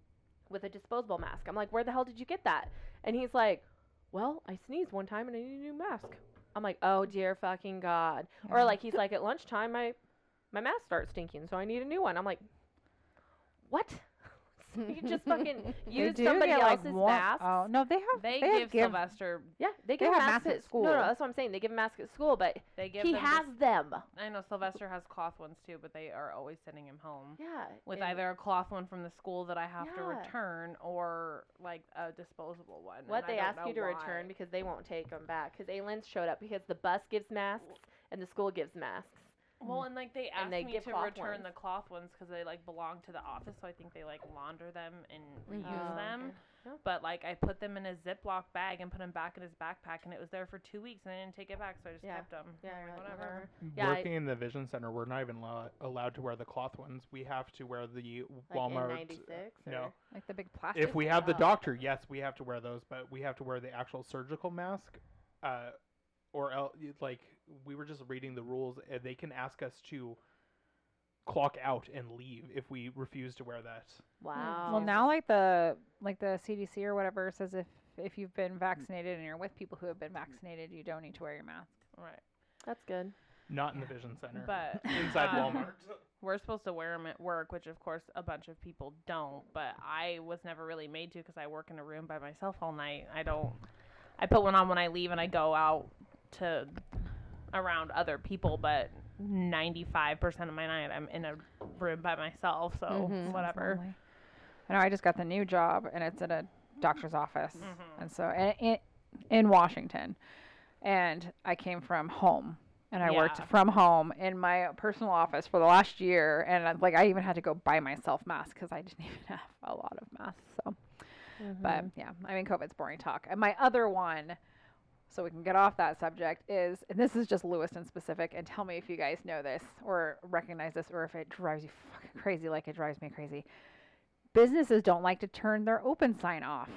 with a disposable mask. I'm like, where the hell did you get that? And he's like, well, I sneezed one time and I need a new mask. I'm like, oh dear fucking god. Or
Yeah.
like he's like, at lunchtime my my mask starts stinking, so I need a new one. I'm like, what? So you just fucking
They
use
do
somebody
get, like,
else's
one-
mask.
Oh no, they have
They,
have
give,
give-
Sylvester.
Yeah, they
They
give
have
masks
masks
at
at
No, no,
school.
that's what I'm saying. They give masks at school, but
They give.
he
them
has them.
This, I know Sylvester has cloth ones too, but they are always sending him home
Yeah.
with
and-
either a cloth one from the school that I have to
Yeah.
return or like a disposable one.
what
and
they
I
ask
don't
you to
know why.
return because they won't take them back. Because Aylin showed up because the bus gives masks and the school gives masks.
Well, and like they asked
they
me
give
to
cloth
return
ones.
the cloth ones because they like belong to the office, so I think they like launder them and reuse
Oh,
them.
okay. Yeah.
But like I put them in a Ziploc bag and put them back in his backpack, and it was there for two weeks, and I didn't take it back, so I just
Yeah.
kept them.
Yeah, you're like, uh-huh.
whatever.
Yeah, I-
Working in the vision center, we're not even lo- allowed to wear the cloth ones. We have to wear the
Like
Walmart.
N96.
No,
like the big plastic.
if we have the
Oh.
doctor, yes, we have to wear those, but we have to wear the actual surgical mask, uh, or el- y- like we were just reading the rules. Uh, they can ask us to clock out and leave if we refuse to wear that.
Wow.
Well, now like the like the CDC or whatever says if if you've been vaccinated and you're with people who have been vaccinated, you don't need to wear your mask.
Right.
That's good.
Not in the vision center,
But
inside
um,
Walmart.
we're supposed to wear them at work, which of course a bunch of people don't. But I was never really made to because I work in a room by myself all night. I don't. I put one on when I leave and I go out to around other people, but 95% of my night I'm in a room by myself, so
Mhm.
whatever.
Lonely. I know. I just got the new job, and it's at a doctor's office,
Mhm.
and so and it, in Washington, and I came from home, and I worked
Yeah.
from home in my personal office for the last year, and I, like I even had to go buy myself masks because I didn't even have a lot of masks. So,
Mm-hmm.
but yeah, I mean, COVID's boring talk. And my other one. So we can get off that subject is, and this is just Lewiston specific, and tell me if you guys know this or recognize this or if it drives you fucking crazy like it drives me crazy businesses don't like to turn their open sign off.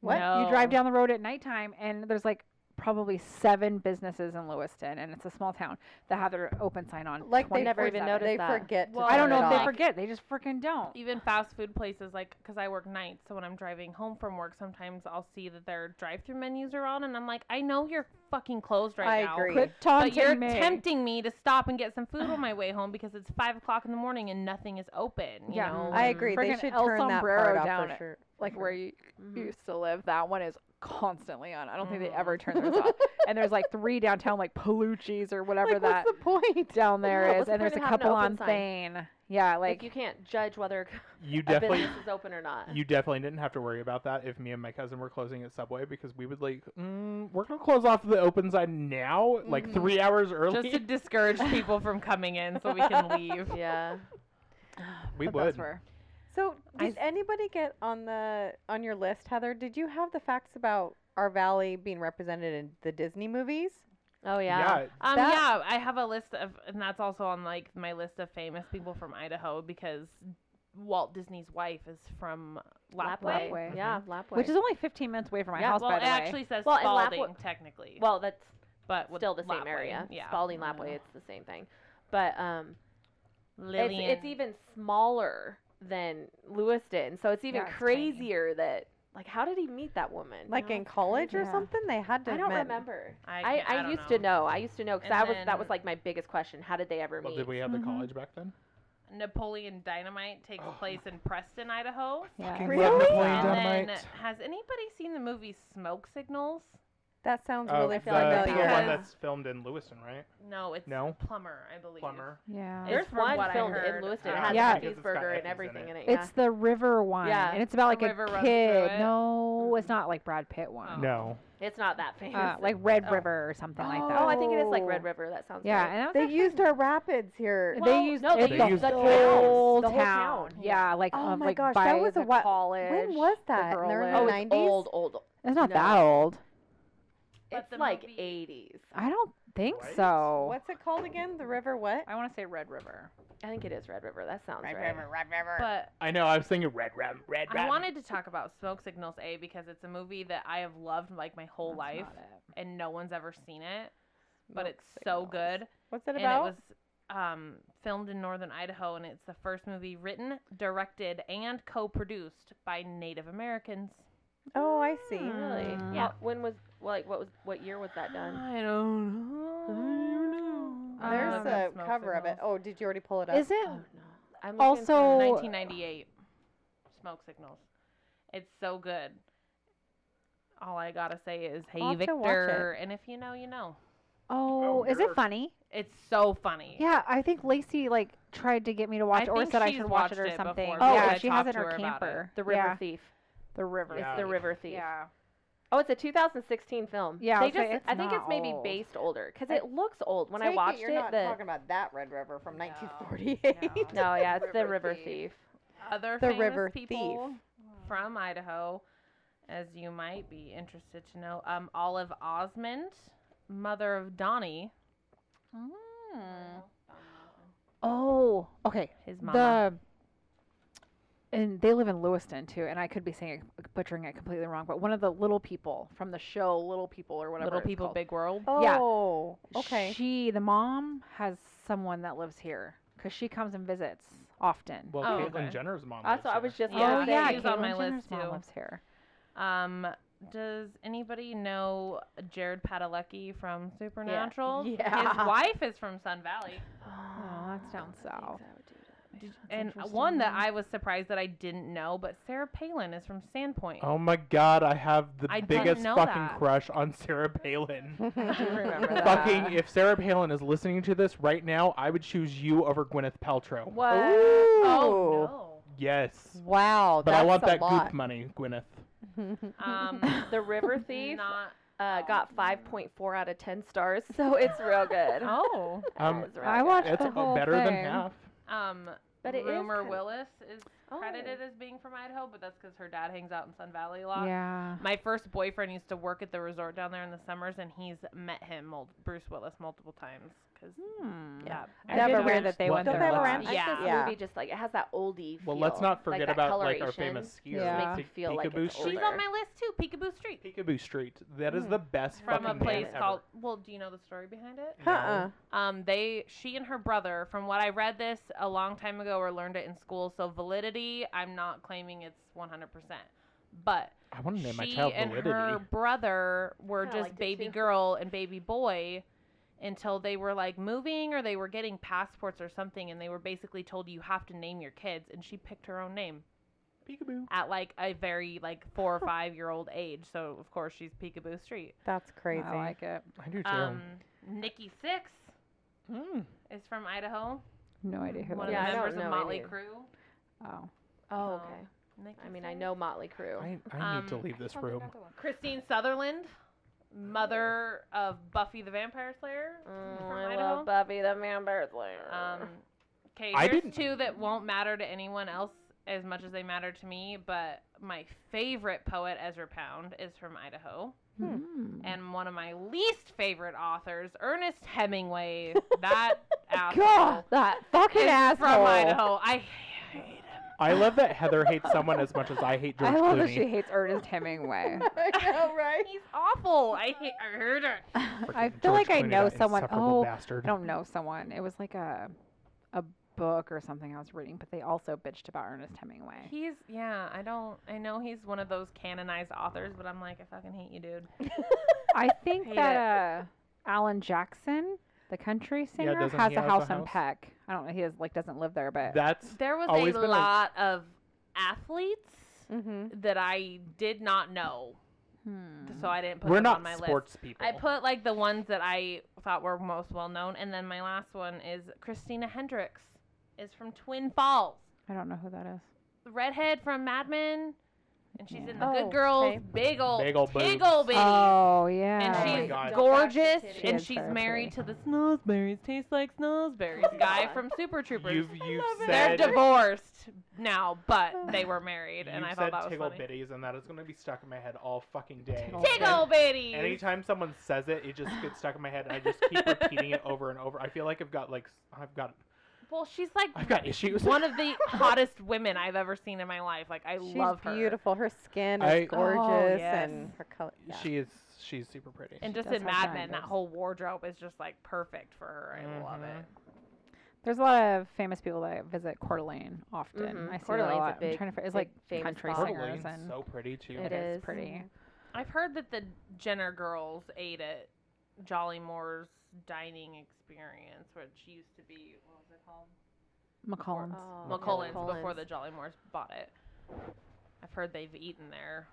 What?
You
Oh.
drive down the road at nighttime and there's like probably seven businesses in Lewiston and it's a small town that have their open sign on.
like they
24/7.
never even noticed
They
that.
forget. to
Well,
I
turn
don't know
it
if they
off.
forget. They just freaking don't.
Even fast food places, like, because I work nights, so when I'm driving home from work, sometimes I'll see that their drive through menus are on, and I'm like, I know you're fucking closed
I
right now.
agree.
Quit
But you're
taunting me.
tempting me to stop and get some food on my way home because it's five o'clock in the morning and nothing is open. You
Yeah.
know?
I agree. They
Friggin'
should
El
turn that
Sombrero
part off
down
for
it.
sure.
Like where you,
Mhm.
you still live, that one is constantly on. I don't think
Mhm.
they ever turn those off. And there's like three downtown, Mm-hmm. like Palucci's or whatever
Like,
that
what's the point?
down
Yeah,
there is.
what's the point
And there's a
of having an
couple on
open sign?
Thane. Yeah,
Like
like
you can't judge whether
You
a
definitely
business is open or not.
You definitely didn't have to worry about that if me and my cousin were closing at Subway because we would like mm, we're gonna close off the open side now, like
Mhm.
three hours early.
Just to discourage people from coming in so we can leave.
yeah.
we
but that's
would.
where-
So,
I
did anybody get on the on your list, Heather? Did you have the facts about our valley being represented in the Disney movies?
Oh yeah.
Um,
That-
yeah, I have a list of, and that's also on like my list of famous people from Idaho because Walt Disney's wife is from Lapway.
Lapway. Lapway.
Yeah, Lapway. Mm-hmm.
which is only 15 minutes away from my
Yeah,
house.
Well,
by
it
the way.
actually says
Well, and Lapwa-
Spalding technically,
well, that's
but with
still the same
Lapway,
area.
Yeah,
Spalding
Oh.
Lapway, it's the same thing. But um, it's,
Lillian.
it's even smaller than Lewiston, so it's even
Yeah, it's tiny.
crazier that like how did he meet that woman?
Like
No,
in
it's
college or
Yeah.
something, they had to.
I don't
admit-
remember.
I,
I,
can't-
I,
don't
used
know.
to know. I used to know because
And
that was that was
then-
like my biggest question. How did they ever
Well,
meet?
did we have
Mhm.
the college back then?
Napoleon Dynamite takes place in Preston, Idaho.
Yeah.
Fucking love
Really?
Napoleon
And
Dynamite.
then, has anybody seen the movie Smoke Signals?
That sounds
Oh,
really
I feel
the,
like
familiar.
that's
the
not-
one
Because-
that's filmed in Lewiston, right?
No, it's
No.
Plumber, I believe.
Plumber.
Yeah.
It's-
There's
from
one
what I
filmed
heard.
in
I
Lewiston. It
don't
has
know. Yeah.
a
Because it's got
cheeseburger
Eccles in
and everything
it.
in it. yeah.
It's the river one,
Yeah.
and it's about like
The
a
river runs through
kid.
it.
No,
Mhm.
it's not like Brad Pitt one.
No.
It's not that famous.
Uh, like Red
Oh.
River or something like that.
oh, I think it is like
Oh.
Red River. That sounds
yeah,
right.
and that was
They
actually-
used our rapids here.
they
Well,
used
no,
it
they
the,
used the
towns,
whole
the whole
town.
town.
Yeah, like
Oh
um,
my
like
gosh,
by
that was a
the
whi-
college.
was
the
that?
girl
They're in
lived.
the
Oh,
90s?
it's old, old.
It's not
No.
that old.
But
It's
the
like
movie-
80s.
I don't think
Right?
so.
What's it called again? The river what?
I want to say Red River.
I think it is Red River. That sounds right.
Red River.
But
I know. I was thinking red ram, red
I
ram.
wanted to talk about Smoke Signals A because it's a movie that I have loved like my whole
That's
life
not it.
and no one's ever seen it, but
Smoke
it's so
Signals.
good.
What's it
And it
about?
was um, filmed in northern Idaho and it's the first movie written, directed, and co-produced by Native Americans.
oh, I see.
Really?
Mm.
Yeah. When was like what was what year was that done?
I don't know. I don't
Ah.
know.
There's
Um,
a
Smoke
cover of it.
Signals.
Oh, did you already pull it up?
Uh, Is it?
Oh no. I'm looking for-
Also,
1998. Smoke signals. It's so good. All I gotta say is, hey
I'll have to watch
Victor, and if you know, you know.
oh, is it
nerds.
funny?
It's so funny.
Yeah, I think Lacey like tried to get me to watch it or
think
said I
she's
should watch
watched
it or
it
something. Oh,
before,
but
yeah,
I
she
talked
has it in
to
her
her about it.
camper.
The River
yeah,
Thief.
the river.
Yeah.
It's the River Thief.
Yeah.
Oh, it's a 2016 film.
Yeah, I
They
was gonna
just
say, it's
I think
not
it's maybe
old.
based older cuz
I-
it looks old. When
Take
I watched
you're
it,
not
the
talking about that Red River from
No.
1948.
No, yeah, it's the
River
River
Thief.
Thief.
Other
The
famous
River Thief.
people from Idaho, as you might be interested to know, um, Olive Osmond, mother of Donnie,
Mm. Oh, okay.
his mama.
The and they live in Lewiston too, and I could be saying it, butchering it completely wrong, but one of the little people from the show Little People or whatever.
Little
it's
People,
called,
Big World.
Yeah.
Oh, okay.
She, the mom, has someone that lives here because she comes and visits often.
Well,
Oh,
Caitlyn
okay.
Jenner's mom.
That's what
lives
I was
there.
just
Yeah,
oh
gonna
yeah,
say.
she's on
Caitlyn
my
Jenner's
list,
mom
too.
lives here.
Um, does anybody know Jared Padalecki from Supernatural?
Yeah.
His wife is from Sun Valley.
Oh, that's down south.
Did- and one that I was surprised that I didn't know, but Sarah Palin is from Sandpoint.
Oh my god, I have the
I didn't
biggest
know
fucking
that.
crush on Sarah Palin.
I do remember that.
fucking, if Sarah Palin is listening to this right now, I would choose you over Gwyneth Paltrow.
What?
Oh
Yes.
Wow.
But I want
that's
that
a lot.
goop money, Gwyneth.
no. Um,
The River Thief
not.
uh, got 5.4 out of 10 stars, so it's real good.
Oh.
Um,
It's real
I
good.
watched
It's
the whole
better than
thing.
half.
Um,
But it is
Rumor
kinda-
Willis is
Oh.
credited as being from Idaho, but that's because her dad hangs out in Sun Valley a lot.
Yeah.
My first boyfriend used to work at the resort down there in the summers, and he's met him, mul- Bruce Willis, multiple times. Cause
I
yeah,
Hmm. I never
didn't
read
watch
that they
What
went
the
there.
Don't they have
a
a
lot.
ramp?
Like
Yeah.
this
Yeah.
movie just like it has that oldie feel.
Well, let's not
like
forget
that
about like
coloration.
our famous skier,
Yeah.
Makes you feel like
Peekaboo
it's
Street.
she's
older.
on my list too. Peekaboo Street
Peekaboo Street. That is the best
from a
fucking name
place
ever.
called. Well, do you know the story behind it?
Uh-uh.
Um, they, she and her brother, from what I read this a long time ago or learned it in school. So validity, I'm not claiming it's 100, percent but
I want to name my
she
child
and
Validity.
her brother were
Kinda
just
liked it
baby
too.
girl and baby boy until they were like moving or they were getting passports or something and they were basically told you have to name your kids and she picked her own name
Peekaboo.
at like a very like four or five year old age so of course she's peekaboo street
That's crazy.
I like it.
I do too.
um nikki six
Mm.
is from idaho
No idea who
one of
that is.
Yeah, I
the
don't
members of
know
motley
any.
crew
Oh.
Oh,
Um,
okay.
nikki
I mean, I
Sixx.
know Motley Crue.
I, I need to
um,
leave this room.
christine sutherland mother of buffy the vampire slayer
Mm,
from
I
Idaho?
love Buffy the Vampire Slayer.
Um, okay,
I
here's
didn't-
two that won't matter to anyone else as much as they matter to me, but my favorite poet, Ezra Pound, is from Idaho.
Hmm.
Mm.
and one of my least favorite authors, Ernest Hemingway. That asshole
God, that fucking
is
asshole.
from Idaho. I hate him.
I love that Heather hates someone as much as I hate George
I love that she
Clooney.
hates Ernest Hemingway.
know, right?
He's awful. I hate. I heard it.
I
Frickin' George
feel like I
Clooney,
know
that
someone.
insufferable
Oh,
bastard.
I don't know someone. It was like a a book or something I was reading, but they also bitched about Ernest Hemingway.
He's yeah. I don't. I know he's one of those canonized authors, but I'm like, I fucking hate you, dude.
I think
Hate
that uh, Alan Jackson, the country singer,
doesn't
has
he
a
have a
house in
house?
Peck. I don't know. He has, like doesn't live there, but
That's
There was
Always
a
been a-
lot of athletes
Mm-hmm.
that I did not know,
hmm.
so I didn't put
we're
them
not
on my list.
sports people.
I put like the ones that I thought were most well known, and then my last one is Christina Hendricks is from Twin Falls,
I don't know who that is.
the redhead from Mad Men, and she's in the
Oh,
Good Girls,
okay.
big old
Big ol'
big
boobs.
old bitty,
Oh
and
yeah.
Oh my
she's
God.
gorgeous,
She
and
is
she's
very
married to the Oh Snowsberries, tastes like Snowsberries guy
God.
from Super Troopers.
You've you've
They're
said
divorced now, but they were married,
you've
and I
said
thought that was
tickle
funny.
bitties, and that is going to be stuck in my head all fucking day.
Tickle
Tickle bitties.
Anytime someone says it, it just gets stuck in my head, and I just keep repeating it over and over. I feel like I've got like s- I've got
Well, she's like
I've got issues.
one of the hottest women I've ever seen in my life. Like I
She's
love her.
beautiful. Her skin is
I- Oh,
gorgeous,
yes.
and her color. Yeah.
She is she's super pretty.
And
She
just
does
in
have
Mad Men, that
diamonds.
whole wardrobe is just like perfect for her. I love
Mhm.
it.
There's a lot of famous people that visit Coeur d'Alene often.
Mhm.
I see
Coeur
that a
d'Alene's a
lot. I'm
big-
trying to. fi- It's
big
like
famous
country
Coeur
spot.
singers
d'Alene's
and
so pretty too.
It
it is
is.
pretty.
I've heard that the Jenner girls ate at Jolly Moore's dining experience, which used to be what was it called?
McCollum's.
Oh, yeah,
McCullen's before
McCullen's.
the Jolly Moors bought it. I've heard they've eaten there,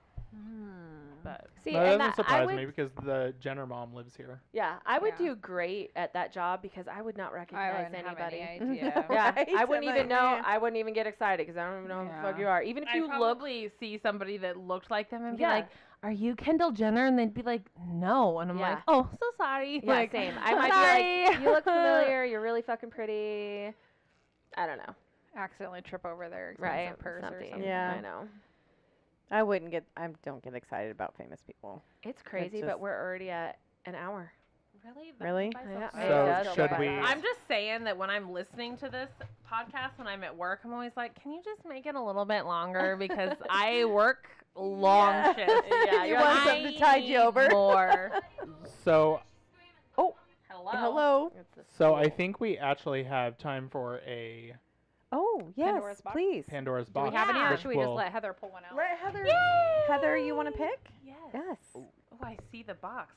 but
See,
No, that doesn't
and that- I
surprise
would,
me because the Jenner mom lives here.
yeah, I would
Yeah.
do great at that job because I would not recognize anybody.
idea.
yeah,
Right?
I wouldn't
I'm
even
like,
know.
"Man."
I wouldn't even get excited because I don't even know who the fuck
Yeah.
you are. Even if
I'd
you look,
probably see somebody that looked like them and be
yeah,
like, "Are you Kendall Jenner?" And they'd be like, "No," and I'm like,
Yeah.
"Oh, so sorry."
yeah,
like,
same. I might be like,
sorry.
you look familiar. You're really fucking pretty. I don't know.
Accidentally trip over their expensive
Right?
purse or something.
Yeah.
I know.
I wouldn't get. I don't get excited about famous people.
It's crazy,
just-
but we're already at an hour.
Really? That
Really?
goes by
Yeah.
fast.
It does
So
go by
should we?
fast.
I'm just saying that when I'm listening to this podcast, when I'm at work, I'm always like, "Can you just make it a little bit longer?" Because I work long
Yeah.
shifts.
Yeah,
You
you're
want
like,
something
I
to tide you
need
over?
More.
So
Hello.
Hello.
It's a
so I
school.
think we actually have time for a
Oh yes,
Pandora's box?
please.
Pandora's
Do
box.
we have any, or
which
should we just
will-
let Heather pull one out?
Let Heather. Heather, you want to pick?
Yes.
Yes.
Oh, I see the box.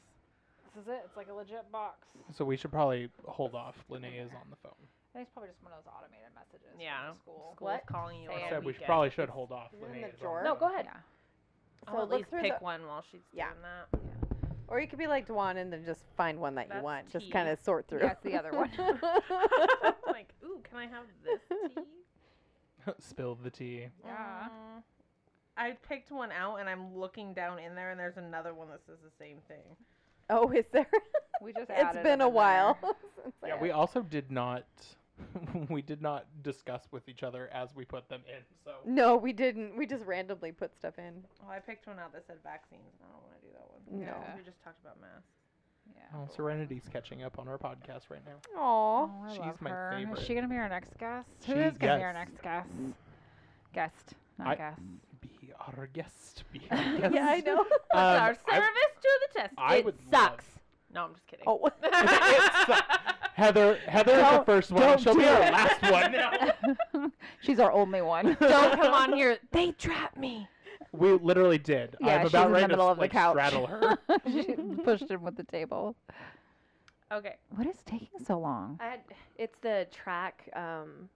This is it. It's like a legit box.
So we should probably hold off. Linnea is on the phone.
I think it's probably just one of those automated messages. from
Yeah.
the school.
School's
What?
calling you.
Say
on
it.
I
a
said we
weekend.
should, probably should hold off.
Is it in
Linnea
the
is on
drawer?
the
No,
Oh,
phone.
go ahead.
Yeah.
So
I'll at
look
least
through
pick
the-
one while she's
Yeah.
doing that.
Or you could be like Dwan and then just find one that you
That's
want. Just
tea.
kind of sort through.
That's the other one.
like, ooh, can I have this tea?
Spill the tea.
Yeah.
Mm. I picked one out and I'm looking down in there and there's another one that says the same thing.
oh, is there?
We just
it's
added
been a
another-
while. since I
Yeah, we also did not. we did not discuss with each other as we put them in. So
No, we didn't. We just randomly put stuff in.
Oh, I picked one out that said vaccines. I don't want to do that one.
No.
Yeah.
We just talked about masks.
Yeah.
oh, Serenity's catching up on our podcast right now.
Aw.
Oh, I
She's
love
my
her.
favorite.
Is she gonna be our next guest? Who
She-
is gonna be our
yes.
next guest? Guest, not
I-
guest.
Be our guest. Be our guest.
Yeah, I know.
Um,
That's our
I-
service to the test.
I
it
would love-
sucks. No, I'm just kidding.
Oh,
It uh, Heather, Heather is the
Don't-
first one.
don't
She'll
do
be our
it.
last one.
She's our only one.
Don't come on here. They trapped me.
We literally did.
Yeah,
I'm
she's
about
in
ready
the middle
to
of the
like,
couch.
straddle her.
she pushed him with the table.
Okay.
What is taking so long?
I had, it's the track um,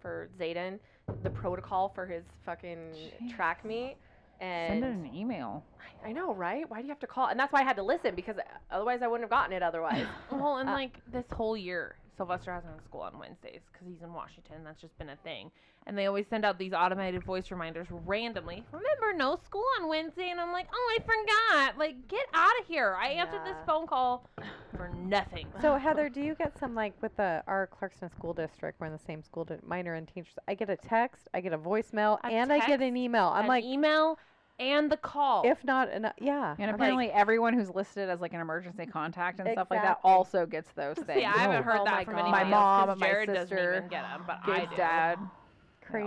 for Zayden, the protocol for his fucking track meet.
Send it
And
an e-, email.
I know, right? Why do you have to call? And that's why I had to listen because otherwise I wouldn't have gotten it otherwise.
Well, and
Uh,
like this whole year, Sylvester hasn't had school on Wednesdays because he's in Washington. That's just been a thing. And they always send out these automated voice reminders randomly. Remember, no school on Wednesday. And I'm like, oh, I forgot. Like, get out of here. I answered this
Yeah.
phone call for nothing.
So Heather, do you get some like with the our Clarkston school district? We're in the same school, di- minor and teachers. I get a text, I get a voicemail,
A
and I get
text,
an email. I'm
An
like,
email and the call.
If not, enough, yeah.
And apparently, everyone who's listed as like an emergency contact and stuff like that
Exactly.
also gets those things.
See, I haven't
No.
heard
Oh my
that from anybody else,
God. My
'cause
mom, my
Jared doesn't
sister,
even get them, but I
Gabe's
do.
dad. They all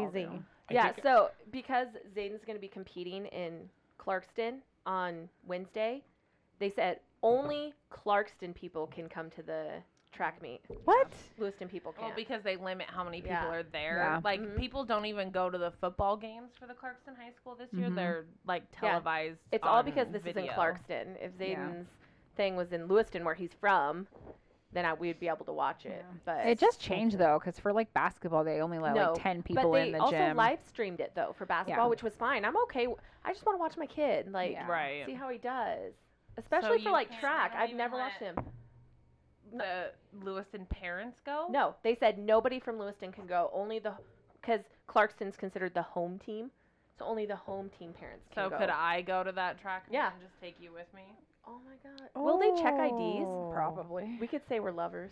Crazy.
do.
I
Yeah,
think-
so because Zayden's going to be competing in Clarkston on Wednesday, they said only Clarkston people can come to the track meet.
What?
Lewiston people
Well,
can't.
because they limit how many people
Yeah.
are there.
Yeah.
Like
Mhm.
people don't even go to the football games for the Clarkson High School this year.
Mhm.
They're like
Yeah.
televised.
it's all
on
because this is in
video.
Clarkston. If
Yeah.
Zayden's thing was in Lewiston, where he's from, then I, we'd be able to watch it.
Yeah.
But
It just changed though, because for like basketball, they only let
No,
like ten
but
people
they
in the
also
gym.
live streamed it though for basketball,
Yeah.
which was fine. I'm okay. w- I just want to watch my kid, like
Yeah.
Right.
see how he does, especially for
you
like
can't-
track.
they don't
I've
even
never
let-
watched him.
The Lewiston parents go.
No, they said nobody from Lewiston can go. Only the because Clarkston's considered the home team, so only the home team parents can
So
go.
could I go to that track? meet
Yeah.
And just take you with me.
Oh my God! Will they check IDs?
Oh.
Probably.
We could say we're lovers.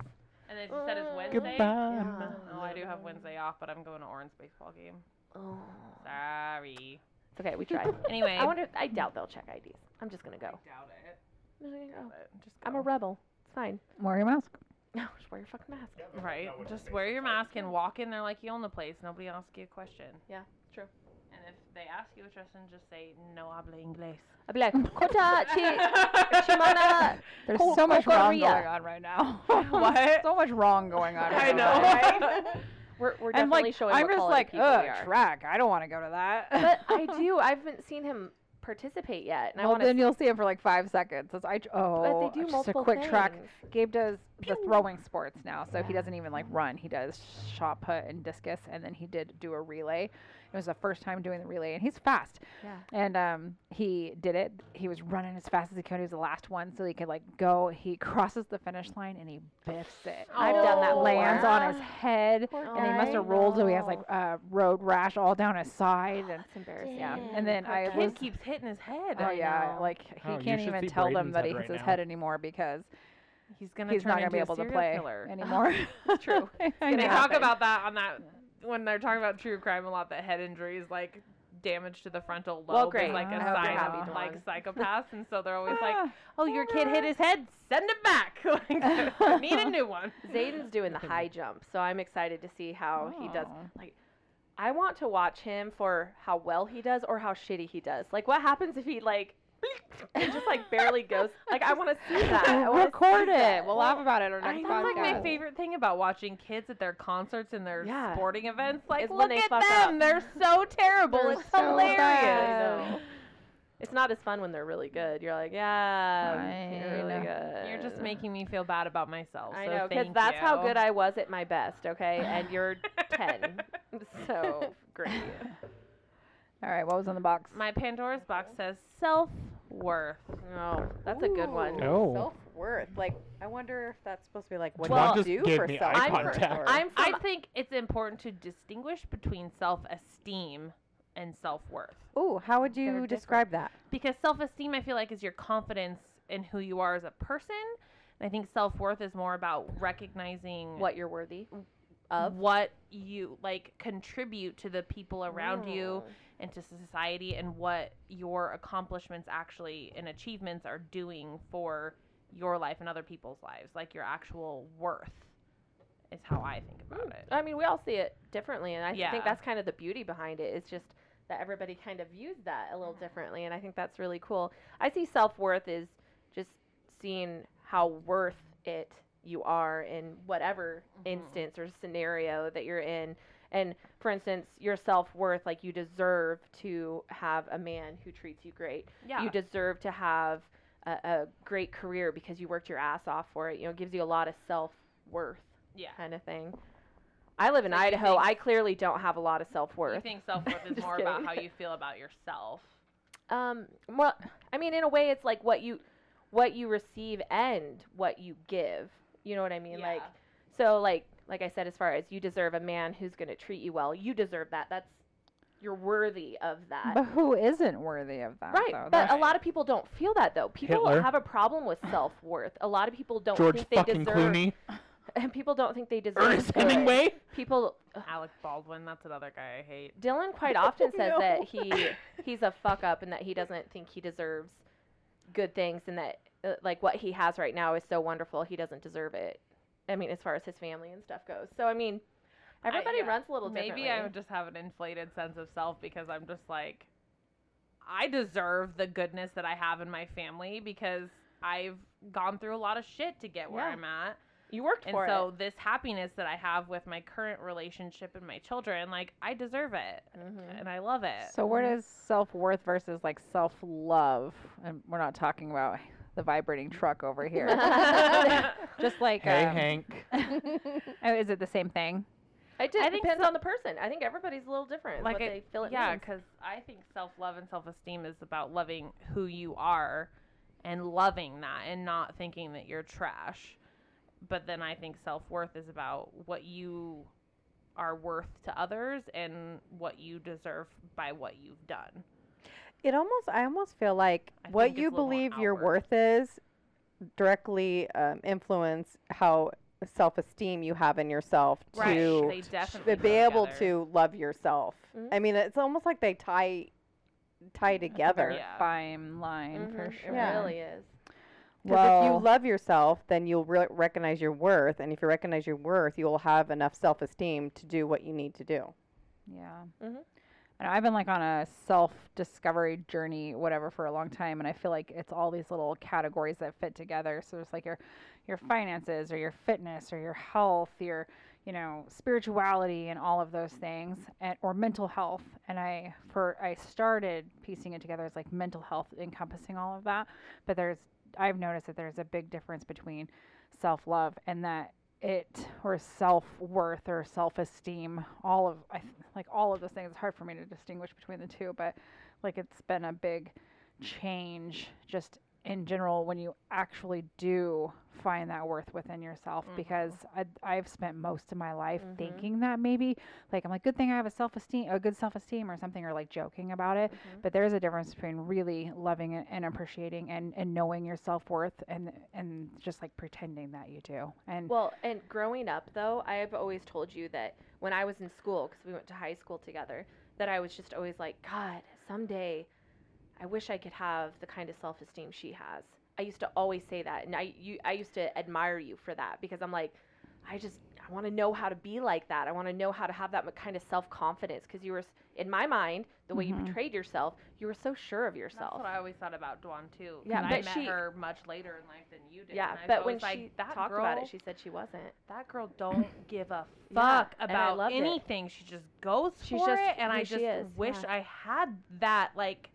And they just said it's
Uh,
Wednesday.
Goodbye.
Yeah.
Oh, I do have Wednesday off, but I'm going to Orange baseball game.
Oh,
Sorry.
it's okay. We tried.
Anyway.
I wonder. I doubt they'll check IDs. I'm just gonna
I
go.
doubt it.
I'm just gonna go.
but just
I'm a
go.
rebel. It's fine.
Wear your mask.
No, just wear your fucking mask.
right. Just wear your mask and walk in there like you own the place. Nobody asks you a question.
Yeah, true.
And if they ask you a question, just say no habla inglés.
I'd be like, Kota, chi,
Chimona.
chimona.
There's
Cor-
so much wrong
Corcoria.
going on right now.
What?
so much wrong going on.
I
Right
know.
Now.
We're, we're
And
definitely
like,
showing
I'm
what
just
color
like,
people we
ugh,
are.
track. I don't want to go to that.
But I do. I haven't seen him participate yet, and I
well,
want to.
then you'll see him for like five seconds. It's, I, oh,
But they do
just
multiple
a quick track.
things.
Gabe does the throwing sports now, so he doesn't even like
Mm.
run. He does shot put and discus, and then he did do a relay. It was the first time doing the relay, and he's fast.
Yeah.
And um, he did it. He was running as fast as he could. He was the last one, so he could like go. He crosses the finish line and he biffs it.
I've done that
It lands
before.
on his head,
Poor
and he must
guy.
have rolled so he has like a road rash all down his side. And
That's embarrassing.
yeah,
Damn,
and then I
Kid
was
keeps hitting his head.
Oh
I
yeah,
know.
like he
Oh, you
can't
should
even
see
tell them
Braden's
that
head
he
right
hits his
now.
head anymore because
He's gonna
he's
turn
not
into
gonna be
a
able to
serial
play
killer.
anymore.
It's true.
I
They
know.
talk
happen.
about that on that when they're talking about true crime a lot. That head injuries, like damage to the frontal lobe,
Well, great.
is like a
I hope you're
sign
happy,
of like
Dawn.
psychopaths, and so they're always like,
Ah,
"Oh, your kid hit his head. Send it back. Like, need a new one."
Zayden's doing the high jump, so I'm excited to see how he does.
Oh.
I want to watch him for how well he does or how shitty he does. Like, what happens if he like and just like barely goes? Like, I want to see that. I wanna
Record
see that.
it. We'll laugh about it on our
I
next
know.
That's like my
podcast.
favorite thing about watching kids at their concerts and their
Yeah.
sporting events. Like,
Is when
look
they
at them.
fuck up.
They're so terrible.
They're
it's
so
hilarious.
bad.
I know. It's not as fun when they're really good. You're like, yeah,
I
you're really good.
You're just making me feel bad about myself.
I
so
know,
because
that's how good I was at my best. Okay, and you're ten, so great.
All right, what was on the box?
My Pandora's box says self worth.
Oh, that's a good one.
Ooh. Oh.
Self worth. Like, I wonder if that's supposed to be like what
Well,
do
just
you do
gave
for
me
self
eye
worth.
contact.
I'm from,
I think it's important to distinguish between self esteem and self worth.
Ooh, how would you
different.
describe that?
Because self esteem, I feel like, is your confidence in who you are as a person. And I think self worth is more about recognizing
what you're worthy of.
what you like contribute to the people around you and to society and what your accomplishments actually and achievements are doing for your life and other people's lives like your actual worth is how i think about it
Oh. I mean, we all see it differently, and I th-
Yeah.
think that's kind of the beauty behind it. It's just that everybody kind of views that a little
Mm-hmm.
differently, and I think that's really cool. I see self worth is just seeing how worth it you are in whatever
Mm-hmm.
instance or scenario that you're in. And for instance, your self worth, like you deserve to have a man who treats you great
yeah
you deserve to have a, a great career because you worked your ass off for it. You know, it gives you a lot of self worth
yeah
kind of thing. I live in
So you
Idaho.
think-
I clearly don't have a lot of self
you
worth.
think self worth is
Just
more about
kidding.
how you feel about yourself
Um, well, I mean, in a way, it's like what you what you receive and what you give. You know what I mean?
Yeah.
Like, so like like I said, as far as you deserve a man who's going to treat you well, you deserve that. That's you're worthy of that.
But who isn't worthy of that?
Right,
though?
but
That's-
a lot of people don't feel that though. People
Hitler.
have a problem with self worth. A lot of people don't
George
think they
fucking
deserve.
Clooney.
and people don't think they deserve.
Ernest
it.
Hemingway.
People. ugh.
Alec Baldwin, that's another guy I hate.
Dylan quite often says
No.
that he he's a fuck up and that he doesn't think he deserves good things and that uh, like what he has right now is so wonderful he doesn't deserve it. I mean, as far as his family and stuff goes. So I mean,
I-
everybody
yeah.
runs a little differently.
Maybe I would just have an inflated sense of self because I'm just like, I deserve the goodness that I have in my family because I've gone through a lot of shit to get where
Yeah.
I'm at.
you worked
And
for
so
it.
this happiness that I have with my current relationship and my children, like I deserve it
Mhm.
and I love it.
So where does self worth versus like self love? And we're not talking about the vibrating truck over here. Just like
Hey
um,
Hank.
oh, is it the same thing?
It just
I think
depends
so-
on the person. I think everybody's a little different. Like
Like
what
it-
they feel it
yeah,
means.
because I think self love and self esteem is about loving who you are and loving that and not thinking that you're trash. But then I think self worth is about what you are worth to others and what you deserve by what you've done.
It almost, I almost feel like
I think
what
it's
you
a little more
believe your
outward.
worth is directly um, influence how self-esteem you have in yourself to
They definitely
to
go
be able
together.
to love yourself.
Mhm.
I mean, it's almost like they tie tie together.
Yeah.
Fine line for
Mhm,
sure.
It
Yeah.
really is.
Because if
Well-
you love yourself, then you'll re- recognize your worth, and if you recognize your worth, you'll have enough self-esteem to do what you need to do.
Yeah.
Mhm.
And I've been like on a self discovery journey, whatever, for a long time. And I feel like it's all these little categories that fit together. So it's like your your finances or your fitness or your health, your, you know, spirituality and all of those things and or mental health. And I for I started piecing it together as like mental health encompassing all of that. But there's I've noticed that there's a big difference between self love and that it or self worth or self esteem. All of I th- like all of those things. It's hard for me to distinguish between the two, but like it's been a big change just in general when you actually do find that worth within yourself
Mhm.
because I, i've spent most of my life
Mhm.
thinking that maybe like i'm like good thing i have a self-esteem a good self-esteem or something or like joking about it
Mhm.
but there's a difference between really loving it and appreciating and, and knowing your self-worth and and just like pretending that you do and
Well, and growing up though, I have always told you that when I was in school, because we went to high school together, that I was just always like, God, someday, I wish I could have the kind of self-esteem she has. I used to always say that, and I you I used to admire you for that because I'm like, I just I want to know how to be like that. I want to know how to have that m- kind of self-confidence because you were s- in my mind the way
Mhm.
you portrayed yourself, you were so sure of
That's
yourself.
what I always thought about Dawn too.
Yeah,
and I
but
met
she-
her much later in life than you did.
yeah,
and I was
but when
always like,
she
that
talked
girl,
about it, she said she wasn't.
that girl don't give a
Yeah,
fuck
and I
about
loved it.
anything. She just goes
She's
for
just
it, and
who
I
she
just
is,
wish
yeah.
I had that like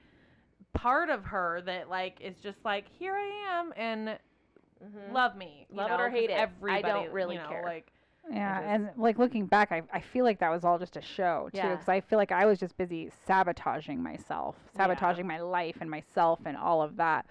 part of her that like is just like here I am and
Mhm.
love me, you
Love it
know,
or
'cause
hate it. I
Everybody,
don't
you
really
know,
care.
Like
yeah
just-
and like looking back I, I feel like that was all just a show too
Yeah.
because i feel like i was just busy sabotaging myself
Yeah.
sabotaging my life and myself and all of that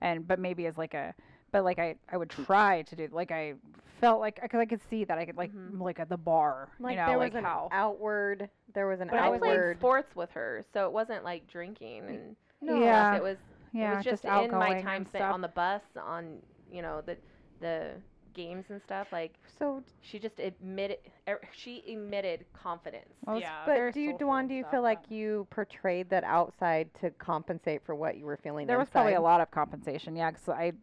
and but maybe as like a but like i i would try to do like i felt like i could, I could see that i could like
Mhm.
like at the bar
Like
you know
there
like
was an
how
outward, there was an
But I played
outward.
sports with her, so it wasn't like drinking and
no,
yeah
It was
yeah
it was just, in
outgoing
my
and
time spent
stuff.
on the bus, on you know the the games and stuff. Like
So,
she just admitted, er, she emitted confidence.
Well, it's
yeah,
but
very
do you,
soulful
Duan,
and
do you
stuff,
feel like
but-
you portrayed that outside to compensate for what you were feeling
there was
inside?
probably a lot of compensation yeah because i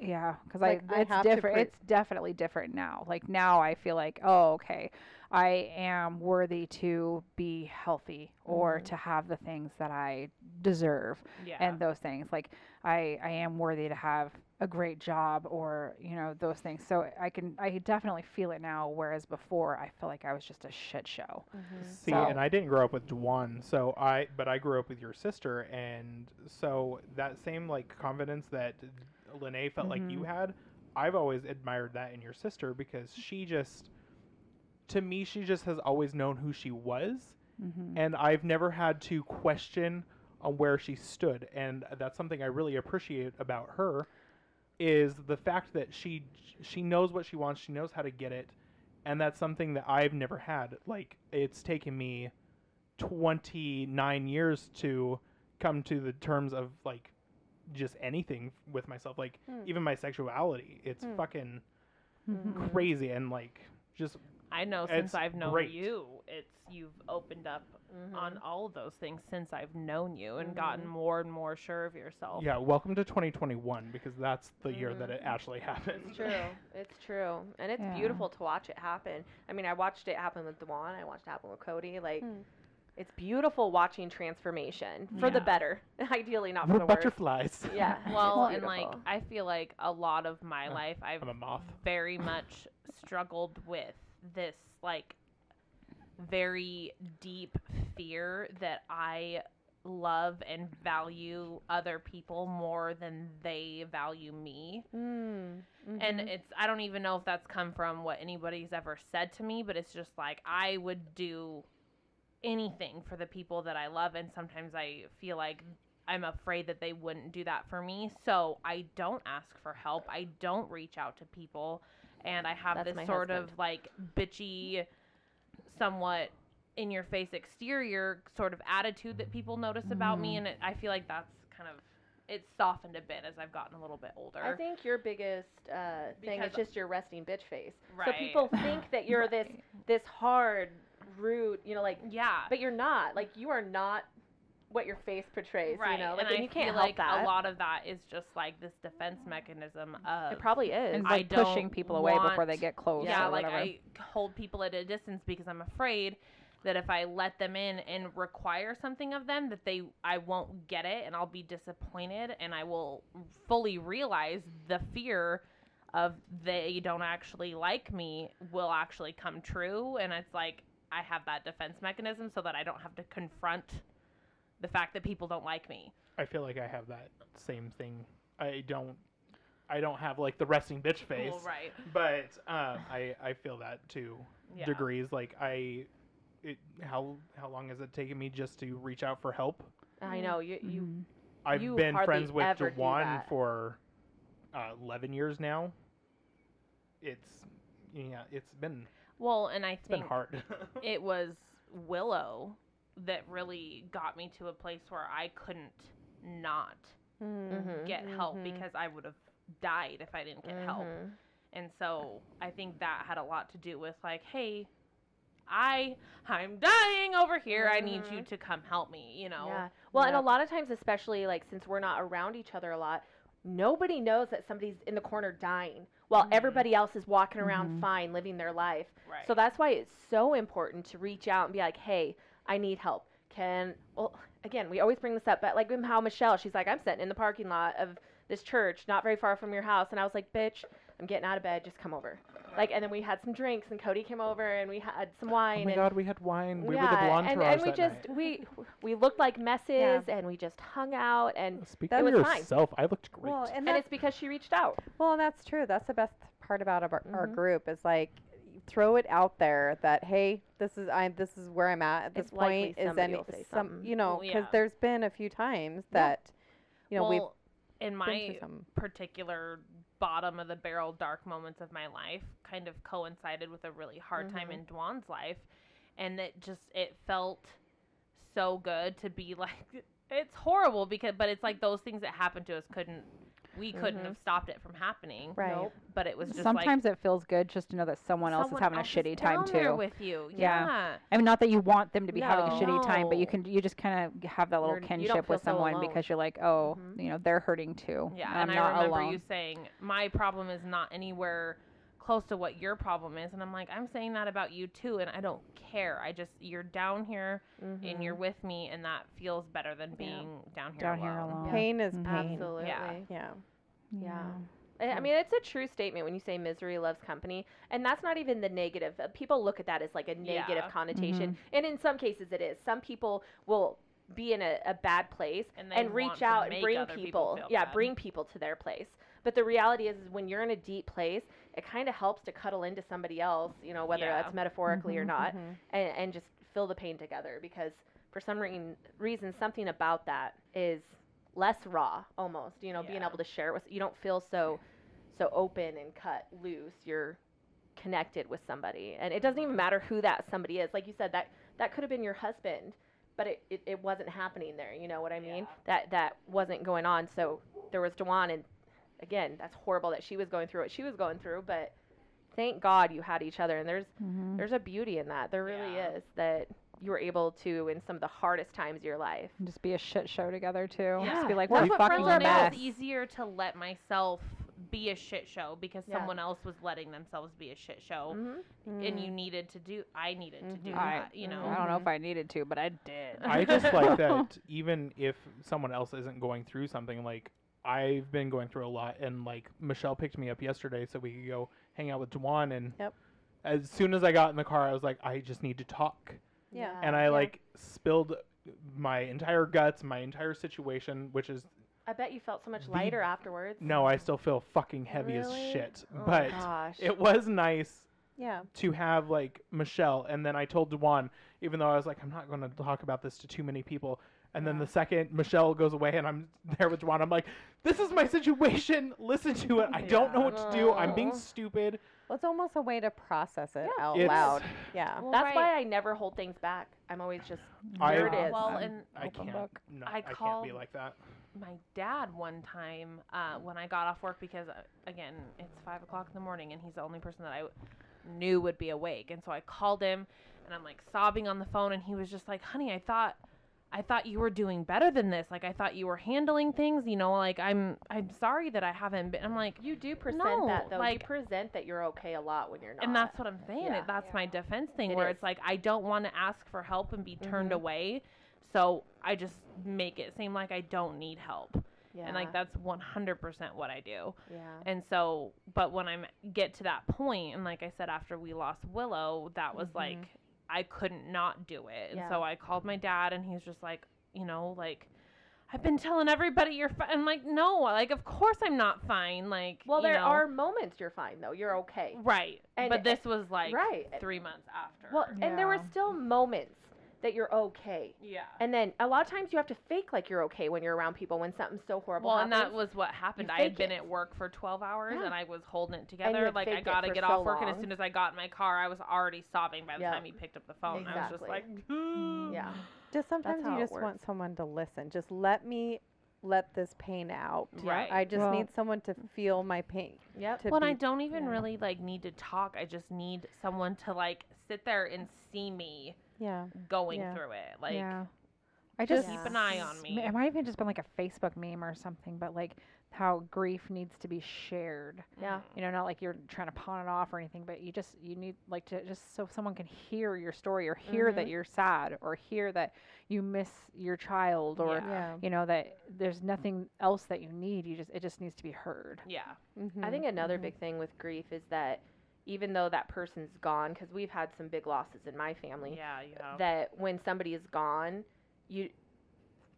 yeah because
Like, I
i it's
have to
different
prove-
it's definitely different now like now i feel like oh okay i am worthy to be healthy or Mm-hmm.
Mhm.
to have the things that i deserve
yeah,
and those things like i i am worthy to have a great job or you know those things so i can i definitely feel it now whereas before i feel like i was just a shit show
Mm-hmm.
See, and I didn't grow up with Dwan, so I but I grew up with your sister, and so that same like confidence that Lene felt like you had, I've always admired that in your sister because she just, to me, she just has always known who she was,
mm-hmm.
and I've never had to question on where she stood, and that's something I really appreciate about her, is the fact that she she knows what she wants, she knows how to get it, and that's something that I've never had. Like it's taken me twenty nine years to come to the terms of like just anything with myself, like
Hmm.
even my sexuality. It's
Hmm.
fucking
Mm-hmm.
crazy and like just
I know since
It's
I've known
great.
you, it's you've opened up
Mhm.
on all of those things since I've known you and
Mhm.
gotten more and more sure of
Oh.
yourself.
yeah. Welcome to 2021 because that's the year that
Hmm.
Mhm.
it actually happened.
It's true. It's true. And it's
Yeah.
beautiful to watch it happen. I mean, I watched it happen with Dewan. I watched it happen with Cody. Like,
Hmm.
Mm.
it's beautiful watching transformation for the
Yeah.
better. Ideally, not
We're
for the worse.
butterflies.
Yeah.
Well,
it's
and like
beautiful.
I feel like a lot of my
Uh,
life I've
I'm a moth.
very much struggled with this like very deep fear that I love and value other people more than they value me.
Hmm.
Mm,
Mm-hmm.
And
Mm-hmm.
mhm.
it's I don't even know if that's come from what anybody's ever said to me, but it's just like I would do anything for the people that I love and sometimes I feel like I'm afraid that they wouldn't do that for me. So I don't ask for help. I don't reach out to people and I have
That's my
this sort
husband.
of like bitchy somewhat in your face exterior sort of attitude that people notice about
Mm-hmm.
me and it, I feel like that's kind of it's softened a bit as I've gotten a little bit older.
I think your biggest uh, thing is
Because-
just your resting bitch face. So
Right.
people think that you're this this hard, rude, you know, like,
yeah.
but you're not. Like, you are not what your face portrays. You know, like, and,
I
you can't
feel
help
like
that.
a lot of that is just like this defense mechanism of
It probably is.
And
I
like pushing
don't
people away before they
want-
get close.
yeah,
or
like
whatever.
I hold people at a distance because I'm afraid that if I let them in and require something of them, that they I won't get it and I'll be disappointed and I will fully realize the fear of they don't actually like me will actually come true and it's like I have that defense mechanism so that I don't have to confront the fact that people don't like me.
I feel like I have that same thing. I don't. I don't have like the resting bitch face,
Well, right.
but um, I I feel that too.
Yeah.
Degrees like I, it, how how long has it taken me just to reach out for help?
I know. You, you
Mhm.
I've
You
been
hardly
friends with
ever do
Jawan
that.
for uh, eleven years now. It's yeah, it's been
Well, and I
it's been
think
hard. Oh
it was Willow that really got me to a place where I couldn't not
Hmm.
Mm-hmm.
Mhm.
Mm-hmm. get help
Mhm.
Mm-hmm.
because I would have died if I didn't get help.
Mhm.
And so I think that had a lot to do with like, hey, I I'm dying over here. I need
Mm-hmm.
you to come help me, you know.
Yeah. Well, and
Yep.
a lot of times, especially like since we're not around each other a lot, nobody knows that somebody's in the corner dying while
Mhm.
everybody else is walking around
Mm-hmm.
Mhm.
fine, living their life.
Right.
So that's why it's so important to reach out and be like, hey, I need help. Can, well, again, we always bring this up, but like um, how Michelle, she's like, I'm sitting in the parking lot of this church, not very far from your house. And I was like, bitch, I'm getting out of bed. Just come over. Like, and then we had some drinks, and Cody came over, and we had some wine.
oh my
and
god, we had wine. We were the
yeah,
blonde
and, and we just we we looked like messes, and we just hung out, and
Speak
that
for
was fine.
yourself. I looked great.
Well, and
and,
that's
it's because she reached out.
Well, and that's true. That's the best part about our, our
Mhm.
group is like throw it out there that hey, this is I this is where I'm at at this
It's likely
point. Is
somebody
any
will say
some
something.
you know
Well,
because
yeah.
there's been a few times that you know
well,
we've
in
been
my
through some
particular bottom of the barrel dark moments of my life kind of coincided with a really hard time
Mhm.
Mm-hmm.
in Dwan's life and that just it felt so good to be like it's horrible because but it's like those things that happened to us couldn't we couldn't
Mhm.
have stopped it from happening
right.
Nope.
but it was just
Mm-hmm. Sometimes it feels good just to know that someone,
like
else is having a shitty time
down there
too.
with you
Yeah.
yeah,
I mean, not that you want them to be having a
No.
shitty time, but you
No.
can you just kind of have that little
You're- you don't
kinship
feel
with
so
someone
alone.
because you're like, oh,
Mhm.
you know, they're hurting too.
Mm-hmm. Yeah,
and I'm
and, I
not
remember
alone.
you saying my problem is not anywhere close to what your problem is, and I'm like, I'm saying that about you too, and I don't care. I just you're down here
Mm-hmm.
and you're with me, and that feels better than being down here
Down
alone.
here alone.
pain is
Mm-hmm.
Mhm.
pain.
absolutely.
Yeah.
Yeah. Eh, I
Hmm.
I mean, it's a true statement when you say misery loves company, and that's not even the negative. Uh, People look at that as like a negative
Yeah. Mm-hmm.
connotation, and in some cases it is. Some people will be in a, a bad place
And
and,
they want
reach
to
out and
make
bring
other people
people,
feel
yeah,
bad.
bring people to their place. But the reality is, is when you're in a deep place, it kind of helps to cuddle into somebody else, you know, whether
Yeah. Mm-hmm.
that's metaphorically or
Mhm,
not,
mhm.
and, and just feel the pain together because for some reason, reason something about that is less raw almost you know being
Yeah.
able to share it with you don't feel so so open and cut loose you're connected with somebody and it doesn't even matter who that somebody is like you said that that could have been your husband but it, it, it wasn't happening there you know what i mean
Yeah.
that that wasn't going on so there was Dewan and again that's horrible that she was going through what she was going through but thank God you had each other. And there's
Mm-hmm.
there's a beauty in that. There really
Yeah.
is that you were able to in some of the hardest times of your life.
And just be a shit show together too. Just
Yeah.
be like,
That's
we're
what
fucking
friends are about.
mess.
It's easier to let myself be a shit show because
Yeah.
someone else was letting themselves be a shit show,
Mhm.
and you needed to do. I needed to do
Mhm.
I-
that. You know.
I don't know if I needed to, but I did.
I just like that even if someone else isn't going through something, like I've been going through a lot, and like Michelle picked me up yesterday so we could go hang out with Dwan, and
Yep.
as soon as I got in the car, I was like, I just need to talk,
Mm-hmm.
Yeah.
and I
Yeah.
like spilled my entire guts, my entire situation, which is
I bet you felt so much
The-
lighter afterwards.
no, I still feel fucking heavy
Really?
as shit,
Oh,
but
gosh.
it was nice
Yeah.
to have like Michelle, and then I told Dewan, even though I was like, I'm not going to talk about this to too many people. And then the second Michelle goes away, and I'm there with Dewan, I'm like, this is my situation. Listen to it. I don't know
Yeah.
what to do. I'm being
Aw.
stupid.
Well, it's almost a way to process it out
It's-
loud. Yeah.
That's why I never hold things back. I'm always just
I-
there it is.
Well,
I'm-
and
I
Open
can't.
book.
No,
I
I, can't
called-
be like that.
my dad one time uh,
Mm.
when I got off work because uh, again it's five o'clock in the morning and he's the only person that I w- knew would be awake and so I called him and I'm like sobbing on the phone and he was just like honey I thought I thought you were doing better than this like I thought you were handling things you know like I'm I'm sorry that I haven't been I'm like
you do present
No,
that though.
like-
you present that you're okay a lot when you're not.
and that's what I'm saying.
Yeah.
It That's my defense thing,
It
where
is.
it's like I don't want to ask for help and be turned
Mhm.
away, so I just make it seem like I don't need help,
yeah.
and like that's 100% what I do.
Yeah.
And so, but when I am get to that point, and like I said, after we lost Willow, that was
Mhm.
like I couldn't not do it, and
Yeah.
so I called my dad, and he's just like, you know, like. I've been telling everybody you're fine. I'm like, no, like, of course I'm not fine. Like,
Well,
you
there
know.
are moments you're fine though. You're okay.
right,
and-
but this was like
right.
three months after.
Well, and there were
Yeah.
still moments that you're okay.
yeah.
And then a lot of times you have to fake like you're okay when you're around people when something's so horrible.
Well, and
happens.
that was what happened.
You
I had
fake
been
it.
at work for 12 hours
Yeah.
and I was holding it
you
together.
had
Like, I
faked it
got to
for
get
so
off work. And as
long.
soon as I got in my car, I was already sobbing by the
Yeah.
time he picked up the phone. I was just
Exactly.
like,
yeah.
Just sometimes
how
you
it
just want
works.
someone to listen. Just let me let this pain out.
Yeah. Right.
I just
Well-
need someone to feel my pain.
Yep.
To
Well, and I
be,
don't even
yeah.
really like need to talk. I just need someone to like sit there and see me
yeah.
going
Yeah.
through it. Like,
yeah. I
just
just
keep
Yeah.
an eye on
s-
me.
It might have even just been like a Facebook meme or something, but like how grief needs to be shared.
Yeah.
You know, not like you're trying to pawn it off or anything, but you just you need like to just so someone can hear your story or hear that
Mm-hmm.
you're sad or hear that you miss your child or
Yeah.
Yeah.
you know that there's nothing else that you need. You just it just needs to be heard.
Yeah.
I
Mhm.
think another
Mhm.
big thing with grief is that even though that person's gone, because we've had some big losses in my family,
Yeah. You know.
that when somebody is gone, you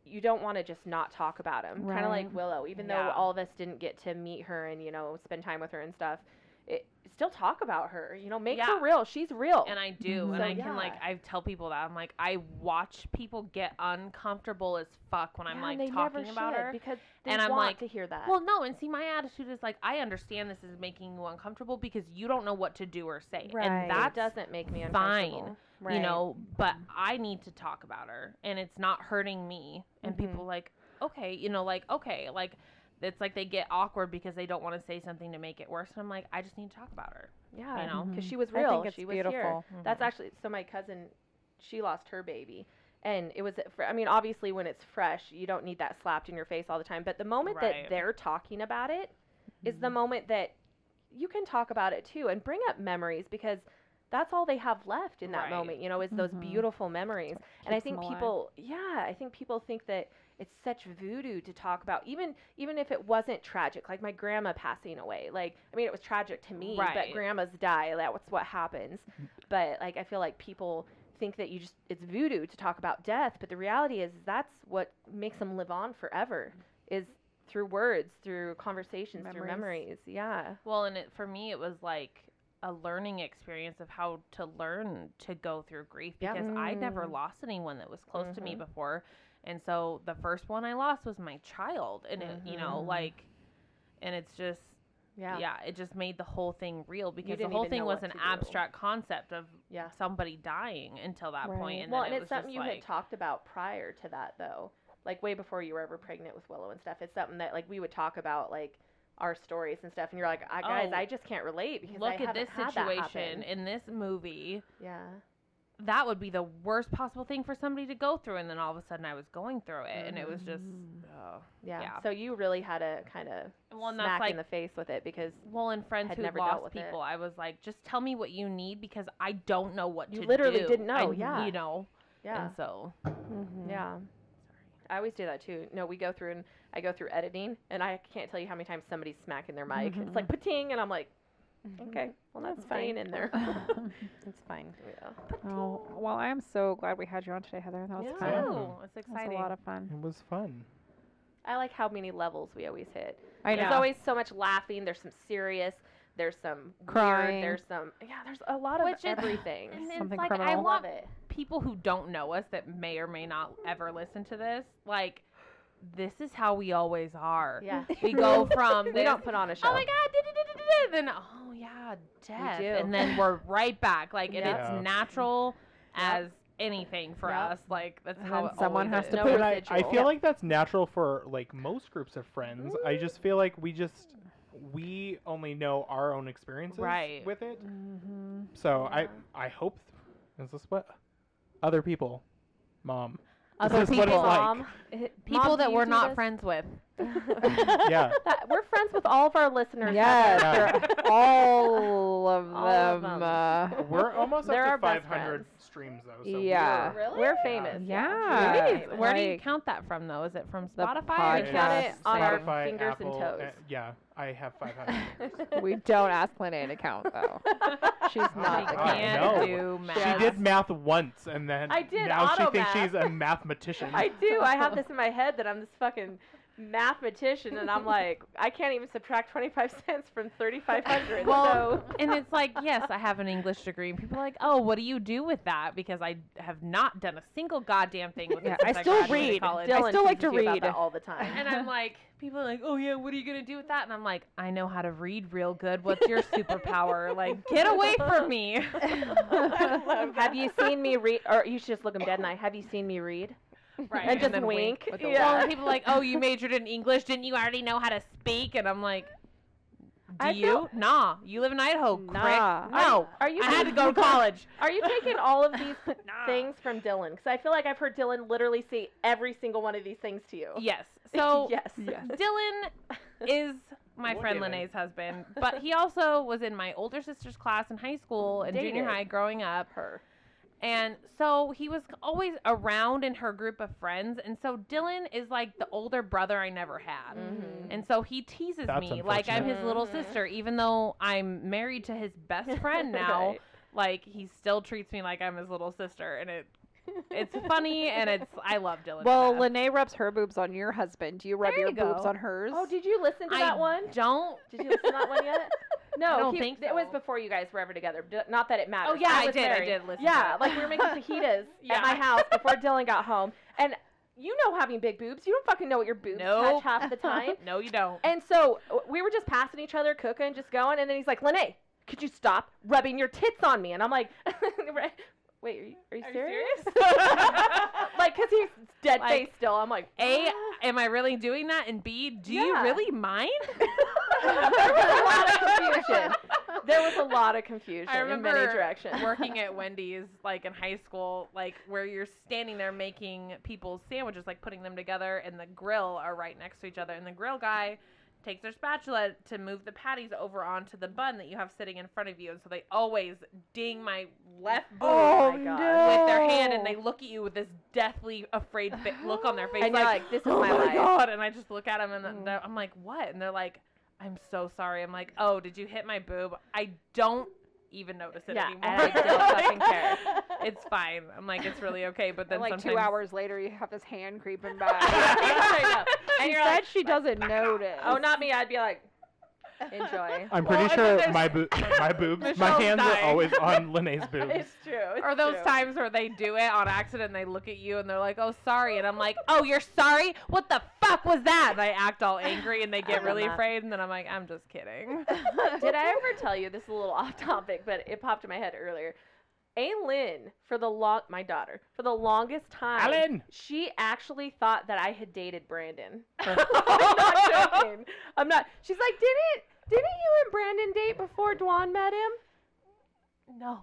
you don't want to just not talk about them. Kind
Right.
of like Willow, even
Yeah.
though all of us didn't get to meet her and you know spend time with her and stuff, it, still talk about her. You know, make
Yeah.
her real. She's real.
And I do,
Mhm.
Mm-hmm.
and
So,
I can like
yeah.
I tell people that I'm like I watch people get uncomfortable as fuck when I'm
Yeah,
like
and they
talking
never
about
should,
her.
because they
and I'm
want
like,
to hear that.
Well, no, and see my attitude is like I understand this is making you uncomfortable because you don't know what to do or say,
Right.
and
that
that
doesn't make me
fine,
uncomfortable.
right.
you know. But I need to talk about her, and it's not hurting me. And
Mhm.
Mm-hmm.
people like okay, you know, like okay, like. It's like they get awkward because they don't want to say something to make it worse. And I'm like, I just need to talk about her.
Yeah, mm-hmm.
You know,
because
Mhm.
she was
I
real.
think it's
she was
beautiful.
here. Mm-hmm.
Mm-hmm.
That's actually so. My cousin, she lost her baby, and it was. fr- I mean, obviously, when it's fresh, you don't need that slapped in your face all the time. But the moment
Right.
that they're talking about it is the moment that you can talk about it too and bring up memories because that's all they have left in that
Right.
moment. You know, is those
Mhm.
beautiful memories. And I
Keeps 'em
think
alive.
people, yeah, I think people think that it's such voodoo to talk about, even even if it wasn't tragic, like my grandma passing away. Like, I mean, it was tragic to me,
Right.
but grandmas die. That's what happens. But like, I feel like people think that you just it's voodoo to talk about death, but the reality is that's what makes them live on forever is through words, through conversations, through
Memories.
memories. Yeah.
Well, and it, for me, it was like a learning experience of how to learn to go through grief
Yeah. Mm-hmm.
because I never
Mm.
lost anyone that was close to me before, and so the first one I lost was my child, and it, you know,
Mhm.
like, and it's just yeah.
Mm-hmm. Yeah.
it just made the whole thing real because the
didn't
whole
even
thing
know
was
what
an
to do.
abstract concept of
Yeah.
somebody dying until that point,
Right.
and
well,
then
and
it
it's
was just
something you
like,
had talked about prior to that, though, like way before you were ever pregnant with Willow and stuff. It's something that like we would talk about, like our stories and stuff, and you're like, I, guys,
Oh,
I just can't relate because I
Look at
haven't
this
had that
situation
happen."
in this movie.
Yeah.
That would be the worst possible thing for somebody to go through, and then all of a sudden I was going through it, and it was just.
Mm.
Oh.
yeah,
Yeah.
So you really had to kind of
Well, and that's
smack
like-
in the face with it because
Well, and friends
Had
who
never dealt
lost
with it.
people, I was like, just tell me what you need because I don't know what
You
to
literally
do.
didn't know,
I-
yeah.
You know.
yeah,
And so.
yeah.
mm.
I always do that too. No, we go through and I go through editing, and I can't tell you how many times somebody's smacking their mic.
Mm-hmm.
It's like pating, and I'm like, okay, well that's fine in there.
It's fine.
Yeah.
Oh, well, I am so glad we had you on today, Heather. That was
Yeah.
fun.
Yeah.
Oh, it's
That
exciting.
was a lot of fun.
It was fun.
I like how many levels we always hit.
I
There's
know.
always so much laughing. There's some serious. There's some
Crying.
Weird, there's some yeah. There's a lot of
Which is-
everything.
And it's
Something
like I
criminal.
want
it.
people who don't know us that may or may not ever listen to this, like this is how we always are.
Yeah.
We go from
we
this,
don't put on a show.
Oh my god, da-da-da-da-da-da," then oh yeah, death,
do.
and then we're right back. Like and
Yeah.
it's natural as anything for
Yep.
us. Like that's
And
how
then
it
someone
always
has
is.
to
No
put-
But I, I
residual.
feel like that's natural for like most groups of friends. I
Mm.
just feel like we just we only know our own experiences
Right.
with it.
Mm-hmm.
So
Yeah.
I I hope is this what other people, mom.
Other
this is what it's
people.
like.
Mom,
people
Mom, do
that
you
we're
do
not
this?
friends with.
Yeah.
That- we're friends with all of our listeners.
Yes,
Yeah.
they're all of them.
All of them.
uh,
We're almost
They're
up
our
to
best
500
friends.
streams though. So
Yeah.
we're-
Really? We're famous.
Yeah.
We're
It
Jeez,
is.
famous.
Where do you
Like,
count that from though? Is it from
the
Spotify? or
podcast.
just-
Got it on our
Spotify,
fingers and
Apple,
toes.
uh, yeah, I have 500.
we don't ask Linnea to count though. She's not the
God,
king.
Can't
no.
do math.
she did math once, and then
I did
now she
auto
thinks
math.
she's a mathematician.
I do. I have this in my head that I'm this fucking mathematician, and I'm like, I can't even subtract 25 cents from 3,500.
Well,
so
and it's like, yes, I have an English degree, and people are like, oh, what do you do with that? Because I have not done a single goddamn thing with
Yeah,
it.
I
since
still
graduated
read.
College.
Dylan still like
teaches
to
you about
read.
that all the time.
and I'm like, people are like, oh yeah, what are you gonna do with that? And I'm like, I know how to read real good. What's your superpower? Like, get away from me.
Have you seen me read? Or you should just look him dead in the eye. Have you seen me read?
Right.
And just
then
wink.
With
Yeah.
Well, and people are like, oh, you majored in English, didn't you already know how to speak? And I'm like. Do
I
you? Nah. You live in Idaho, crick.
Nah.
No.
Are you?
I had to go to college.
Are you taking all of these
Nah.
things from Dylan? Because I feel like I've heard Dylan literally say every single one of these things to you.
Yes. So
yes.
Yes.
Dylan is my
We'll
friend
get it.
Lene's husband, but he also was in my older sister's class in high school and junior
Dated.
high growing up.
Her.
And so he was always around in her group of friends. And so Dylan is like the older brother I never had.
Mm. Mm-hmm.
And so he teases
That's
me like I'm his little
unfortunate. Mhm.
sister, even though I'm married to his best friend now.
Right.
Like he still treats me like I'm his little sister, and it it's funny and it's I love Dylan. to
Well,
death.
Lene rubs her boobs on your husband. Do you rub
There
your
you
boobs
go.
on hers?
Oh, did you listen to
I
that one?
don't
Did you listen to that one yet? No,
I don't
he-
think
it was
so.
before you guys were ever together. D- Not that it matters.
Oh yeah, I,
was
did. I
married.
did listen.
Yeah,
to that.
like we were making fajitas
Yeah.
at my house before Dylan got home, and you know, having big boobs, you don't fucking know what your boobs touch
Nope.
half the time.
no, you don't.
And so w- we were just passing each other, cooking, just going, and then he's like, "Lene, could you stop rubbing your tits on me?" And I'm like, "Wait, are you, are you
Are you
serious?"
serious?
like, cause he's dead
Like,
face still. I'm like,
A, am I really doing that? And B, do you
Yeah.
really mind?
there was a lot of confusion. There was a lot of confusion
I
in many
remember
directions.
working at Wendy's, like in high school, like where you're standing there making people's sandwiches, like putting them together, and the grill are right next to each other. And the grill guy takes their spatula to move the patties over onto the bun that you have sitting in front of you. And so they always ding my left boob
Oh,
Oh,
my God.
no.
with their hand, and they look at you with this deathly afraid fa- look on their face.
And you're like, "This is
oh
my life." Mm.
God. And I just look at them, and th- they're- I'm like, what? And they're like, I'm so sorry. I'm like, oh, did you hit my boob? I don't even notice it
yeah,
anymore.
and I don't fucking care.
It's fine. I'm like, it's really okay. But then
And like
sometimes,
two hours later, you have this hand creeping by.
I know.
she
And
said
you're like,
she doesn't notice.
oh, not me. I'd be like, enjoy.
I'm
Well,
pretty
and then
sure my bo- my boobs, my
Michelle's
hands
dying.
are always on Lene's boobs.
It's true. It's
Or those
true.
times where they do it on accident and they look at you and they're like, oh, sorry. And I'm like, oh, you're sorry? What the fuck was that? And I act all angry and they
I've
get
done
really
that.
afraid. And then I'm like, I'm just kidding.
Did I ever tell you this is a little off topic, but it popped in my head earlier? Aylin, for the long, my daughter, for the longest time,
Alan.
she actually thought that I had dated Brandon. I'm not joking. I'm not. She's like, didn't didn't you and Brandon date before Dwan met him?
No.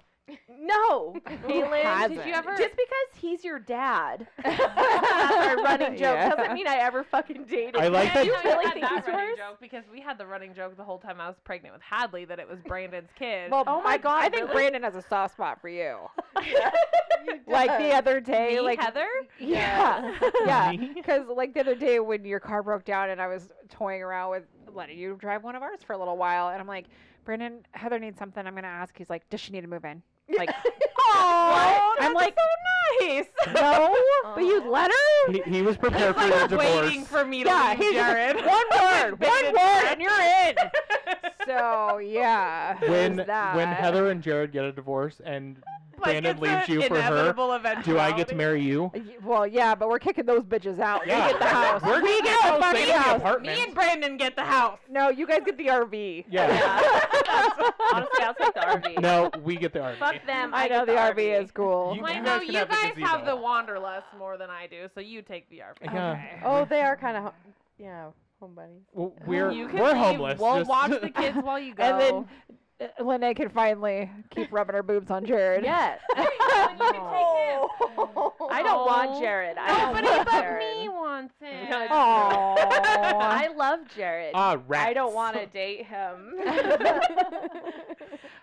No, Aylin.
hasn't?
Did you ever? Just because he's your dad, that's our running joke
Yeah.
doesn't mean I ever fucking dated.
I
him.
like that-
You
know,
really
had
think
that
he's
running
yours?
joke because we had the running joke the whole time I was pregnant with Hadley that it was Brandon's kid.
Well,
Oh my
I-
God,
I think
really?
Brandon has a soft spot for you.
You
like
done.
the other day,
Me,
like
Heather.
yeah, yeah.
Me?
Because like the other day when your car broke down and I was toying around with letting you drive one of ours for a little while, and I'm like, Brandon, Heather needs something. I'm gonna ask. He's like, Does she need to move in? Like, oh, I'm like, so nice. No,
But you let her?
He, he was prepared for the
waiting
divorce.
for me to
yeah,
leave
he's
Jared.
just, one word, one
Big
word, and you're in. So yeah,
When
there's that.
when Heather and Jared get a divorce and Brandon
it's
leaves
an
you for her,
inevitable eventuality.
do I get to marry you?
Y- Well, yeah, but we're kicking those bitches out.
Yeah.
We get the house.
We're
we
getting
get
the
the
house, they
fucking
get the
house.
apartment.
Me and Brandon get the house.
No, you guys get the RV.
Yeah.
Honestly, I'll take the RV.
No, we get the RV.
Fuck them.
I,
I
know
get
the RV is cool.
You-
Well, I
guys
know
can
you
have the
guys have
gazebo.
the wanderlust more than I do, so you take the RV.
Yeah.
Okay.
Oh, they are kind of, yeah, home buddies.
W- We're
you can
we're
leave.
homeless.
We'll
just-
watch the kids while you go.
And then uh, Lene can finally keep rubbing her boobs on Jared.
Yes.
Oh.
I don't
Oh.
want Jared. I don't
nobody
want
but
Jared.
me wants it.
No, it's-
Aww.
I love Jared.
Ah,
I don't
rats.
want to date him.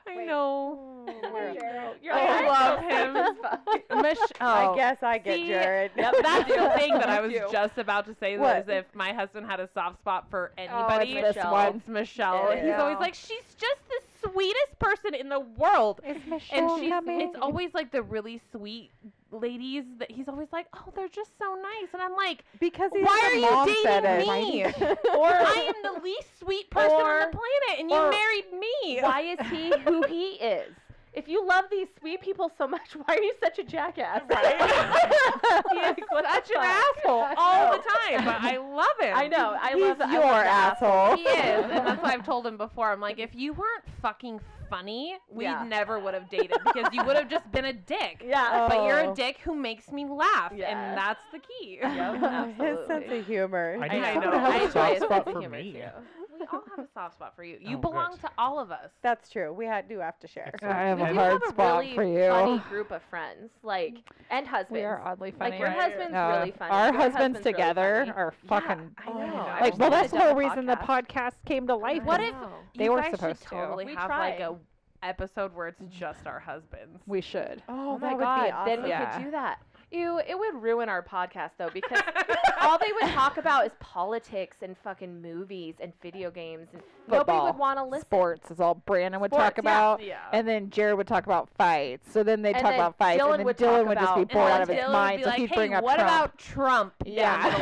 I know.
You're
I
I'm
love
so
him.
sick as fuck.
Mich-
I
oh.
guess I get
See,
Jared.
Yeah, that's the thing that I was
You.
just about to say.
What?
That is if my husband had a soft spot for anybody,
this Oh, Michelle. one.
it's Michelle.
It
He's
is.
always like, she's just the sweetest person in the world.
Is
And
Michelle
she's,
coming?
it's always like the really sweet ladies that he's always like, oh, they're just so nice. And I'm like,
Because he's
Why
the
are you
mom
dating
fetish.
me?
or
I am the least sweet person on
Or-
the planet, and you
or-
married me.
Why is he who he is? If you love these sweet people so much, why are you such a jackass? Like, what the
Such an
fuck?
asshole
I
all the
know.
time, but I love him.
I know. I
he's
love I love
your
that
asshole.
He is, and that's why I've told him before. I'm like, if you weren't fucking funny, we
Yeah.
never would have dated because you would have just been a dick.
Yeah.
But you're
Oh.
a dick who makes me laugh,
Yes.
and that's the key.
Yep,
His sense
absolutely.
of humor.
I
I
need
know.
someone to
I
have a
enjoy
soft
his
spot
sense of
for
humor,
me.
too.
We all have a soft spot for you. You
Oh,
belong
good.
to all of us.
That's true. We ha- do have to share.
I have
We
a
do
hard
you have a
spot
really
for you.
funny group of friends, like and husbands.
we are oddly funny.
like your
right?
husband's
Uh,
really funny.
Our
Your
husbands
husband's really
together
funny.
are
Yeah,
fucking.
I know.
I
Like,
wish
well,
we
that's the
done
whole
a
reason the podcast came to life.
What
is
if
Oh
They
you
were
guys
supposed to.
should totally
We
have like
tried.
a episode where it's just our husbands?
we should?
Oh,
Oh my
that
god!
would
Then
be awesome.
we
Yeah.
could do that. Ew, it would ruin our podcast though because all they would talk about is politics and fucking movies and video games, and
Football,
nobody would want to listen.
Sports is all Brandon would talk
Sports, yeah.
about.
yeah.
And then Jared would talk about fights. So then they'd
And
talk
then
about fights.
Dylan
and then
would
Dylan
talk
would just be
about-
bored
and
out of
then
his
Dylan
mind.
would be
so
like,
he'd
hey,
bring up
what
Trump.
about Trump?
Yeah.
And then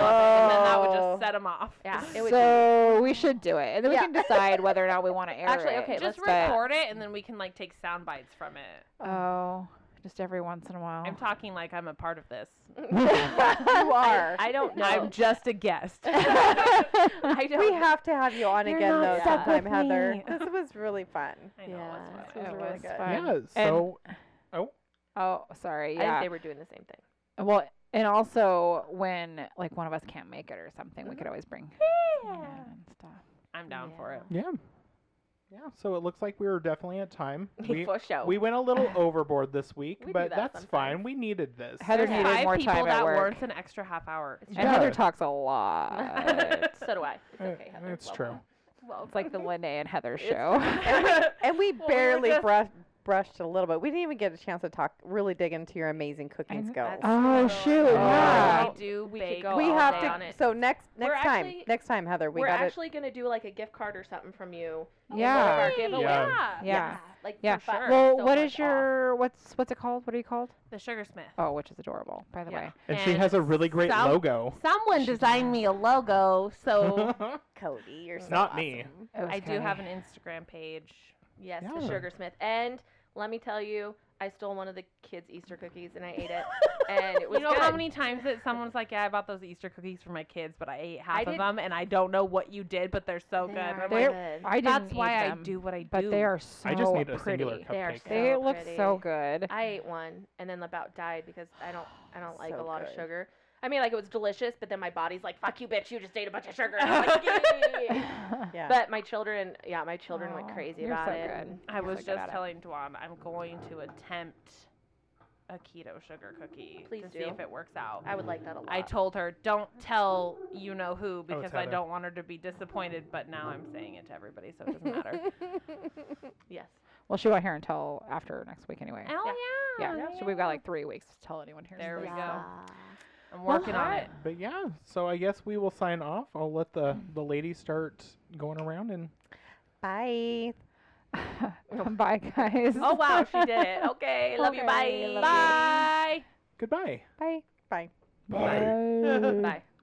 that would
Oh.
just set him off.
Yeah, it would.
so we should do it, and then
Yeah.
we can decide whether or not we want to air
Actually,
it.
okay,
Just
let's do
that.
record it, and then we can like take sound bites from it.
Oh, just every once in a while.
I'm talking like I'm a part of this.
you are.
I don't know.
I'm just a guest.
I don't.
we have to have you on
You're
again
not
though
stuck
sometime,
with
Heather.
me.
This was really fun.
I know
Yeah,
it's
it
whatever.
was really good.
Yeah.
And-
So
oh, sorry.
I think
Yeah.
they were doing the same thing.
Well, and also when like one of us can't make it or something,
Mm-hmm.
we could always bring. someone in and stuff.
I'm down for it.
yeah. Yeah. So it looks like we were definitely at time. We,
For show.
we went a little overboard this week,
Oh. We do
but
that
that's fine.
sometimes.
We needed this.
Heather
Yeah.
needed
Five
more
people
time
that
at work.
warrants an extra half hour.
It's
And Heather
Yeah.
talks a lot.
so do I. It's
Uh,
okay. Heather.
it's
Well,
true.
Well,
it's like the Lene and Heather
It's-
show.
And
Oh,
we
Well, we were
barely
just-
brushed brushed a little bit. We didn't even get a chance to talk really dig into your amazing cooking
kn-
skills.
Oh, shoot,
yeah.
We do
We could
bake
go
we
all
have
day on
to
it.
so next
We're
next time
actually-
next time Heather we
we're
got
actually gonna do like a gift card or something from you.
Yeah.
Our giveaway.
Yeah.
Yeah.
Like
Yeah.
for fun.
well,
So
what
much
is your what's what's it called? What are you called?
The Sugar Smith.
Oh, which is adorable, by the
Yeah.
way.
And, she
And
has a really great
some-
logo.
Someone designed me a logo, so
Cody, you're so
Not me.
awesome.
It was
I do
kinda-
have an Instagram page.
Yes,
Yeah.
the Sugar Smith. And let me tell you, I stole one of the kids' Easter cookies and I ate it, and it was
You know
good.
how many times that someone's like, "Yeah, I bought those Easter cookies for my kids, but I ate half of
did-
them, and I don't know what you did, but they're so
They
good."
are
And I'm
They're-
like,
good. Oh
I didn't
that's why
eat
I
them,
do what I do.
But they are so
I just need a
pretty.
singular
They are
cupcake.
so-
They look so
pretty.
good.
I ate one and then about died because I don't I don't like
So
a lot
good.
of sugar. I mean, like it was delicious, but then my body's like, "Fuck you, bitch! You just ate a bunch of sugar." And I'm like, "Yay."
Yeah.
but my children, yeah, my children went
Aw,
crazy
you're
about
so
it.
good.
and-
I
You're so
was
good
just
at it.
telling Dwan I'm going to attempt a keto sugar cookie
Please
to see
do.
if it works out.
I would like that a lot.
I told her, don't tell you know who because I
Heather.
don't want her to be disappointed, but now I'm saying it to everybody, so it doesn't matter.
yes.
Well, she won't hear until after next week anyway.
Hell yeah.
yeah. So we've got like three weeks to tell anyone here.
There we go. I'm
Well,
working on
hi.
it.
But yeah, so I guess we will sign off. I'll let the the ladies start going around and
Bye.
go. Bye, guys.
Oh wow, she did it. Okay, love you.
Okay,
Bye.
love you.
bye.
goodbye.
Bye.
Bye.
Bye.
Bye.